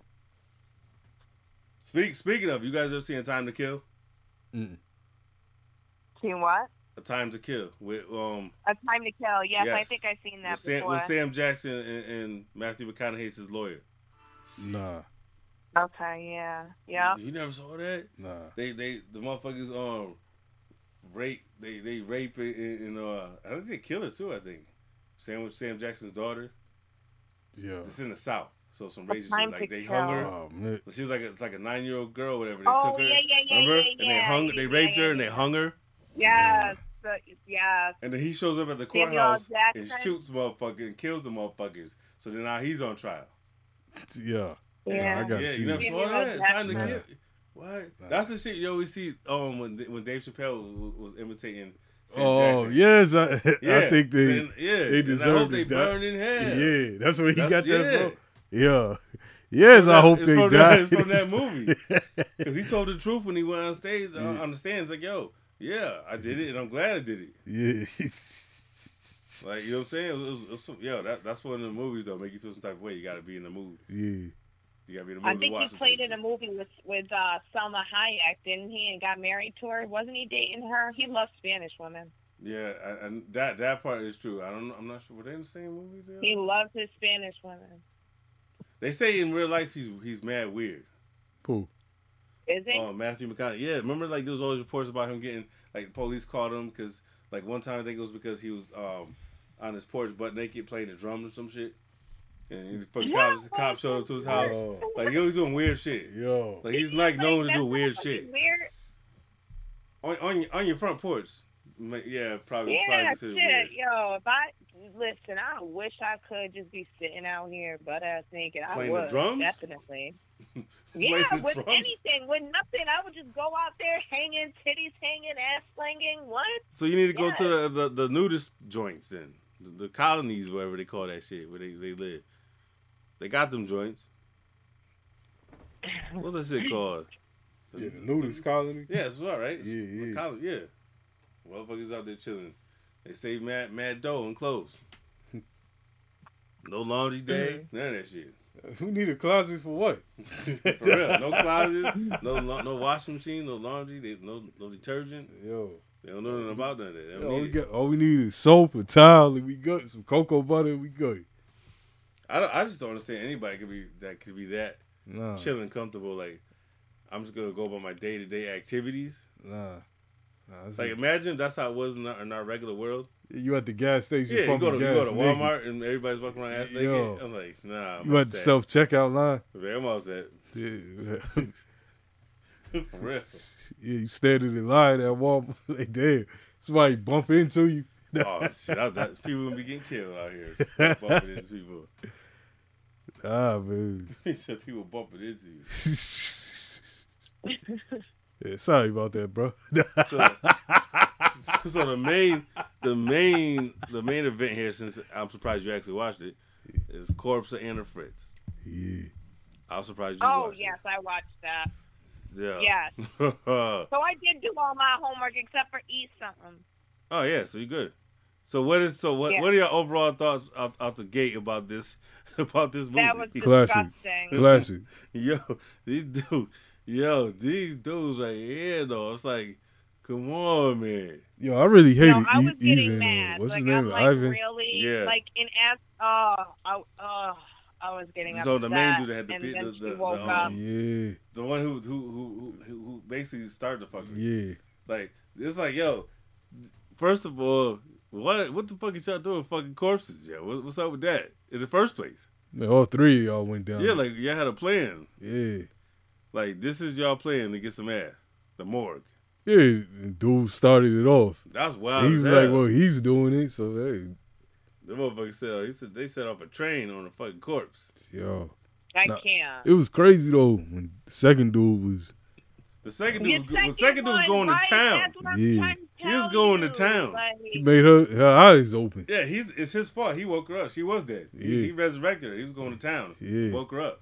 Speaker 1: Speak speaking of, you guys ever seen Time to Kill?
Speaker 3: See what?
Speaker 1: A Time to Kill with um
Speaker 3: A Time to Kill. Yes, I
Speaker 1: Yes.
Speaker 3: think I've seen that
Speaker 1: with Sam,
Speaker 3: before.
Speaker 1: with Sam Jackson and, and Matthew McConaughey's his lawyer.
Speaker 2: Nah,
Speaker 3: Okay, yeah, yeah.
Speaker 1: you, you never saw that.
Speaker 2: nah.
Speaker 1: They they the motherfuckers um rape they they rape it and, and uh I think they kill her too. I think Sam with Sam Jackson's daughter.
Speaker 2: Yo.
Speaker 1: It's in the South, so some
Speaker 3: A
Speaker 1: racist
Speaker 3: Time
Speaker 1: shit. like
Speaker 3: to
Speaker 1: they
Speaker 3: Kill.
Speaker 1: hung her.
Speaker 2: Oh man.
Speaker 1: She was like a, it's like a nine year old girl, whatever. They
Speaker 3: Oh
Speaker 1: took her,
Speaker 3: yeah, yeah, yeah,
Speaker 1: remember?
Speaker 3: yeah, yeah.
Speaker 1: and they hung,
Speaker 3: yeah,
Speaker 1: they raped
Speaker 3: yeah,
Speaker 1: her, and they
Speaker 3: yeah.
Speaker 1: hung her.
Speaker 3: Yes, the- yes.
Speaker 1: And then he shows up at the
Speaker 3: Samuel
Speaker 1: courthouse and
Speaker 3: Jackson.
Speaker 1: shoots motherfuckers and kills the motherfuckers. So then now he's on trial.
Speaker 2: Yeah.
Speaker 3: Yeah.
Speaker 2: I got
Speaker 1: yeah,
Speaker 2: you.
Speaker 1: you never saw
Speaker 3: Samuel
Speaker 1: that. Time to
Speaker 2: Jackson.
Speaker 1: kill. What?
Speaker 2: Nah.
Speaker 1: That's the shit you always see. Um, when when Dave Chappelle was, was imitating. Sam
Speaker 2: Oh
Speaker 1: Jackson.
Speaker 2: yes, I, I think they.
Speaker 1: And- yeah,
Speaker 2: they
Speaker 1: and I
Speaker 2: deserve
Speaker 1: hope
Speaker 2: to
Speaker 1: they
Speaker 2: die.
Speaker 1: burn in hell.
Speaker 2: Yeah, that's where he
Speaker 1: That's-
Speaker 2: got that
Speaker 1: yeah.
Speaker 2: from. Yeah. Yes, I hope
Speaker 1: It's
Speaker 2: they
Speaker 1: from
Speaker 2: die.
Speaker 1: That, it's from that movie. Because he told the truth when he went on stage. uh, On the stands, like, yo, yeah, I did it, and I'm glad I did it.
Speaker 2: yeah.
Speaker 1: Like you know what I'm saying? It was, it was some- yo, that, that's one of the movies though. Make you feel some type of way. You gotta be in the mood.
Speaker 2: Yeah.
Speaker 1: You gotta be in the mood
Speaker 3: I
Speaker 1: to
Speaker 3: think
Speaker 1: watch.
Speaker 3: he played in a movie with with uh, Selma Hayek, didn't he? And got married to her. Wasn't he dating her? He loves Spanish women.
Speaker 1: Yeah, I- and that that part is true. I don't. I'm not sure. Were they in the same movie? There?
Speaker 3: He loves his Spanish women.
Speaker 1: They say in real life he's he's mad weird.
Speaker 2: Cool.
Speaker 3: Is he?
Speaker 1: Oh, Matthew McConaughey. Yeah, remember like there was always reports about him getting like the police caught him because like one time I think it was because he was um on his porch butt naked playing the drums or some shit, and the fucking cops cops showed up to his house.
Speaker 2: Oh,
Speaker 1: Like yo, he's doing weird shit.
Speaker 2: yo.
Speaker 1: Like he's like known to
Speaker 3: That's
Speaker 1: do weird
Speaker 3: fucking
Speaker 1: shit.
Speaker 3: Weird.
Speaker 1: On on your, on your front porch. Ma- Yeah, probably probably
Speaker 3: Yeah, shit,
Speaker 1: considered weird.
Speaker 3: yo. If I listen, I wish I could just be sitting out here butt ass naked. I
Speaker 1: Playing the
Speaker 3: would
Speaker 1: drums?
Speaker 3: definitely.
Speaker 1: Playing
Speaker 3: Yeah,
Speaker 1: the
Speaker 3: with
Speaker 1: drums.
Speaker 3: anything, with nothing, I would just go out there hanging, titties hanging, ass slinging. What?
Speaker 1: So you need to go
Speaker 3: Yeah.
Speaker 1: to the, the, the nudist joints then, the, the colonies, wherever they call that shit, where they, they live. They got them joints. What's that shit called?
Speaker 2: Yeah, the nudist colony.
Speaker 1: Yeah, it's all right.
Speaker 2: Yeah, yeah.
Speaker 1: Colony, yeah. Motherfuckers out there chilling. They save mad mad dough and clothes. No laundry day, none of that shit.
Speaker 2: Who need a closet for what?
Speaker 1: For real, no closets, no la- no washing machine, no laundry, they, no no detergent.
Speaker 2: Yo.
Speaker 1: They don't know nothing about none of that. They don't
Speaker 2: All
Speaker 1: need
Speaker 2: Oh, we,
Speaker 1: it.
Speaker 2: got, all we need is soap, a towel, and we good. Some cocoa butter, we good.
Speaker 1: I, don't, I just don't understand anybody could be that could be that
Speaker 2: Nah,
Speaker 1: chilling, comfortable. Like I'm just gonna go about my day to day activities.
Speaker 2: nah, nah. it's
Speaker 1: Like
Speaker 2: like-
Speaker 1: imagine that's how it was in our, in our regular world.
Speaker 2: you at the gas station,
Speaker 1: Yeah, you go to
Speaker 2: pumping
Speaker 1: you go to
Speaker 2: gas naked.
Speaker 1: Walmart and everybody's walking around ass naked.
Speaker 2: Yo.
Speaker 1: I'm like, nah. I'm
Speaker 2: You at the
Speaker 1: upset.
Speaker 2: self checkout line.
Speaker 1: Yeah, I'm upset.
Speaker 2: Yeah,
Speaker 1: For real.
Speaker 2: yeah you stared at the line at Walmart. They dead. Somebody bump into you.
Speaker 1: Oh shit! I, that, people gonna be getting killed out here. bumping into people.
Speaker 2: Ah, man.
Speaker 1: He said people bumping into you.
Speaker 2: yeah, sorry about that, bro.
Speaker 1: So, so the main, the main, the main event here, since I'm surprised you actually watched it, is Corpse of Anna Fritz.
Speaker 2: yeah.
Speaker 1: I'm surprised you
Speaker 3: Oh
Speaker 1: watched it.
Speaker 3: yes, I watched that.
Speaker 1: Yeah.
Speaker 3: Yes.
Speaker 1: oh
Speaker 3: So I did do all my homework except for eat something.
Speaker 1: yeah, Oh, so you're good. So what is so what
Speaker 3: Yeah.
Speaker 1: what are your overall thoughts out, out the gate about this about this movie?
Speaker 3: That was
Speaker 2: Classic.
Speaker 3: disgusting.
Speaker 2: Classic.
Speaker 1: yo, these dude, yo, these dudes right here though. It's like, come on, man.
Speaker 2: Yo, I really hated
Speaker 3: no, I was
Speaker 2: E-
Speaker 3: getting
Speaker 2: even.
Speaker 3: mad.
Speaker 2: What's
Speaker 3: like,
Speaker 2: his
Speaker 3: I'm
Speaker 2: name?
Speaker 3: like,
Speaker 2: Ivan.
Speaker 3: Really?
Speaker 1: Yeah.
Speaker 3: Like in as oh, I, oh, I was getting
Speaker 1: So
Speaker 3: upset.
Speaker 1: the main dude that had the
Speaker 3: and
Speaker 1: pe-
Speaker 3: then
Speaker 1: the-
Speaker 3: she
Speaker 1: the- the,
Speaker 3: woke
Speaker 1: um,
Speaker 3: up.
Speaker 2: yeah,
Speaker 1: The one who who who who, who basically started the fucking
Speaker 2: yeah.
Speaker 1: like it's like yo. First of all, what what the fuck is y'all doing? with Fucking corpses, yo. What, what's up with that in the first place?
Speaker 2: Man, all three of y'all went down.
Speaker 1: Yeah, like y'all had a plan.
Speaker 2: yeah,
Speaker 1: Like this is y'all plan to get some ass. The morgue.
Speaker 2: yeah. the Dude started it off.
Speaker 1: That's wild.
Speaker 2: He
Speaker 1: as
Speaker 2: was
Speaker 1: hell.
Speaker 2: like, "Well, he's doing it, so hey,
Speaker 1: The motherfucker said, he said they set off a train on a fucking corpse.
Speaker 2: yo."
Speaker 3: I
Speaker 2: No.
Speaker 3: can't.
Speaker 2: It was crazy though when the second dude was.
Speaker 1: The second
Speaker 3: Your
Speaker 1: dude was, well, second dude was
Speaker 3: one,
Speaker 1: going
Speaker 3: right?
Speaker 1: to town.
Speaker 3: That's what I'm
Speaker 2: Yeah.
Speaker 3: trying to
Speaker 1: He was
Speaker 3: tell
Speaker 1: going to
Speaker 3: you.
Speaker 1: town.
Speaker 3: Like,
Speaker 2: He made her her eyes open.
Speaker 1: Yeah, he's it's his fault. He woke her up. She was dead. He,
Speaker 2: Yeah.
Speaker 1: he resurrected her. He was going to town.
Speaker 2: Yeah.
Speaker 1: Woke her up.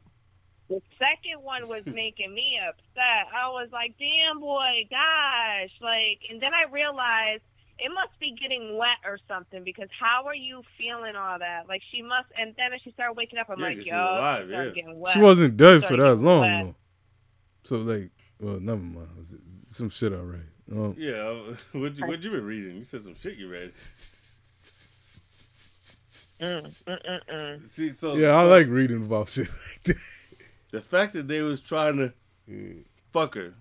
Speaker 3: the second one was making me upset. I was like, damn, boy, gosh. Like, and then I realized it must be getting wet or something because how are you feeling all that? Like, she must. And then as she started waking up, I'm
Speaker 1: Yeah, 'cause
Speaker 3: like,
Speaker 1: she
Speaker 3: yo,
Speaker 1: was alive,
Speaker 3: she started
Speaker 1: yeah.
Speaker 3: getting wet.
Speaker 2: She wasn't dead
Speaker 3: So
Speaker 2: for
Speaker 3: you
Speaker 2: that
Speaker 3: can
Speaker 2: long
Speaker 3: let-
Speaker 2: though. So like, well, never mind. It was Some shit I read. Um,
Speaker 1: Yeah. uh, What you what you been reading? You said some shit you read.
Speaker 3: Mm, mm, mm, mm.
Speaker 1: See, so
Speaker 2: yeah, I
Speaker 1: Oh, so
Speaker 2: like reading about shit like that.
Speaker 1: the fact that they was trying to
Speaker 2: Yeah.
Speaker 1: fuck her,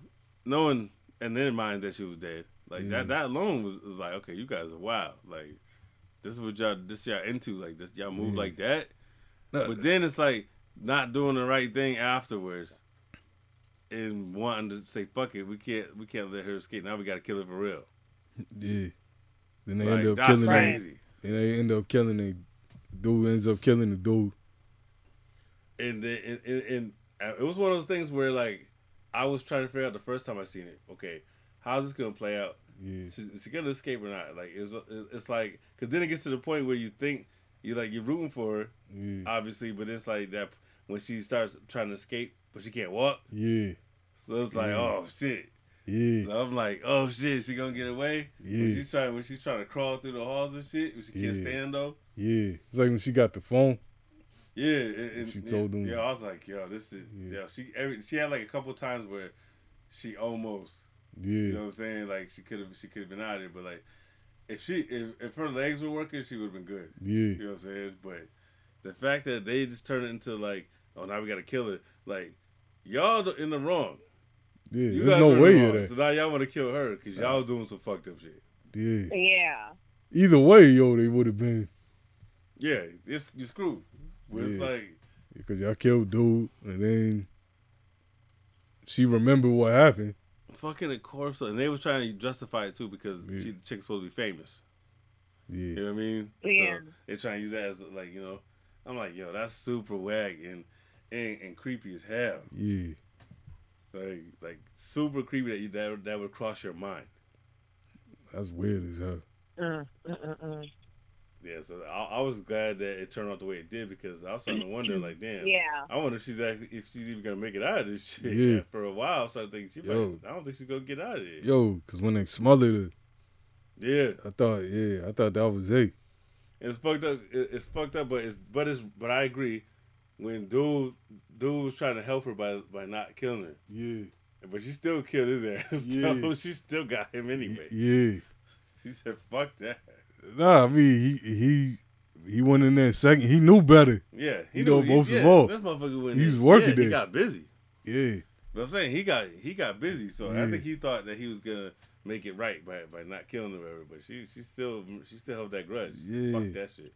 Speaker 1: knowing and then mind that she was dead. Like
Speaker 2: Yeah.
Speaker 1: that that alone was, was like, okay, you guys are wild. Like this is what y'all this y'all into. Like this y'all move
Speaker 2: Yeah. Uh,
Speaker 1: like that.
Speaker 2: No,
Speaker 1: But then it's like not doing the right thing afterwards, and wanting to say fuck it, we can't we can't let her escape. Now we gotta kill her for real.
Speaker 2: yeah. Then they
Speaker 1: Like,
Speaker 2: end up
Speaker 1: that's
Speaker 2: killing. Right.
Speaker 1: crazy.
Speaker 2: And they end up killing the dude. Ends up killing the dude.
Speaker 1: And, then, and and and uh, it was one of those things where like I was trying to figure out the first time I seen it. Okay, how's this gonna play out?
Speaker 2: Yeah.
Speaker 1: Is is she gonna escape or not? Like it's it's like because then it gets to the point where you think you like you're rooting for her,
Speaker 2: Yeah.
Speaker 1: obviously, but it's like that when she starts trying to escape, but she can't walk.
Speaker 2: Yeah.
Speaker 1: So it's like,
Speaker 2: Yeah.
Speaker 1: oh shit.
Speaker 2: Yeah.
Speaker 1: So I'm like, oh shit, she gonna get away? When
Speaker 2: Yeah.
Speaker 1: she trying when she trying to crawl through the halls and shit, when she can't
Speaker 2: Yeah.
Speaker 1: stand though.
Speaker 2: Yeah. It's like when she got the phone.
Speaker 1: Yeah, and, and-
Speaker 2: She told
Speaker 1: yeah,
Speaker 2: him.
Speaker 1: Yeah, I was like, yo, this is yeah.
Speaker 2: Yeah.
Speaker 1: she every she had like a couple times where she almost, you know
Speaker 2: Yeah.
Speaker 1: what I'm saying? Like she could have she could have been out of it, but like if she if, if her legs were working, she would have been good.
Speaker 2: Yeah.
Speaker 1: You know what I'm saying? But the fact that they just turn it into like, oh now we gotta kill her, like y'all in the wrong.
Speaker 2: Yeah.
Speaker 1: You
Speaker 2: There's
Speaker 1: guys
Speaker 2: no
Speaker 1: are in the
Speaker 2: way of
Speaker 1: wrong.
Speaker 2: that.
Speaker 1: So now y'all want to kill her because y'all doing some fucked up shit.
Speaker 2: Yeah.
Speaker 3: Yeah.
Speaker 2: Either way, yo, they would have been
Speaker 1: Yeah, it's you screwed. But It's
Speaker 2: Yeah.
Speaker 1: like
Speaker 2: because y'all killed dude, and then she remembered what happened.
Speaker 1: fucking a corpse, and they was trying to justify it too because
Speaker 2: Yeah.
Speaker 1: she, the chick's supposed to be famous. You
Speaker 2: Yeah.
Speaker 1: know what I mean?
Speaker 3: Yeah.
Speaker 1: So they're trying to use that as like you know. I'm like, yo, that's super wag and and, and creepy as hell.
Speaker 2: Yeah.
Speaker 1: Like like super creepy that you that, would- that would cross your mind.
Speaker 2: That's weird as hell.
Speaker 3: Mm, mm, mm, mm.
Speaker 1: Yeah, so I, I was glad that it turned out the way it did because I was starting to wonder, like, damn,
Speaker 3: Yeah.
Speaker 1: I wonder if she's actually if she's even gonna make it out of this shit.
Speaker 2: Yeah.
Speaker 1: For a while, I started thinking she
Speaker 2: Yo.
Speaker 1: might. I don't think she's gonna get out of it.
Speaker 2: Yo, because when they smothered
Speaker 1: Yeah,
Speaker 2: her, I thought, yeah, I thought that was it.
Speaker 1: it's fucked up. It- It's fucked up, but it's but it's but I agree. When dude dude was trying to help her by by not killing her,
Speaker 2: Yeah.
Speaker 1: but she still killed his ass.
Speaker 2: Yeah.
Speaker 1: So she still got him anyway.
Speaker 2: Yeah.
Speaker 1: She said, "Fuck that."
Speaker 2: Nah, I mean, he, he, he went in there second. He knew better.
Speaker 1: Yeah,
Speaker 2: You
Speaker 1: knew-
Speaker 2: know, most
Speaker 1: yeah,
Speaker 2: of all,
Speaker 1: this motherfucker went.
Speaker 2: he
Speaker 1: in-
Speaker 2: was working
Speaker 1: yeah, He
Speaker 2: there.
Speaker 1: got busy.
Speaker 2: Yeah.
Speaker 1: But I'm saying he got he got busy, so I
Speaker 2: Yeah.
Speaker 1: think he thought that he was gonna make it right by by not killing her, whatever. But she she still she still held that grudge.
Speaker 2: Yeah.
Speaker 1: Fuck that shit.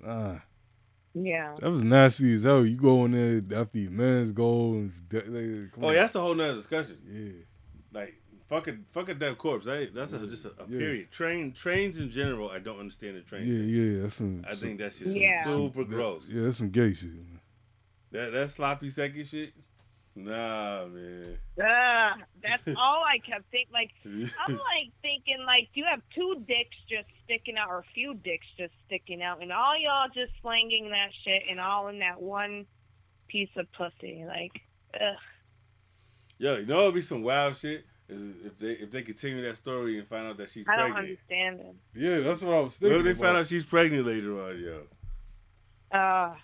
Speaker 2: Nah.
Speaker 3: Yeah.
Speaker 2: That was nasty as hell. You go in there after your man's goal and it's de- like, come
Speaker 1: Oh,
Speaker 2: on.
Speaker 1: yeah, that's a whole nother discussion.
Speaker 2: yeah,
Speaker 1: Like fucking fucking dead corpse. I, that's a, just a, a
Speaker 2: Yeah.
Speaker 1: period. Train trains in general. I don't understand the train.
Speaker 2: yeah, yeah. That's some.
Speaker 1: I think that's just
Speaker 3: Yeah.
Speaker 1: super gross.
Speaker 2: Yeah, that's some gay shit. man.
Speaker 1: That that sloppy second shit. Nah, man.
Speaker 3: Ugh, that's all I kept thinking. Like, I'm like thinking, like, do you have two dicks just sticking out or a few dicks just sticking out, and all y'all just slanging that shit and all in that one piece of pussy? Like, ugh.
Speaker 1: Yo, you know it'd be some wild shit Is if they if they continue that story and find out that she's
Speaker 3: I don't
Speaker 1: pregnant.
Speaker 3: understand it.
Speaker 2: Yeah, that's what I was
Speaker 1: What
Speaker 2: thinking.
Speaker 1: if they find
Speaker 2: about.
Speaker 1: out she's pregnant later on, yo?
Speaker 3: Uh,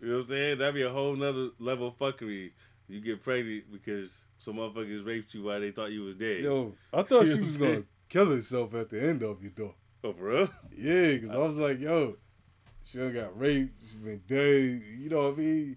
Speaker 1: You know what I'm saying? That'd be a whole nother level of fuckery. You get pregnant because some motherfuckers raped you while they thought you was dead.
Speaker 2: Yo, I thought
Speaker 1: You
Speaker 2: she
Speaker 1: know
Speaker 2: was
Speaker 1: what I'm
Speaker 2: gonna kill herself at the end of it though.
Speaker 1: Oh, for real?
Speaker 2: Yeah, because I was like, yo, she done got raped. She been dead. You know what I mean?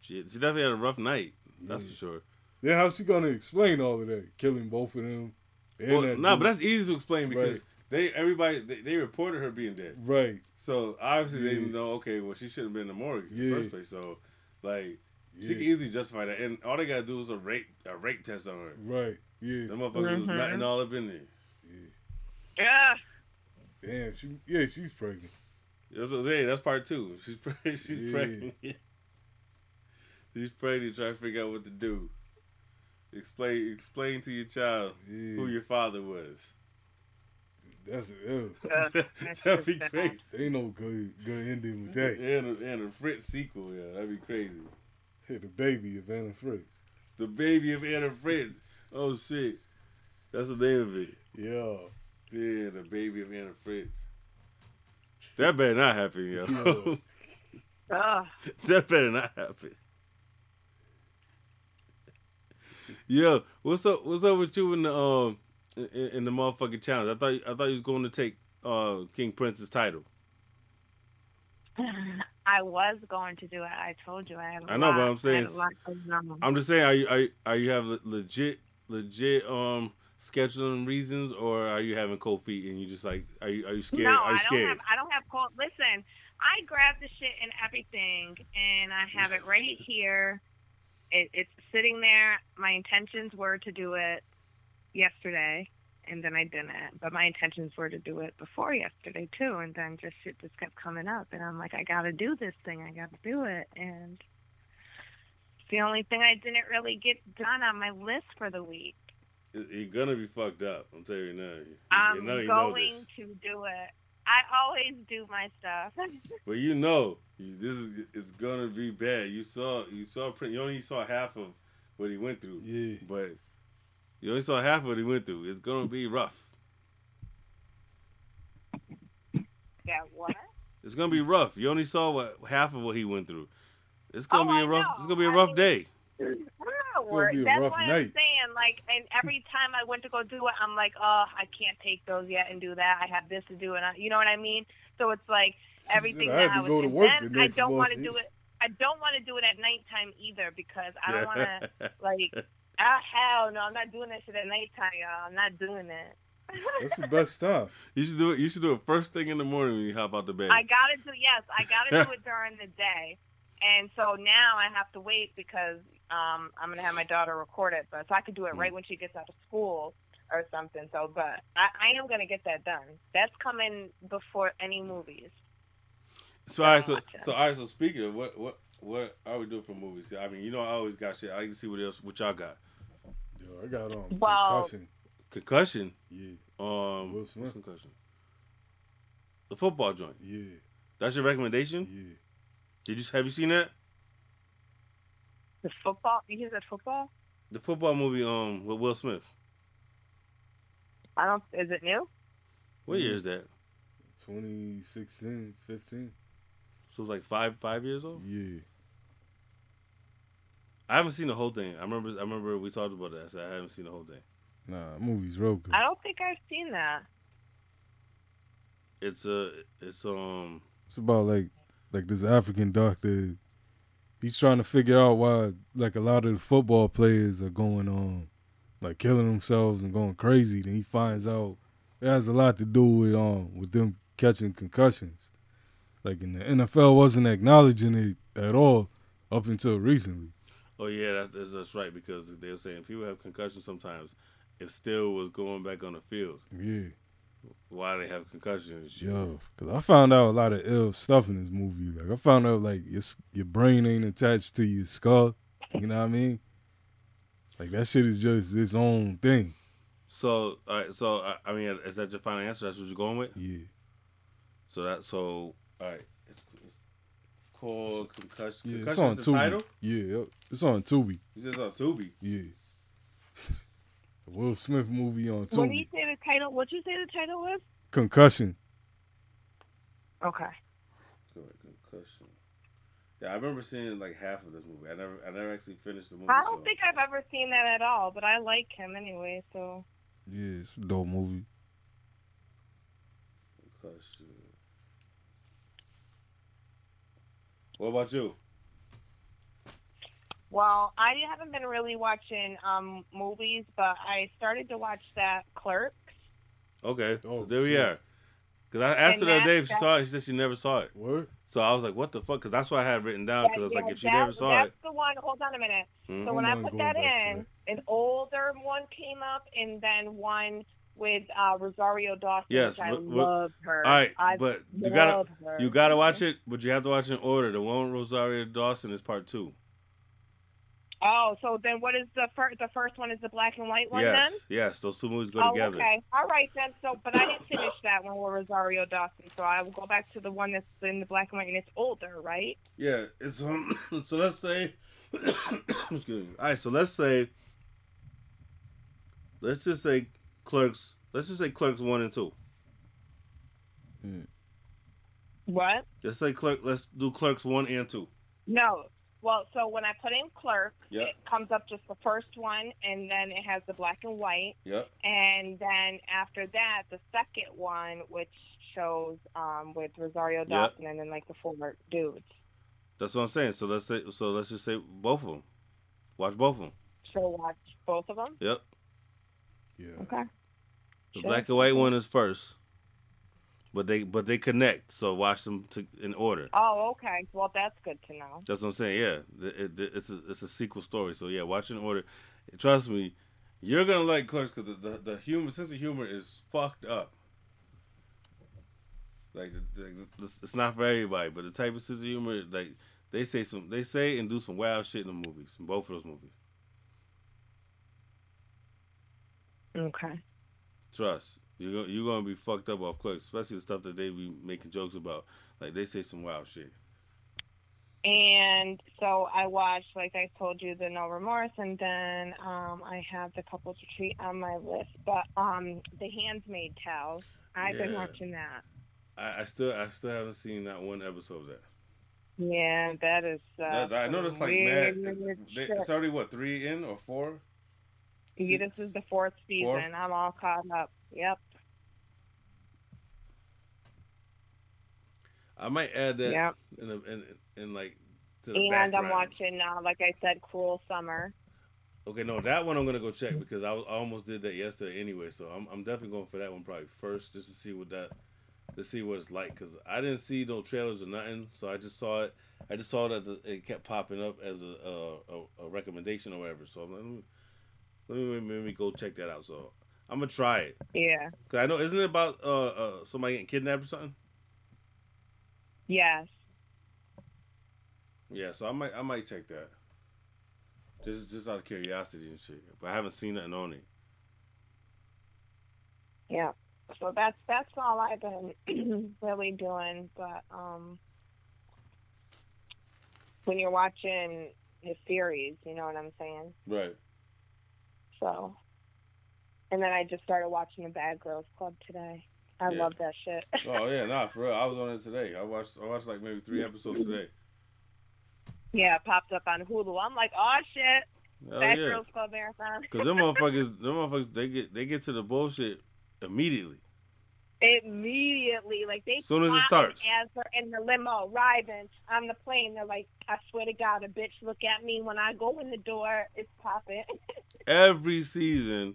Speaker 1: She, she definitely had a rough night. That's
Speaker 2: Yeah.
Speaker 1: for sure.
Speaker 2: Then how's she gonna explain all of that? Killing both of them. and
Speaker 1: Well,
Speaker 2: that
Speaker 1: nah, but
Speaker 2: dude.
Speaker 1: that's easy to explain because
Speaker 2: Right.
Speaker 1: they everybody they, they reported her being dead.
Speaker 2: right.
Speaker 1: So obviously they
Speaker 2: Yeah.
Speaker 1: know okay, well she should have been in the morgue in
Speaker 2: Yeah.
Speaker 1: the first place. So like she
Speaker 2: Yeah,
Speaker 1: can easily justify that, and all they gotta do is a rape a rape test on her.
Speaker 2: right. Yeah.
Speaker 1: Them motherfuckers was
Speaker 3: Mhm.
Speaker 1: nothing all up in there.
Speaker 2: yeah.
Speaker 3: yeah.
Speaker 2: Damn. She. Yeah, she's pregnant.
Speaker 1: That's what I'm saying. That's part two. She's pregnant. She's
Speaker 2: Yeah.
Speaker 1: pregnant. She's pregnant. Trying to figure out what to do. Explain explain to your child
Speaker 2: Yeah.
Speaker 1: who your father was.
Speaker 2: That's ew.
Speaker 3: Uh,
Speaker 1: That'd be
Speaker 3: that's-
Speaker 1: crazy.
Speaker 2: Ain't no good good ending with that.
Speaker 1: And a, and a Fritz sequel, yeah, that'd be crazy.
Speaker 2: Hey, the baby of Anna Fritz.
Speaker 1: The baby of Anna Fritz. Oh shit, that's the name of it.
Speaker 2: Yeah.
Speaker 1: Yeah, the baby of Anna Fritz. That better not happen, yo.
Speaker 2: Yeah.
Speaker 3: Ugh.
Speaker 1: that better not happen. Yo, what's up? What's up with you in the um in, in the motherfucking challenge? I thought I thought you was going to take uh King Prince's title.
Speaker 3: I was going to do it. I told you I have. I
Speaker 1: I know, but I'm saying
Speaker 3: I had a lot going on.
Speaker 1: I'm just saying, are you are you, are you have le- legit legit um scheduling reasons, or are you having cold feet and you just like are you are you scared?
Speaker 3: No,
Speaker 1: are you
Speaker 3: I don't
Speaker 1: scared?
Speaker 3: have. I don't have cold. Listen, I grab the shit and everything, and I have it right here. It, it's sitting there. My intentions were to do it yesterday, and then I didn't. But my intentions were to do it before yesterday too, and then just shit just kept coming up, and I'm like, I gotta do this thing. I gotta do it, and it's the only thing I didn't really get done on my list for the week.
Speaker 1: You're gonna be fucked up. I'm telling you now. You-
Speaker 3: I'm
Speaker 1: you know you know
Speaker 3: going
Speaker 1: this,
Speaker 3: to do it. I always do my stuff.
Speaker 1: but you know you, this is it's gonna be bad. You saw you saw Prince. You only saw half of what he went through,
Speaker 2: Yeah.
Speaker 1: but you only saw half of what he went through. It's gonna be rough.
Speaker 3: Yeah, what?
Speaker 1: It's gonna be rough. You only saw what half of what he went through. It's gonna
Speaker 3: Oh,
Speaker 1: be
Speaker 3: I
Speaker 1: a rough.
Speaker 3: know.
Speaker 1: It's gonna be a
Speaker 3: I
Speaker 1: rough
Speaker 3: mean-
Speaker 1: day.
Speaker 3: I'm not
Speaker 2: gonna
Speaker 3: worried.
Speaker 2: be a
Speaker 3: That's
Speaker 2: rough
Speaker 3: what I'm
Speaker 2: night.
Speaker 3: saying. Like, and every time I went to go do it, I'm like, oh, I can't take those yet and do that. I have this to do, and I, you know what I mean. So it's like everything
Speaker 2: I had
Speaker 3: that
Speaker 2: to
Speaker 3: I was
Speaker 2: go to
Speaker 3: and
Speaker 2: work
Speaker 3: then
Speaker 2: the
Speaker 3: I
Speaker 2: next
Speaker 3: don't want to
Speaker 2: morning.
Speaker 3: do it. I don't want to do it at nighttime either because I don't want to like. Ah, hell no! I'm not doing that shit at nighttime, y'all. I'm not doing that.
Speaker 2: That's the best time.
Speaker 1: You should do it. You should do it first thing in the morning when you hop out the bed.
Speaker 3: I gotta do yes, I gotta do it during the day, and so now I have to wait because um, I'm gonna have my daughter record it, but so I could do it right when she gets out of school or something. So, but I, I am gonna get that done. That's coming before any movies.
Speaker 1: so, all right, so,
Speaker 3: Don't watch it.
Speaker 1: so, all right, so, speaking of what, what, what are we doing for movies? 'Cause, I mean, you know, I always got shit. I like to see what else, what y'all got.
Speaker 2: Yo, I got um
Speaker 3: Wow.
Speaker 2: concussion.
Speaker 1: Concussion.
Speaker 2: Yeah.
Speaker 1: Um,
Speaker 2: Will Smith.
Speaker 1: what's concussion? The football joint.
Speaker 2: Yeah.
Speaker 1: That's your recommendation.
Speaker 2: Yeah.
Speaker 1: Did you have you seen that?
Speaker 3: The football? You hear that football?
Speaker 1: The football movie. Um, with Will Smith.
Speaker 3: I don't. Is it new?
Speaker 1: What year
Speaker 2: Mhm.
Speaker 1: is that?
Speaker 2: 2016, 15.
Speaker 1: So it's like five, five years old.
Speaker 2: Yeah.
Speaker 1: I haven't seen the whole thing. I remember, I remember we talked about that. I said I haven't seen the whole thing.
Speaker 2: Nah, movie's real good.
Speaker 3: I don't think I've seen that.
Speaker 1: It's a, it's um,
Speaker 2: It's about like like this African doctor. He's trying to figure out why like a lot of the football players are going on like killing themselves and going crazy. Then he finds out it has a lot to do with um with them catching concussions. Like and the NFL wasn't acknowledging it at all up until recently.
Speaker 1: Oh yeah, that, that's that's right because they were saying people have concussions sometimes. It still was going back on the field.
Speaker 2: Yeah,
Speaker 1: Why they have concussions?
Speaker 2: yo, because I found out a lot of ill stuff in this movie. Like I found out like your s- your brain ain't attached to your skull. You know what I mean? Like that shit is just its own thing.
Speaker 1: So, all right, so I, I mean, is that your final answer? That's what you're going with.
Speaker 2: Yeah.
Speaker 1: So that so all right, it's, it's called concussion.
Speaker 2: Yeah, it's
Speaker 1: concussion
Speaker 2: on
Speaker 1: is the
Speaker 2: Tubi.
Speaker 1: title.
Speaker 2: Yeah, yep. it's on Tubi.
Speaker 1: It's just on Tubi.
Speaker 2: Yeah. The Will Smith movie on
Speaker 3: What do you
Speaker 2: Tubi.
Speaker 3: say the title? What you say the title was?
Speaker 2: Concussion.
Speaker 3: Okay.
Speaker 1: Go ahead, concussion. Yeah, I remember seeing like half of this movie. I never, I never actually finished the movie.
Speaker 3: I don't
Speaker 1: so-
Speaker 3: think I've ever seen that at all, but I like him anyway. So
Speaker 2: Yeah, it's a dope movie.
Speaker 1: Concussion. What about you?
Speaker 3: well, I haven't been really watching um movies, but I started to watch that Clerks.
Speaker 1: Okay,
Speaker 2: Oh,
Speaker 1: so there we
Speaker 2: shit.
Speaker 1: are. Because I asked her the other
Speaker 3: that-
Speaker 1: day if she
Speaker 3: that-
Speaker 1: saw it. She said she never saw it.
Speaker 2: What?
Speaker 1: So I was like, what the fuck? Because that's what I had written down. Because Oh, I was
Speaker 3: Yeah,
Speaker 1: like, if she
Speaker 3: that-
Speaker 1: never saw
Speaker 3: that's
Speaker 1: it.
Speaker 3: the one. Hold on a minute.
Speaker 1: Hmm?
Speaker 3: So when I
Speaker 2: Hold on,
Speaker 3: put
Speaker 2: going
Speaker 3: that
Speaker 2: back to
Speaker 3: in, an older one came up, and then one with uh, Rosario Dawson.
Speaker 1: Yes,
Speaker 3: which I
Speaker 1: w- w-
Speaker 3: love her.
Speaker 1: All right,
Speaker 3: I
Speaker 1: but you
Speaker 3: love
Speaker 1: gotta
Speaker 3: her.
Speaker 1: you gotta watch it, but you have to watch it in order. The one with Rosario Dawson is part two.
Speaker 3: Oh, so then what is the first? The first one is the black and white one.
Speaker 1: yes,
Speaker 3: Then
Speaker 1: yes, those two movies go
Speaker 3: oh,
Speaker 1: together.
Speaker 3: okay, all right then. So, but I didn't finish that one with Rosario Dawson, so I will go back to the one that's in the black and white, and it's older, right?
Speaker 1: Yeah, it's um. So let's say, excuse me. All right, so let's say, let's just say Clerks. Let's just say Clerks one and two.
Speaker 3: What?
Speaker 1: Let's say Clerk. Let's do Clerks one and two.
Speaker 3: No. Well, so when I put in clerk,
Speaker 1: Yep.
Speaker 3: it comes up just the first one, and then it has the black and white,
Speaker 1: Yep.
Speaker 3: and then after that, the second one, which shows um, with Rosario Dawson, and then like the four dudes.
Speaker 1: That's what I'm saying. So let's say. So let's just say both of them. Watch both of them.
Speaker 3: So watch both of them.
Speaker 1: Yep.
Speaker 2: Yeah.
Speaker 3: Okay.
Speaker 1: The
Speaker 3: Sure.
Speaker 1: black and white one is first, but they but they connect. So watch them to, in order.
Speaker 3: Oh, okay. Well, that's good to know.
Speaker 1: That's what I'm saying. Yeah, The- it- the- it's a it's a sequel story. So yeah, watch in order. Trust me, you're gonna like Clerks because the, the the humor sense of humor is fucked up. Like the, the, it's it's not for everybody, but the type of sense of humor like they say some they say and do some wild shit in the movies, in both of those movies.
Speaker 3: Okay.
Speaker 1: Trust you're gonna, you're gonna be fucked up off Clerks, especially the stuff that they be making jokes about. Like they say some wild shit.
Speaker 3: And so I watched, like I told you, the No Remorse, and then um, I have the Couples Retreat on my list, but um, The Handmaid Tale. I've been
Speaker 1: Yeah.
Speaker 3: watching that.
Speaker 1: I, I still I still haven't seen not one episode of that.
Speaker 3: Yeah, that is. Uh,
Speaker 1: That- I know
Speaker 3: some
Speaker 1: that's like mad.
Speaker 3: weird, weird
Speaker 1: They-
Speaker 3: shit.
Speaker 1: It's already what three in or four?
Speaker 3: Yeah, this is the fourth season.
Speaker 1: Four?
Speaker 3: I'm all caught up. Yep.
Speaker 1: I might add that
Speaker 3: Yep.
Speaker 1: in, the, in in like to the
Speaker 3: And
Speaker 1: background.
Speaker 3: I'm watching, uh, like I said, Cruel Summer.
Speaker 1: Okay, no, that one I'm gonna go check because I, was, I almost did that yesterday anyway. So I'm I'm definitely going for that one probably first just to see what that to see what it's like because I didn't see no trailers or nothing. So I just saw it. I just saw that the, it kept popping up as a a, a, a recommendation or whatever. So I'm like, let me, let me let me go check that out. So I'm gonna try it.
Speaker 3: Yeah.
Speaker 1: Cause I know isn't it about uh, uh somebody getting kidnapped or something?
Speaker 3: Yes.
Speaker 1: Yeah, so I might I might check that. Just just out of curiosity and shit. But I haven't seen nothing on it.
Speaker 3: Yeah. So that's that's all I've been really doing. But um, when you're watching the series, you know what I'm saying.
Speaker 1: Right.
Speaker 3: So, and then I just started watching the Bad Girls Club today. I
Speaker 1: Yeah.
Speaker 3: love that shit.
Speaker 1: Oh yeah, nah, for real. I was on it today. I watched I watched like maybe three episodes today.
Speaker 3: yeah, it popped up on Hulu. I'm like, oh shit,
Speaker 1: Hell
Speaker 3: Bad
Speaker 1: Oh, yeah.
Speaker 3: Girls Club marathon.
Speaker 1: Cause them motherfuckers them motherfuckers they get they get to the bullshit immediately.
Speaker 3: Immediately, like they
Speaker 1: Soon as it
Speaker 3: plotting
Speaker 1: starts.
Speaker 3: as they're in the limo arriving on the plane, they're like, "I swear to God, a bitch, look at me when I go in the door, it's popping."
Speaker 1: Every season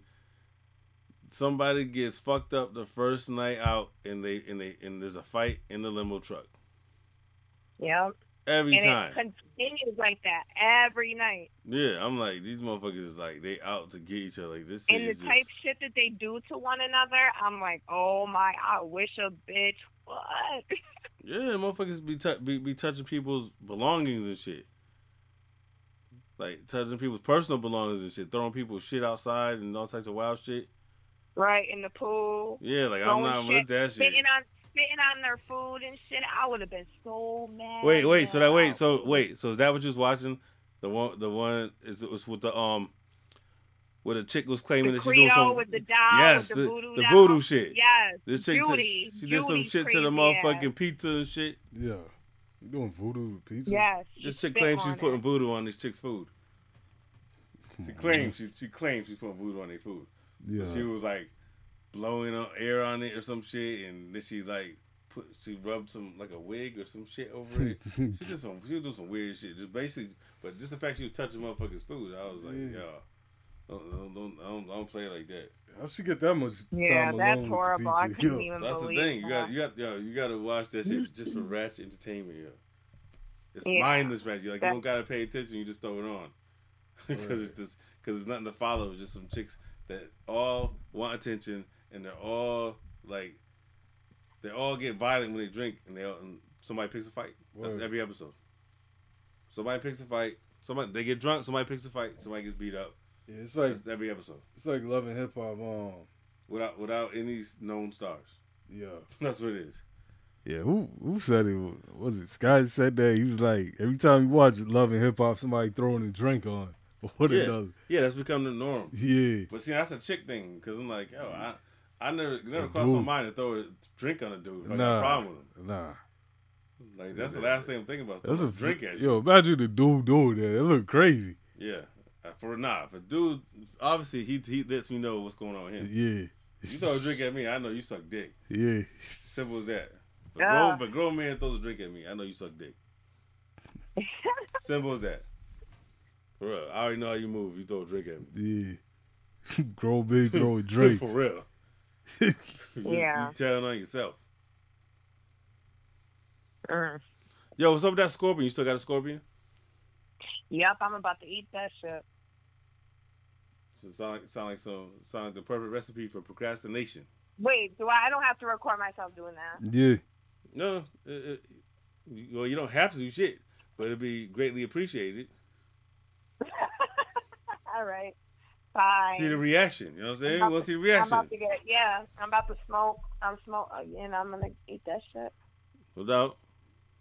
Speaker 1: somebody gets fucked up the first night out and they and they and there's a fight in the limo truck.
Speaker 3: Yeah,
Speaker 1: Every
Speaker 3: and
Speaker 1: time.
Speaker 3: it continues like that every night.
Speaker 1: Yeah, I'm like these motherfuckers is like they out to get each other. Like this shit
Speaker 3: and the
Speaker 1: is
Speaker 3: type
Speaker 1: just
Speaker 3: shit that they do to one another, I'm like, oh my, I wish a bitch would.
Speaker 1: yeah, motherfuckers be, tou be be touching people's belongings and shit. Like touching people's personal belongings and shit, throwing people's shit outside and all types of wild shit.
Speaker 3: right in the pool,
Speaker 1: Yeah, like
Speaker 3: Throwing
Speaker 1: I'm not with that shit.
Speaker 3: spitting on spitting on their food and shit. I would have been so mad.
Speaker 1: Wait, wait. So that wait.
Speaker 3: now.
Speaker 1: So wait. So is that what you was watching? The one, the one is it was with the um, where the chick was claiming
Speaker 3: the
Speaker 1: that she's doing
Speaker 3: Creole
Speaker 1: some
Speaker 3: with the doll,
Speaker 1: yes,
Speaker 3: with
Speaker 1: the-
Speaker 3: the voodoo,
Speaker 1: the
Speaker 3: doll.
Speaker 1: voodoo shit.
Speaker 3: Yes,
Speaker 1: this chick took-
Speaker 3: Judy.
Speaker 1: she did some
Speaker 3: Judy's
Speaker 1: shit to the
Speaker 3: crazy ass.
Speaker 1: motherfucking pizza and shit.
Speaker 2: Yeah. You doing voodoo with pizza?
Speaker 3: Yes, she
Speaker 1: This chick
Speaker 3: spit
Speaker 1: claims she's
Speaker 3: on
Speaker 1: putting
Speaker 3: it.
Speaker 1: voodoo on this chick's food.
Speaker 2: Come
Speaker 1: She
Speaker 2: on,
Speaker 1: claims she she claims she's putting voodoo on their food.
Speaker 2: man. Mm-hmm. Yeah.
Speaker 1: She was like blowing on air on it or some shit, and then she like put she rubbed some like a wig or some shit over it.
Speaker 2: Hmm.
Speaker 1: she did some she was doing some weird shit. Just basically, but just the fact she was touching motherfuckers' food, I was like,
Speaker 2: Yeah.
Speaker 1: yo, don't don't don't, don't, don't play like that.
Speaker 2: How she get that much
Speaker 3: Yeah,
Speaker 2: time
Speaker 3: that's
Speaker 2: alone
Speaker 3: horrible. I
Speaker 2: With the
Speaker 3: couldn't
Speaker 2: pizza?
Speaker 3: even
Speaker 1: That's the
Speaker 3: believe
Speaker 1: thing. You
Speaker 3: that.
Speaker 1: got you got yo, you got to watch that shit just for ratchet entertainment. Yo. It's
Speaker 3: Yeah.
Speaker 1: mindless ratchet. Like
Speaker 3: That-
Speaker 1: you don't gotta pay attention. You just throw it on because
Speaker 2: Right.
Speaker 1: it's just because it's nothing to follow. It's just some chicks that all want attention and they're all like they all get violent when they drink and they all, and somebody picks a fight. That's
Speaker 2: Word.
Speaker 1: every episode. Somebody picks a fight. Somebody they get drunk. Somebody picks a fight. Somebody gets beat up.
Speaker 2: Yeah, it's like
Speaker 1: That's every episode
Speaker 2: it's like loving hip hop. Um,
Speaker 1: without without any known stars.
Speaker 2: yeah.
Speaker 1: That's what it is.
Speaker 2: Yeah, who who said it? Was it Sky said that? He was like, every time you watch Love and Hip Hop, somebody throwing a drink on or what
Speaker 1: Yeah.
Speaker 2: another.
Speaker 1: Yeah, that's become the norm.
Speaker 2: Yeah,
Speaker 1: But see, that's a chick thing because I'm like, yo, I, I never, it never
Speaker 2: Mm. A
Speaker 1: crossed my
Speaker 2: dude.
Speaker 1: mind to throw a drink on a dude. If I got
Speaker 2: Nah.
Speaker 1: a problem with him.
Speaker 2: nah.
Speaker 1: Like that's the last thing I'm thinking about.
Speaker 2: That's
Speaker 1: throwing
Speaker 2: a
Speaker 1: a drink at you.
Speaker 2: Yo, imagine the dude doing that. That look crazy.
Speaker 1: Yeah, Uh, for nah, for dude, obviously he he lets me know what's going on with him.
Speaker 2: Yeah.
Speaker 1: You throw a drink at me, I know you suck dick.
Speaker 2: Yeah.
Speaker 1: Simple as that. But
Speaker 3: Yeah.
Speaker 1: grown, but grown man throws a drink at me, I know you suck dick. Simple as that. For real, I already know how you move. You throw a drink at me.
Speaker 2: Yeah. Grow big, throw a drink.
Speaker 1: for real. You-
Speaker 3: Yeah.
Speaker 1: you telling on yourself.
Speaker 3: Mm.
Speaker 1: Yo, what's up with that scorpion? You still got a scorpion?
Speaker 3: Yep, I'm about to eat that shit.
Speaker 1: So sound like sound like some sound like the perfect recipe for procrastination.
Speaker 3: Wait, do I? I don't have to record myself doing that.
Speaker 2: Yeah.
Speaker 1: No, it, it, you- well you don't have to do shit, but it'd be greatly appreciated.
Speaker 3: All right, bye.
Speaker 1: See the reaction. You know what I'm saying?
Speaker 3: about
Speaker 1: We'll see the
Speaker 3: I'm
Speaker 1: reaction.
Speaker 3: about to get yeah. I'm about to smoke. I'm smoke and I'm gonna eat that shit.
Speaker 1: No doubt.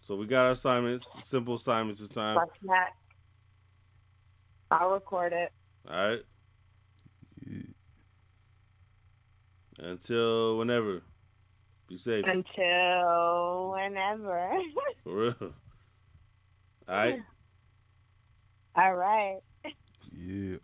Speaker 1: So we got our assignments, simple assignments this time.
Speaker 3: My snack. I'll record it.
Speaker 1: All right. Until whenever. Be safe.
Speaker 3: until whenever.
Speaker 1: For real. All right.
Speaker 3: All right.
Speaker 2: Yeah.